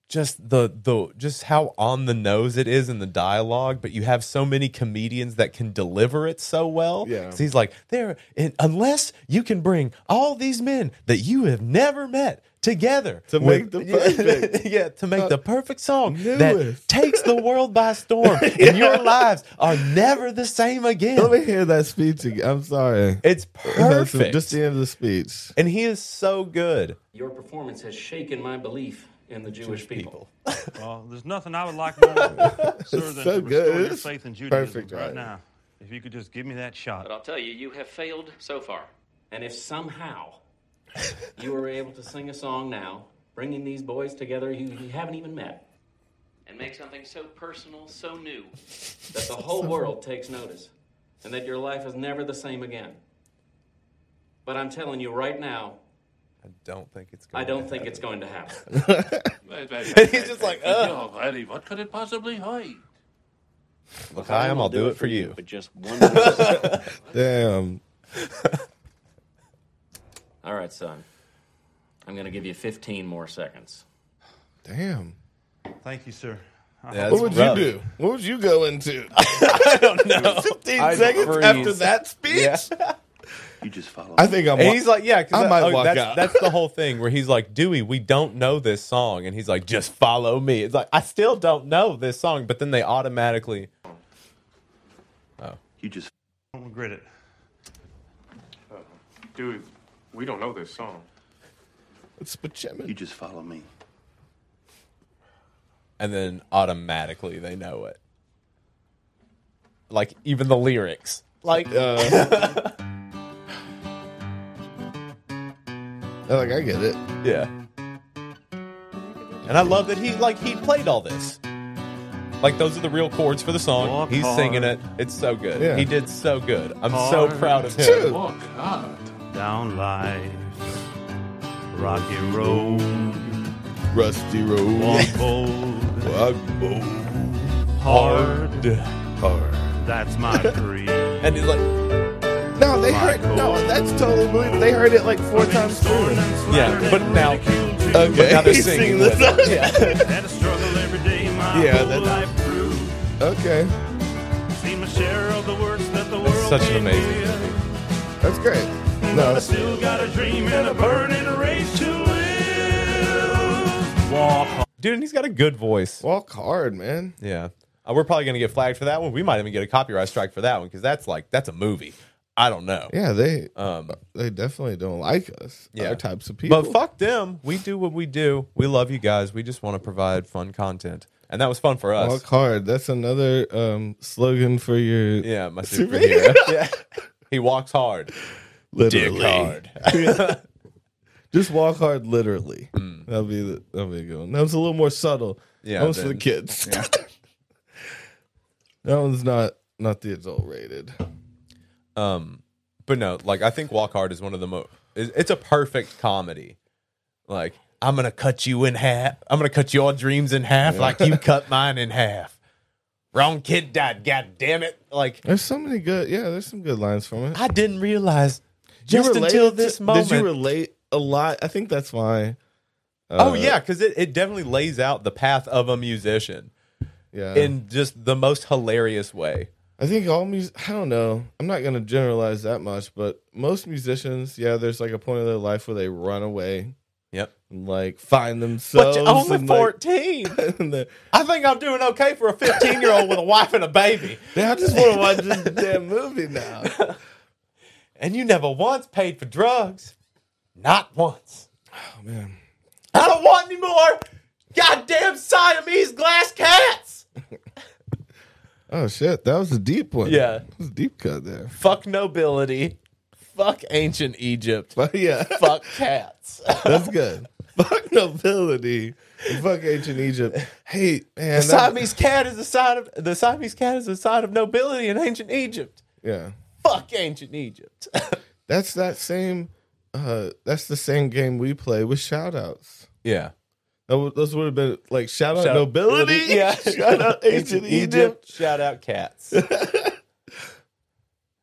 just the the just how on the nose it is in the dialogue, but you have so many comedians that can deliver it so well.
Yeah.
'Cause he's like, there and unless you can bring all these men that you have never met together
To make the
yeah,
perfect- Uh,
yeah, to make the perfect song
knew
that
it.
takes the world by storm, and your lives are never the same
Let
again.
me hear that speech again. I'm sorry.
It's
That's
perfect.
Just the end of the speech.
and he is so good.
your performance has shaken my belief in the Jewish, people.
Well, there's nothing I would like more, sir, than
so
to restore
good.
your
It's
faith in Judaism
perfect
right
writing.
now. If you could just give me that
But
shot.
I'll tell you, you have failed so far. And if somehow you were able to sing a song now, bringing these boys together you, you haven't even met, and make something so personal, so new, that the whole world takes notice, and that your life is never the same again. But I'm telling you right now,
I don't think it's. Going
I don't
to
think
happen.
it's going to happen.
He's just like, uh
Oh, Eddie, what could it possibly hide?
look, I am. I'll do it for you.
But just one. more-
Damn.
All right, son. I'm going to give you 15 more seconds.
Damn.
Thank you, sir.
Yeah,
What
it's
would
rough.
you do? What would you go into?
No.
15
I'd
seconds
freeze.
after that speech?
Yeah.
You just follow.
I think I'm.
And he's like, yeah, 'cause
I
that-
might
oh,
walk
that's,
out.
that's the whole thing where he's like, Dewey, we don't know this song. And he's like, just follow me. It's like, I still don't know this song. But then they automatically,
You just
I don't regret it.
Dude, we don't know this song.
it's Pachemin.
you just follow me.
and then automatically they know it. Like, even the lyrics. Like,
They're like, I get it.
yeah. And I love that he, like, he played all this. Like, those are the real chords for the song.
Walk
he's
hard.
singing it. It's so good.
Yeah.
He did so good. I'm so
Hard
proud of him.
Dude,
Oh, God.
down life, rocky road.
Rusty road.
Walk bold.
Walk bold.
Hard.
Hard.
That's my creed.
And he's like,
No, they heard. No, that's totally believable. They heard it like four times through.
yeah, but now, uh,
Okay,
but now they're
he's
singing
singing
with
this.
it. Yeah.
Had a struggle every day my
Yeah,
whole
that's-
life through.
Okay,
Seen my share of the worst that the
It's
world
such an
can
amazing
give.
movie.
that's great. No,
I
that's,
still got a dream and a burning race to live. Walk hard.
Dude, and he's got a good voice.
walk hard, man.
Yeah. Uh, we're probably going to get flagged for that one. We might even get a copyright strike for that one because that's like, that's a movie. I don't know.
Yeah, they
Um,
they definitely don't like us.
Yeah.
Our types of people.
but fuck them. We do what we do. We love you guys. We just want to provide fun content. And that was fun for us.
Walk hard. That's another um, slogan for your
Yeah, my
Superhero.
superhero. yeah. He walks hard.
literally.
hard.
Just walk hard, literally. That'll be the, that'll be a good one. That was a little more subtle.
Hmm. Yeah,
that was for
then-
the kids. that one's not not the adult rated.
Um, but no, like I think Walk Hard is one of the most. It's a perfect comedy. Like I'm gonna cut you in half. I'm gonna cut your dreams in half, like you cut mine in half. Wrong kid died. God damn it! Like
There's so many good. Yeah, there's some good lines from it.
I didn't realize just
You related
until
to-
this moment.
Did you relate a lot? I think that's why.
oh
uh,
yeah, because it, it definitely lays out the path of a musician
yeah.
in just the most hilarious way.
I think all music. I don't know. I'm not gonna generalize that much, but most musicians, yeah, there's like a point in their life where they run away
Yep.
and like find themselves.
But you're only
and, like-
14.
and they're-
I think I'm doing okay for a 15 year old with a wife and a baby.
Yeah, I just want to watch this damn movie now. Oh,
And you never once paid for drugs. Not once.
Oh man,
I don't want any more goddamn Siamese glass cats.
oh shit, that was a deep one.
Yeah.
that was a deep cut there.
Fuck nobility. Fuck ancient Egypt.
But yeah,
Fuck cats.
that's good. Fuck nobility. and Fuck ancient Egypt. Hey man,
The
that-
Siamese cat is a sign of the Siamese cat is a sign of nobility in ancient Egypt.
yeah,
Fuck ancient Egypt.
that's that same. Uh, that's the same game we play with shout outs.
yeah.
That would, those would have been like shout out
Shout out
nobility.
Yeah.
shout out ancient Egypt.
Shout out cats. yeah.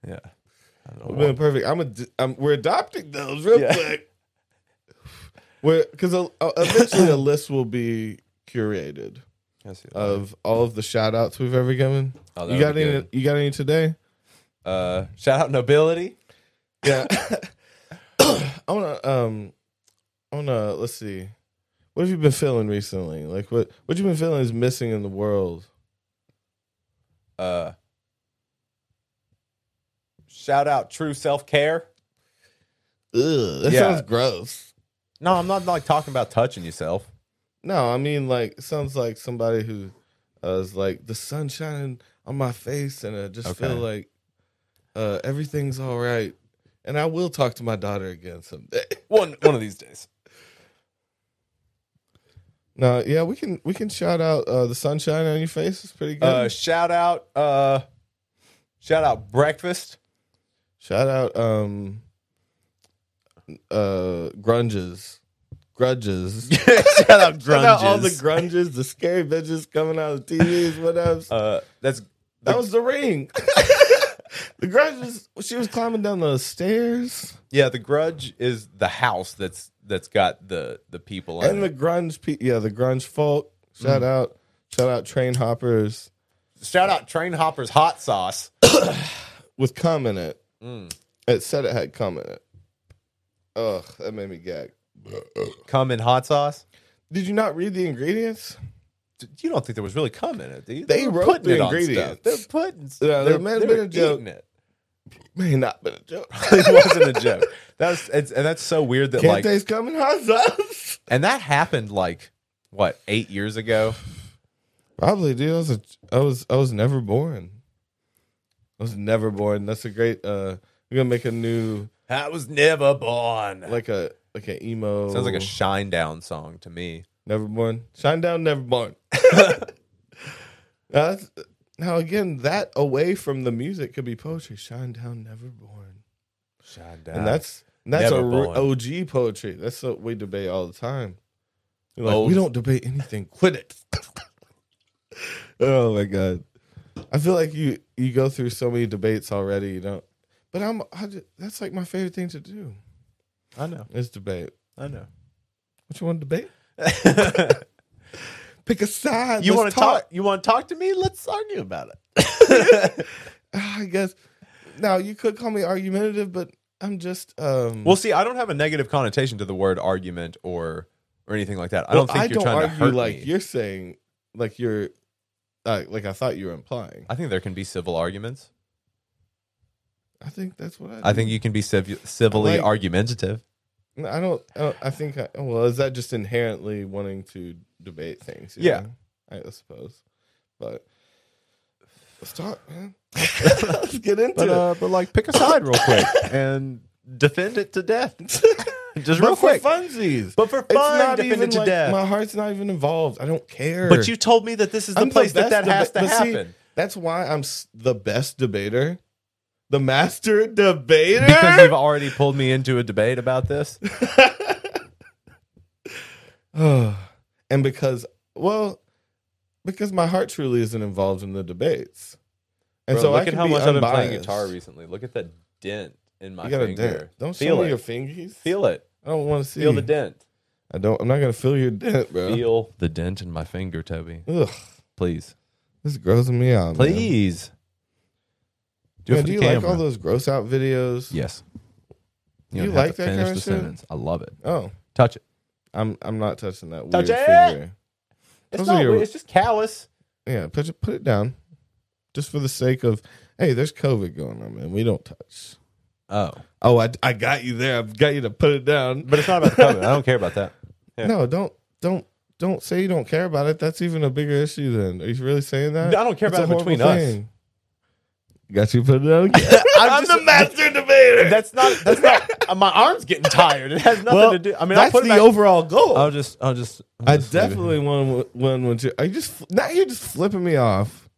I don't
Would
know
have been
why.
perfect. I'm a. d- I'm, we're adopting those real
Yeah.
quick. We're because eventually a list will be curated
I see that.
of all of the shout outs we've ever given.
Oh, that
you
would
got
be
any?
good.
You got any today?
Uh, shout out nobility.
Yeah. I wanna um I wanna let's see. What have you been feeling recently? Like what what you been feeling is missing in the world.
Uh, shout out true self care.
Ugh, that
Yeah.
sounds gross.
No, I'm not like talking about touching yourself.
No, I mean like it sounds like somebody who uh, is like the sun shining on my face and I just feel
Okay.
like uh everything's all right. And I will talk to my daughter again someday.
One one of these days.
No, yeah, we can we can shout out uh the sunshine on your face is pretty good.
Uh, shout out. Uh, shout out breakfast.
Shout out um uh grunges. Grudges.
shout out
Shout out all the
grunges.
grunges, the scary bitches coming out of the TVs, what else?
uh, that's
that was the ring. the grunges she was climbing down the stairs.
yeah. The grudge is the house that's that's got the the people in
And
it.
the grunge pe- yeah, the grunge folk. Shout out. Shout out train hoppers
shout out train hoppers hot sauce.
with cum in it. It said it had cum in it. Ugh, that made me gag.
Come in hot sauce.
Did you not read the ingredients?
D- You don't think there was really cum in it? Do you?
They
were
wrote
putting
the
it on
ingredients.
Stuff. They're putting.
Yeah,
they're,
there may have
they're
been a joke.
eating It.
May not been a joke.
it wasn't a joke. That's it's, and that's so weird that like
Cante's coming hot sauce.
and that happened like what eight years ago.
Probably, dude. I was, a, I was, I was never born. I was never born. That's a great. uh We're gonna make a new,
I was never born.
like a, like an emo.
Sounds like a shine down song to me.
never born. Shine down, never born. now, that's, now again, that away from the music could be poetry. Shine down, never born.
Shine down.
And that's and that's a
Never
re-
born.
OG poetry. That's what we debate all the time. They're like, we don't debate anything. Quit it. oh my god, I feel like you you go through so many debates already. You don't, but I'm I, ju- that's like my favorite thing to do.
I know.
It's debate.
I know.
What you want to debate? Pick a side.
You
Let's
want to talk? You want to talk to me? Let's argue about it.
I guess. Now you could call me argumentative, but I'm just. um
Well, see, I don't have a negative connotation to the word argument or or anything like that. I don't
well,
think you're trying to hurt
like
me.
you're saying, like you're, uh, like I thought you were implying.
I think there can be civil arguments.
I think that's what I. Do.
I think you can be civ- civilly
Like-
argumentative.
No, I don't. I, don't, I think. I, well, is that just inherently wanting to debate things? you
Yeah.
know? I suppose. But let's talk, man. let's get into
But
it.
uh, but like pick a side real quick and defend it to death. Just
But
real
for
quick.
funsies.
But for
It's
fun,
not
defend
even
it to
like-
death.
My heart's not even involved. I don't care.
But you told me that this is the
I'm
place that
best
that
deba-
has to
but see,
happen.
that's why I'm s- the best debater, the master debater.
because you've already pulled me into a debate about this.
and because well because my heart truly isn't involved in the debates and
Bro,
so
look
I
at
can
how
be
much I've been playing
unbiased.
guitar recently. Look at that dent in my
you got a
finger.
dent don't
feel
show
it.
me your fingers
Feel it.
i don't want to see
Feel the dent.
i don't i'm not gonna feel your dent bro
Feel the dent in my finger, Toby.
Ugh,
Please,
this is grossing me out man.
please. Do
Man,
it for
do
the
you like
camera.
all those gross out videos
Yes.
You
don't have
like
to
that
finish
kind of
the
shit?
sentence. I love it.
oh
Touch it.
i'm i'm not touching that
Touch
weird
it!
finger
It's
Those
not
are your-
weird. It's just callous.
yeah put it, put it down just for the sake of hey there's covid going on man we don't touch
Oh,
oh i, I got you there i've got you to put it down
but it's not about the COVID. I don't care about that. Yeah.
No, don't don't don't say you don't care about it. That's even a bigger issue. Then are you really saying that?
I don't care
That's
about
a
it between
horrible
us.
thing. Got you put it out. Again.
I'm, the master
debater.
That's not. That's not. my arm's getting tired. It has nothing
Well,
to do. I mean, I'll
that's
put it
the
back-
overall goal.
I'll just. I'll just. I'll
I
just leave it
definitely won one when you. Are you just fl- now? You're just flipping me off.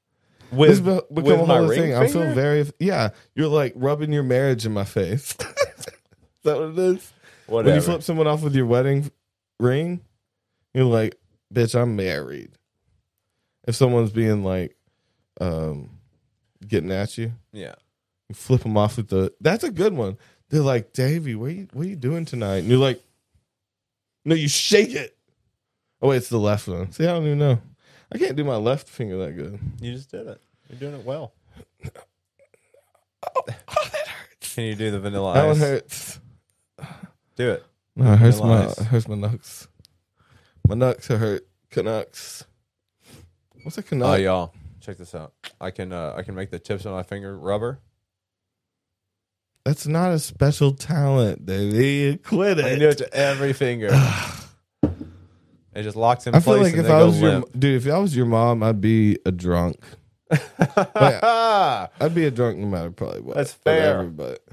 here. with,
this be- become a
my
whole
ring
thing. I feel
finger?
very. Yeah, you're like rubbing your marriage in my face. is that what it is? When
Whatever.
you flip someone off with your wedding ring, you're like, bitch, I'm married. If someone's being like, um, getting at you,
yeah.
you flip them off with the. That's a good one. They're like, Davey, what you, what you doing tonight? And you're like, no, you shake it. Oh, wait, it's the left one. See, I don't even know. I can't do my left finger that good.
You just did it. You're doing it well. Can you do the vanilla
Oh, That one
ice?
hurts.
Do it.
No, it hurts my
Vanilla
it
ice.
hurts my knucks. My knucks hurt. Canucks. What's a canuck?
Oh, y'all, check this out. I can uh, I can make the tips of my finger rubber.
That's not a special talent, baby. Quit
I can do
it.
it to every finger. it just locks in
I feel
place
like
and
if
they
I
go
was your
limp.
dude, if I was your mom, I'd be a drunk. I'd be a drunk no matter probably what.
That's fair.
Whatever, but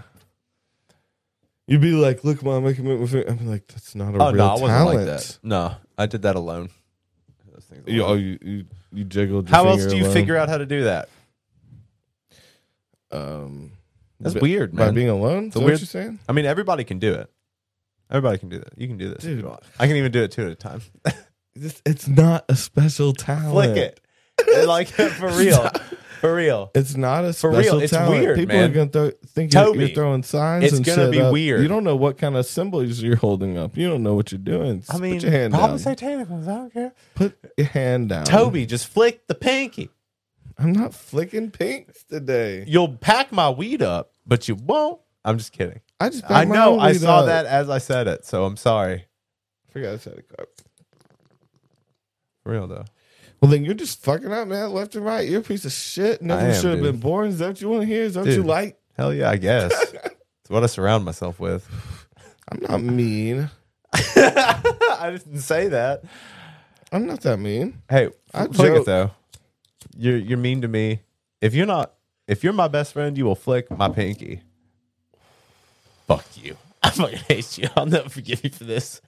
you'd be like, "Look, mom, I can make my finger." I'm like, "That's not a
oh
real
no, I wasn't
talent."
like that. No, I did that alone. Those things
You, oh,
alone.
you you you jiggled. Your
How else
finger
do you
alone.
figure out how to do that?
Um,
That's
bi-
weird,
by
man.
being alone. Is
a
that
weird-
what you're saying?
I mean, everybody can do it. Everybody can do that. You can do this. if you
Dude.
want. I can even do it two at a time.
This, it's not a special talent.
Flick it. And, like for real, for real.
It's not a
For
special
real, it's
talent.
weird,
People
man.
are gonna throw, think you're,
Toby,
you're throwing signs.
it's
and
gonna
shit
be
up.
weird.
You don't know what kind of symbols you're holding up. You don't know what you're doing.
I
Just
mean,
put your hand
probably
down.
say tentacles. I don't care.
put your hand down.
Toby, just flick the pinky.
I'm not flicking pinks today.
You'll pack my weed up, but you won't. I'm just kidding.
I just
I
packed my
know.
own
I
weed
saw
up.
that as I said it, so I'm sorry.
Forgot I said it. Carl.
For real though.
Well, then you're just fucking up, man, left and right. You're a piece of shit. Nothing
am,
should have
dude.
been born. Is that what you want to hear? Is that what you
Dude.
like?
Hell yeah, I guess. it's what I surround myself with.
I'm not mean.
I didn't say that.
I'm not that mean.
Hey,
I
flick
joke.
it though. You're you're mean to me. If you're not, if you're my best friend, you will flick my pinky. Fuck you. I fucking hate you. I'll never forgive you for this.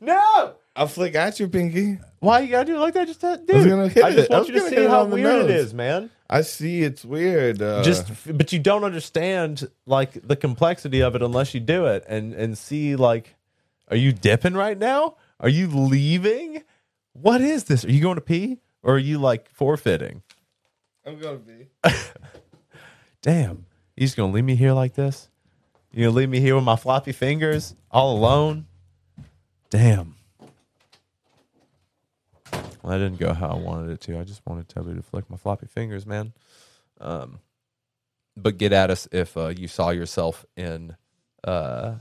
No.
I'll flick at you, Pinky.
Why you gotta do it like that? Just to, dude. I,
gonna hit
just
it. I
want
was
you to
gonna
see
hit it
how
on the
weird it
nose.
is, man.
I see it's weird. Uh,
Just, but you don't understand like the complexity of it unless you do it and and see like Are you dipping right now? Are you leaving? What is this? Are you going to pee or are you like forfeiting?
I'm gonna be.
Damn, you just gonna leave me here like this? You gonna leave me here with my floppy fingers all alone? Damn. Well, that didn't go how I wanted it to. I just wanted Toby to flick my floppy fingers, man. Um, but get at us if uh, you saw yourself in uh,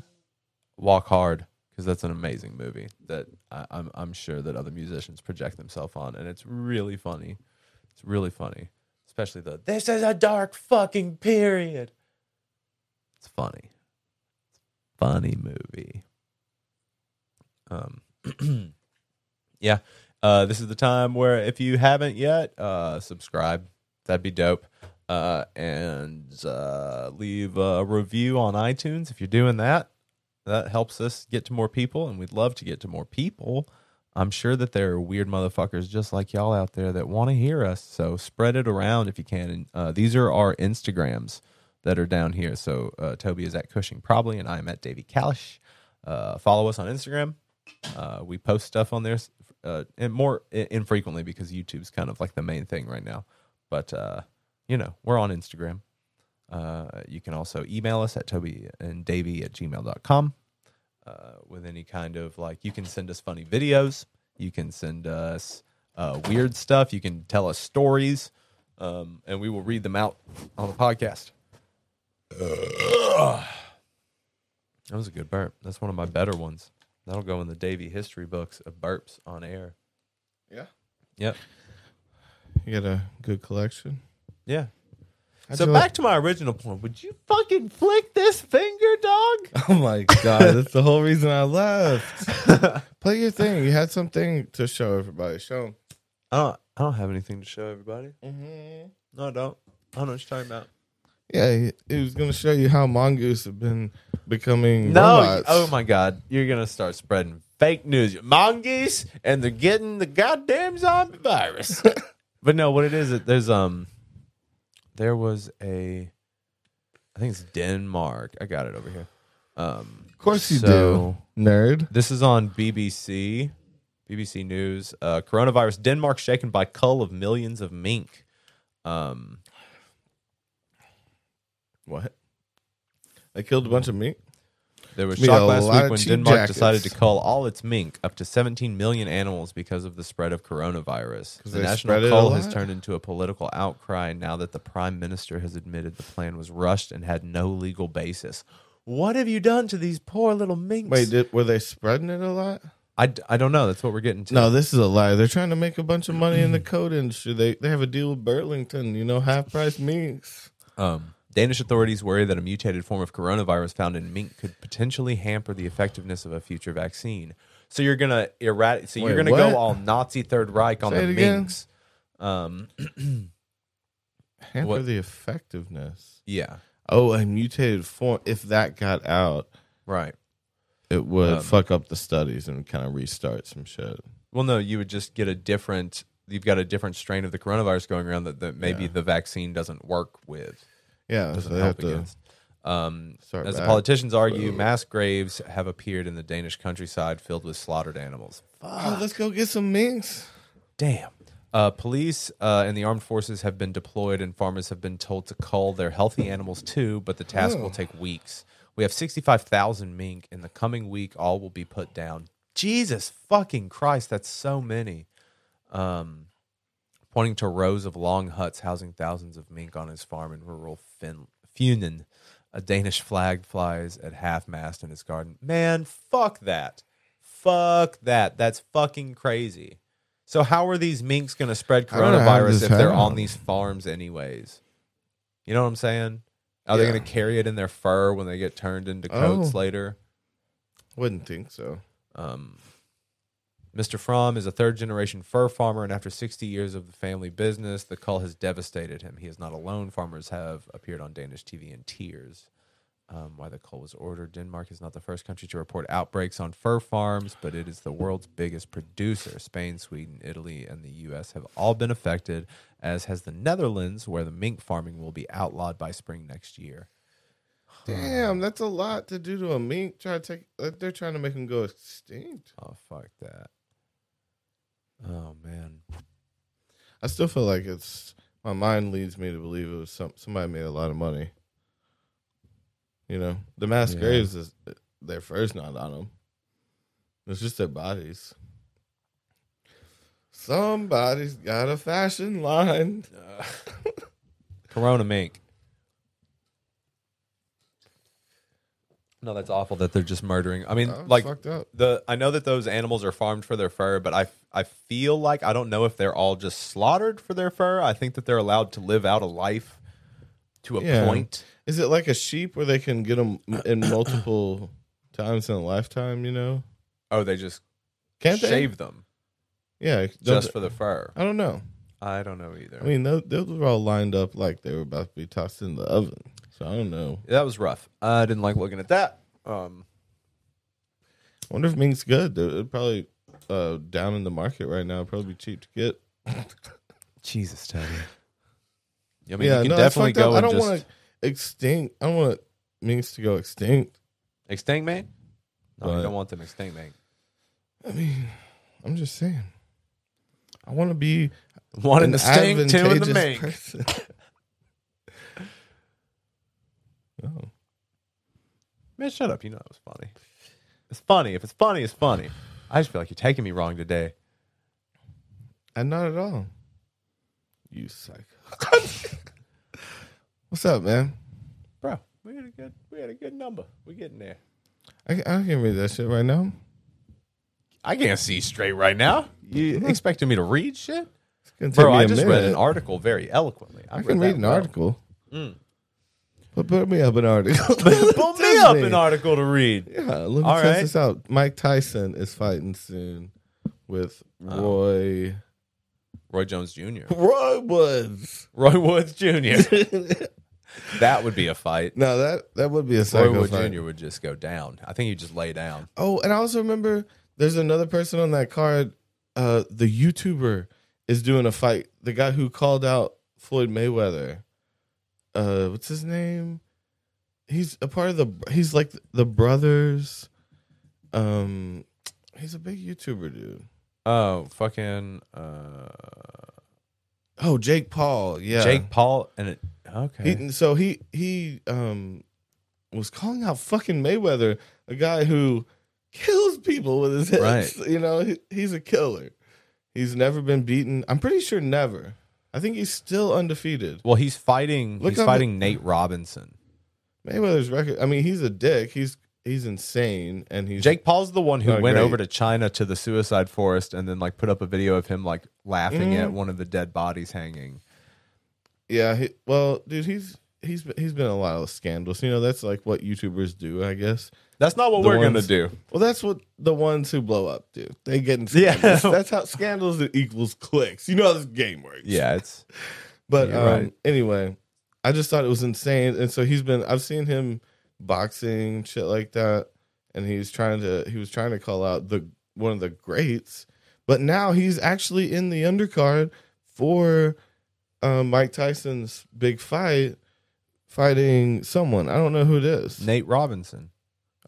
Walk Hard because that's an amazing movie that I, I'm I'm sure that other musicians project themselves on, and it's really funny. It's really funny, especially the "This is a dark fucking period." It's funny, funny movie. Um, yeah, uh, this is the time where if you haven't yet, uh, subscribe. That'd be dope. Uh, and uh, leave a review on iTunes if you're doing that. That helps us get to more people, and we'd love to get to more people. I'm sure that there are weird motherfuckers just like y'all out there that want to hear us. So spread it around if you can. And uh, these are our Instagrams that are down here. So uh, Toby is at Cushing Probably, and I'm at Davey Kalish. Uh, follow us on Instagram. Uh, we post stuff on there uh, and more i- infrequently because YouTube's kind of like the main thing right now. But uh, you know, we're on Instagram. Uh, you can also email us at Toby and Davey at gmail.com uh, with any kind of like, you can send us funny videos. You can send us uh, weird stuff. You can tell us stories um, and we will read them out on the podcast. That was a good burp. That's one of my better ones. That'll go in the Davey history books of burps on air.
Yeah.
Yep.
You got a good collection.
Yeah.
I
so
feel
back
like-
to my original point. Would you fucking flick this finger, dog?
Oh my god, that's the whole reason I left. Play your thing. You had something to show everybody. Show 'em.
I don't. I don't have anything to show everybody. No, I don't. I don't know what you're talking about.
Yeah, he, he was gonna show you how mongoose have been becoming
No.
robots.
Oh my god, you're gonna start spreading fake news. Mongoose, and they're getting the goddamn zombie virus. but no, what it is, it- there's um, there was a, I think it's Denmark. I got it over here. Um,
Of course you
so-
do, nerd.
This is on BBC, BBC News. Uh, coronavirus: Denmark shaken by cull of millions of mink. Um,
What? They killed a bunch of meat.
There was
We
shock
got a
last
lot
week
of
when
cheap
Denmark
jackets.
decided to cull all its mink, up to 17 million animals, because of the spread of coronavirus. The
they
national
spread it a
cull has
lot?
turned into a political outcry now that the prime minister has admitted the plan was rushed and had no legal basis. What have you done to these poor little minks?
Wait, did, were they spreading it a lot?
I, d- I don't know. That's what we're getting to.
No, this is a lie. They're trying to make a bunch of money in the code industry. They they have a deal with Burlington. You know, half price meats.
Um, Danish authorities worry that a mutated form of coronavirus found in mink could potentially hamper the effectiveness of a future vaccine. So you're gonna errat. So you're
Wait,
gonna
what?
go all Nazi Third Reich on
Say
the
it again.
minks. Um,
Hamper
What?
the effectiveness.
yeah,
Oh, a mutated form. If that got out,
right.
it would
Um,
fuck up the studies and kind of restart some shit.
Well, no, you would just get a different. You've got a different strain of the coronavirus going around that, that maybe the vaccine doesn't work with.
Yeah, so
Doesn't
they have
help
to.
against. Um,
start
as the
back.
politicians argue, mass graves have appeared in the Danish countryside filled with slaughtered animals.
Oh, let's go get some minks.
Damn. Uh, police uh, and the armed forces have been deployed, and farmers have been told to cull their healthy animals too, but the task will take weeks. We have 65,000 mink. In the coming week, all will be put down. Jesus fucking Christ, that's so many. Um, pointing to rows of long huts housing thousands of mink on his farm in rural fin- Funen. A Danish flag flies at half mast in his garden. Man, fuck that. Fuck that. That's fucking crazy. So how are these minks going to spread
I don't know how
coronavirus
this
if they're on
happened.
these farms anyways? You know what I'm saying? Are they
Yeah.
going to carry it in their fur when they get turned into coats
Oh.
later?
Wouldn't think so.
Um, Mr. Fromm is a third generation fur farmer, and after 60 years of the family business, the cull has devastated him. He is not alone. Farmers have appeared on Danish TV in tears. Um, why the cull was ordered. Denmark is not the first country to report outbreaks on fur farms, but it is the world's biggest producer. Spain, Sweden, Italy, and the U.S. have all been affected, as has the Netherlands, where the mink farming will be outlawed by spring next year.
Damn, that's a lot to do to a mink. Try to take. uh, They're trying to make him go extinct.
Oh fuck that. Oh man.
I still feel like it's. My mind leads me to believe it was some somebody made a lot of money. You know, the mass
Yeah.
graves is their first not on them. It's just their bodies. Somebody's got a fashion line.
Corona mink. No, that's awful that they're just murdering. I mean,
Oh,
like
fucked up.
the I know that those animals are farmed for their fur, but I I feel like I don't know if they're all just slaughtered for their fur. I think that they're allowed to live out a life to a
Yeah.
point.
Is it like a sheep where they can get them in multiple times in a lifetime? You know,
Oh, they just
can't they?
shave them
Yeah, don't-
just for the fur.
I don't know.
I don't know either.
I mean, those, those were all lined up like they were about to be tossed in the oven. So I don't know.
that was rough. I didn't like looking at that. Um,
I wonder if mink's good. They're they're probably uh, down in the market right now. Probably cheap to get.
Jesus, Tony. I mean,
yeah,
you can
no, that's
definitely
fucked up.
go.
I don't
and
want
just
to extinct. I don't want minks to go extinct.
extinct, man. No,
But-
you don't want them extinct, man.
I mean, I'm just saying. I want to be
One
an
in the stink, two in the
advantageous
mink.
person. no.
Man, shut up. You know that was funny. It's funny. If it's funny, it's funny. I just feel like you're taking me wrong today.
And not at all. You psycho. What's up, man?
Bro, we had a good we had a good number. We're getting there.
I, I can read that shit right now.
I can't see straight right now. You expecting me to read shit?
It's gonna take
Bro,
me
I
Mm-hmm. a
just read an
minute.
article very eloquently.
I can read an article.
Mm.
But put me up an article.
Pull me
Test
up an article to read.
Yeah, let me
All
test
right.
this out. Mike Tyson is fighting soon with
Oh.
Roy.
Roy Jones Jr.
Roy Woods.
Roy Woods Jr. that would be a fight.
Now that that would be a
Roy
psycho
Woods
fight.
Jr. would just go down. I think he'd just lay down.
Oh, and I also remember there's another person on that card. Uh, the YouTuber is doing a fight. The guy who called out Floyd Mayweather. Uh, what's his name? He's a part of the. He's like the brothers. Um, he's a big YouTuber dude.
Oh, fucking uh,
Oh, Jake Paul. Yeah,
Jake Paul and it. Okay.
He, so he he um was calling out fucking Mayweather, a guy who kills people with his head. You know, he, he's a killer. He's never been beaten. I'm pretty sure never. I think he's still undefeated.
Well, he's fighting.
Look
he's
up
fighting Nate Robinson.
Mayweather's record. I mean, he's a dick. He's he's insane, and he's
Jake Paul's the one who
Oh,
went
great.
over to China to the suicide forest and then like put up a video of him like laughing
Mm.
at one of the dead bodies hanging.
Yeah. He, well, dude, he's he's he's been in a lot of scandals. You know, that's like what YouTubers do, I guess.
That's not what
The
we're
ones-
gonna do.
Well, that's what the ones who blow up do. They get in
Yeah.
scandals. That's how scandals equals clicks. You know how this game works.
Yeah, it's
But
You're
um,
right.
anyway, I just thought it was insane. And so he's been. I've seen him boxing shit like that, and he's trying to. He was trying to call out the one of the greats, but now he's actually in the undercard for um, Mike Tyson's big fight, fighting someone. I don't know who it is.
Nate Robinson.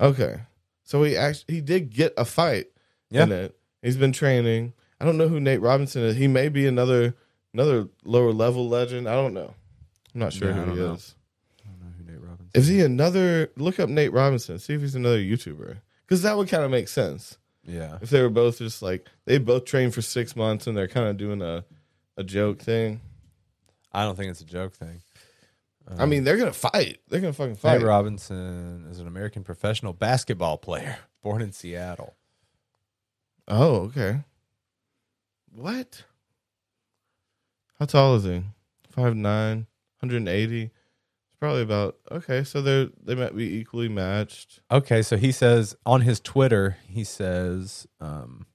Okay. So he actually he did get a fight
Yeah.
in it. He's been training. I don't know who Nate Robinson is. He may be another another lower level legend. I don't know. I'm not sure
Yeah, I
who he
don't know.
is.
I don't know who Nate Robinson.
Is he another look up Nate Robinson, see if he's another YouTuber. Because that would kind of make sense.
Yeah.
If they were both just like they both trained for six months and they're kind of doing a a joke thing.
I don't think it's a joke thing.
I mean, they're gonna fight. They're gonna fucking
Uh-huh. Nate
fight.
Robinson is an American professional basketball player born in Seattle.
Oh, okay. What? How tall is he? 5'9", 180. It's probably about okay, so they're they might be equally matched.
Okay, so he says on his Twitter, he says, um,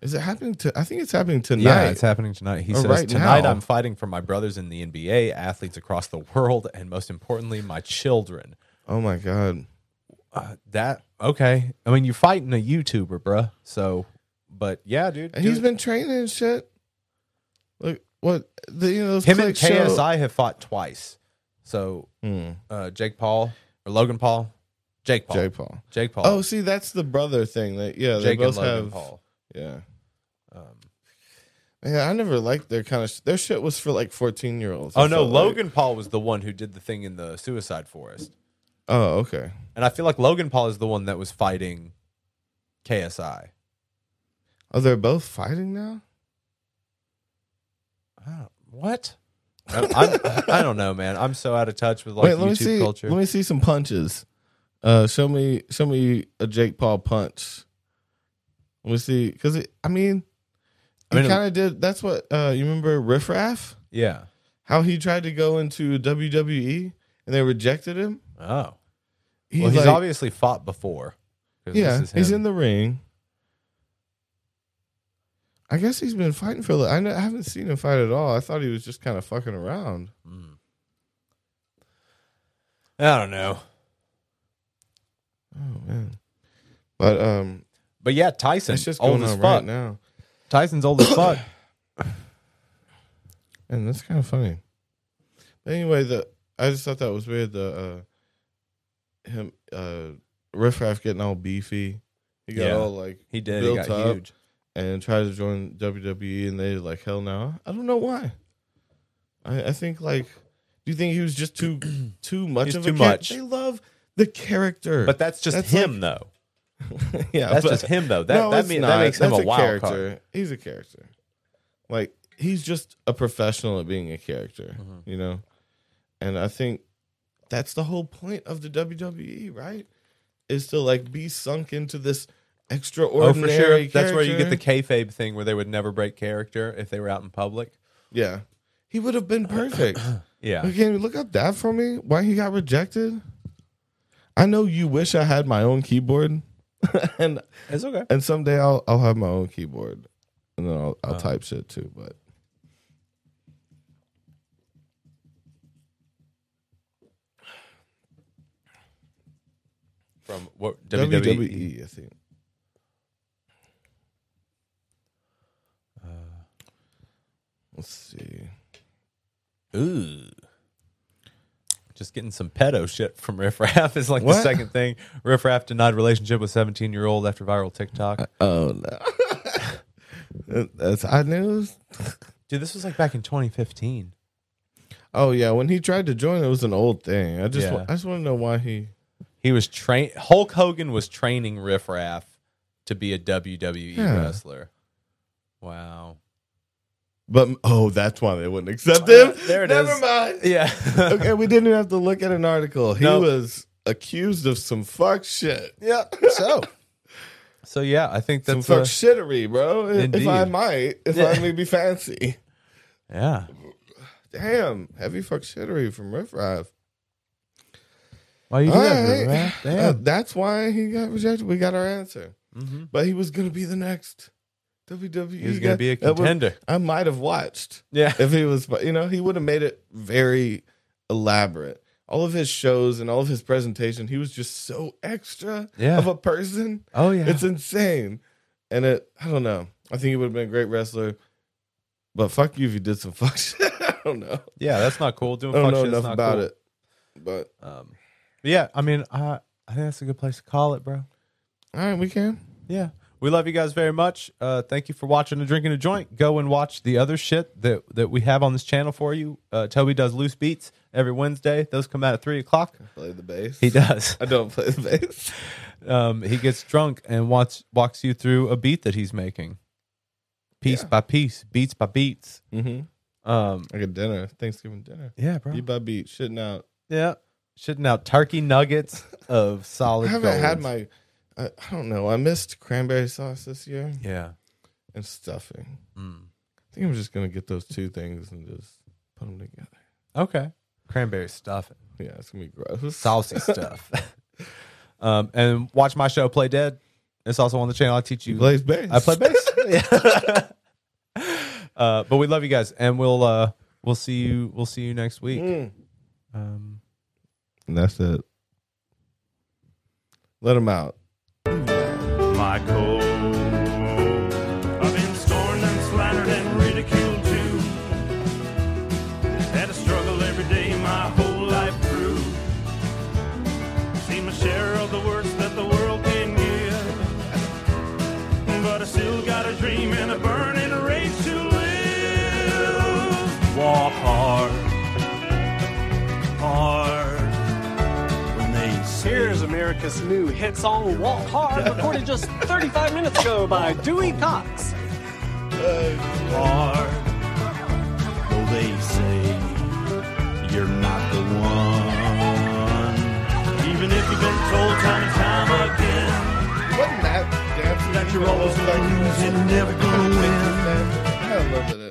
Is it happening to I think it's happening tonight.
Yeah, it's happening tonight. He
Or
says,
right
Tonight
now."
I'm fighting for my brothers in the NBA, athletes across the world, and most importantly, my children.
oh my god.
Uh, that, okay. I mean, you're fighting a YouTuber, bruh. So, but yeah, dude.
And
do
he's
it.
been training and shit. Look what the you know those
Him and
clicks show-
KSI have fought twice. So,
Hmm.
uh, Jake Paul. or Logan Paul, Jake Paul,
Jake Paul.
Jake Paul.
Oh, see, that's the brother thing. That yeah, they
Jake and
both
Logan
have.
Paul.
Yeah,
Um,
man, I never liked their kind of. Sh- their shit was for like fourteen year olds.
oh no, Logan Paul was the one who did the thing in the suicide forest,
Oh okay.
and I feel like Logan Paul is the one that was fighting KSI.
Oh, they're both fighting now.
I don't- What? I'm, I'm, I don't know, man. I'm so out of touch with like
Wait,
YouTube
let me see.
culture.
Let me see some punches. Uh, show me, show me a Jake Paul punch. Let me see, because I mean,
I
he
mean, it-
kind of did. That's what uh, you remember, Riff Raff,
yeah.
how he tried to go into WWE and they rejected him.
Oh.
He's,
well, he's
like-
obviously fought before. 'cause this
yeah,
is
he's
him.
in the ring. I guess he's been fighting for. a li- I, know, I haven't seen him fight at all. I thought he was just kind of fucking around.
I don't know,
Oh man, but um,
but yeah, Tyson.
it's just
old
going
as
on
fuck.
right now.
Tyson's old as fuck.
And that's kind of funny. But anyway, the I just thought that was weird. The uh, him uh, Riff Raff getting all beefy. He got
Yeah.
all like
He did.
Built
he got
up.
huge.
and tried to join WWE, and they were like hell no. I don't know why. I, I think like, do you think he was just too too much
He's
of
too
a
much.
Char- they love the character,
But that's just
That's
him, though.
yeah,
That's
but-
just him, though. That that,
it's
mean,
not.
that makes him
That's
a wild
character.
card.
He's a character. Like he's just a professional at being a character,
Mm-hmm.
you know. And I think that's the whole point of the WWE, right? Is to like be sunk into this
Oh, for
extraordinary.
sure. That's where you get the
character.
kayfabe thing, where they would never break character if they were out in public.
yeah. He would have been perfect.
Yeah.
But Can you look up that for me? Why he got rejected? I know you wish I had my own keyboard, and
It's okay.
And someday I'll I'll have my own keyboard, and then I'll
Uh-huh.
I'll type shit too. But
From what E? WWE.
WWE, E, I think. Uh, Let's see.
Ooh. Just getting some pedo shit from Riff Raff is like the
What?
second thing. Riff Raff denied relationship with 17 year old after viral TikTok.
Oh no, That- that's hot news.
Dude, this was like back in 2015.
Oh yeah, when he tried to join, it was an old thing. I just wa-
Yeah.
I just want to know why he.
He was train Hulk Hogan was training Riff Raff to be a WWE
Yeah.
wrestler. Wow.
But oh, that's why they wouldn't accept him.
there it
Never
is.
mind.
Yeah.
Okay, we didn't have to look at an article. He
No.
was accused of some fuck shit.
yeah. So. So yeah, I think
Some
that's
fuck
uh,
shittery, bro. If- If I
Indeed.
might, if I may be fancy.
yeah.
Damn, heavy fuck shittery from Riff Raff.
Why you
All
do that,
right.
Riff Raff?
Uh,
Damn.
that's why he got rejected. We got our answer.
Mhm.
But he was going to be the next WWE.
He was gonna
guy.
be a
That would-
contender.
I might have watched
Yeah.
if he was, but, you know, he would have made it very elaborate. All of his shows and all of his presentation, he was just so extra
Yeah.
of a person.
Oh yeah.
It's insane. And it, I don't know. I think he would have been a great wrestler. But fuck you if you did some fuck shit. I don't know.
yeah, that's not cool. Doing
I don't
fuck
know
shit's
enough
not
about
cool.
it. But
Um, but yeah, I mean, I I think that's a good place to call it, bro.
all right, we can.
Yeah, we love you guys very much. Uh, thank you for watching and drinking a joint. Go and watch the other shit that that we have on this channel for you. Uh, Toby does loose beats every Wednesday. Those come out at three o'clock.
Play the bass.
He does.
I don't play the bass.
Um, he gets drunk and walks walks you through a beat that he's making, piece by piece, beats by beats.
Mm-hmm.
Um,
Like a dinner, Thanksgiving dinner.
yeah, bro.
Beat by beat, shitting out.
Yeah, shitting out turkey nuggets of solid.
I haven't
gold.
had my. I, I don't know. I missed cranberry sauce this year
Yeah.
and stuffing.
Mm.
I think I'm just gonna get those two things and just put them together.
Okay. Cranberry stuffing.
Yeah, it's gonna be gross.
saucy stuff. um, and watch my show, Play Dead. It's also on the channel. I teach you.
He plays bass.
I play bass. Yeah. uh, but we love you guys, and we'll uh, we'll see you. We'll see you next week.
Mm.
Um,
And that's it. Let him out.
my cold. I've been scorned and slandered and ridiculed too. Had a struggle every day my whole life through. but I still got a dream and a burning rage to live. Walk hard, hard. When they say
Here's America's new hit song Walk Hard, recorded just 35 minutes ago by Dewey Cox.
hard, though Oh, they say you're not the one. Even if you've been told time and time again that you're always gonna lose and never gonna win.
I love that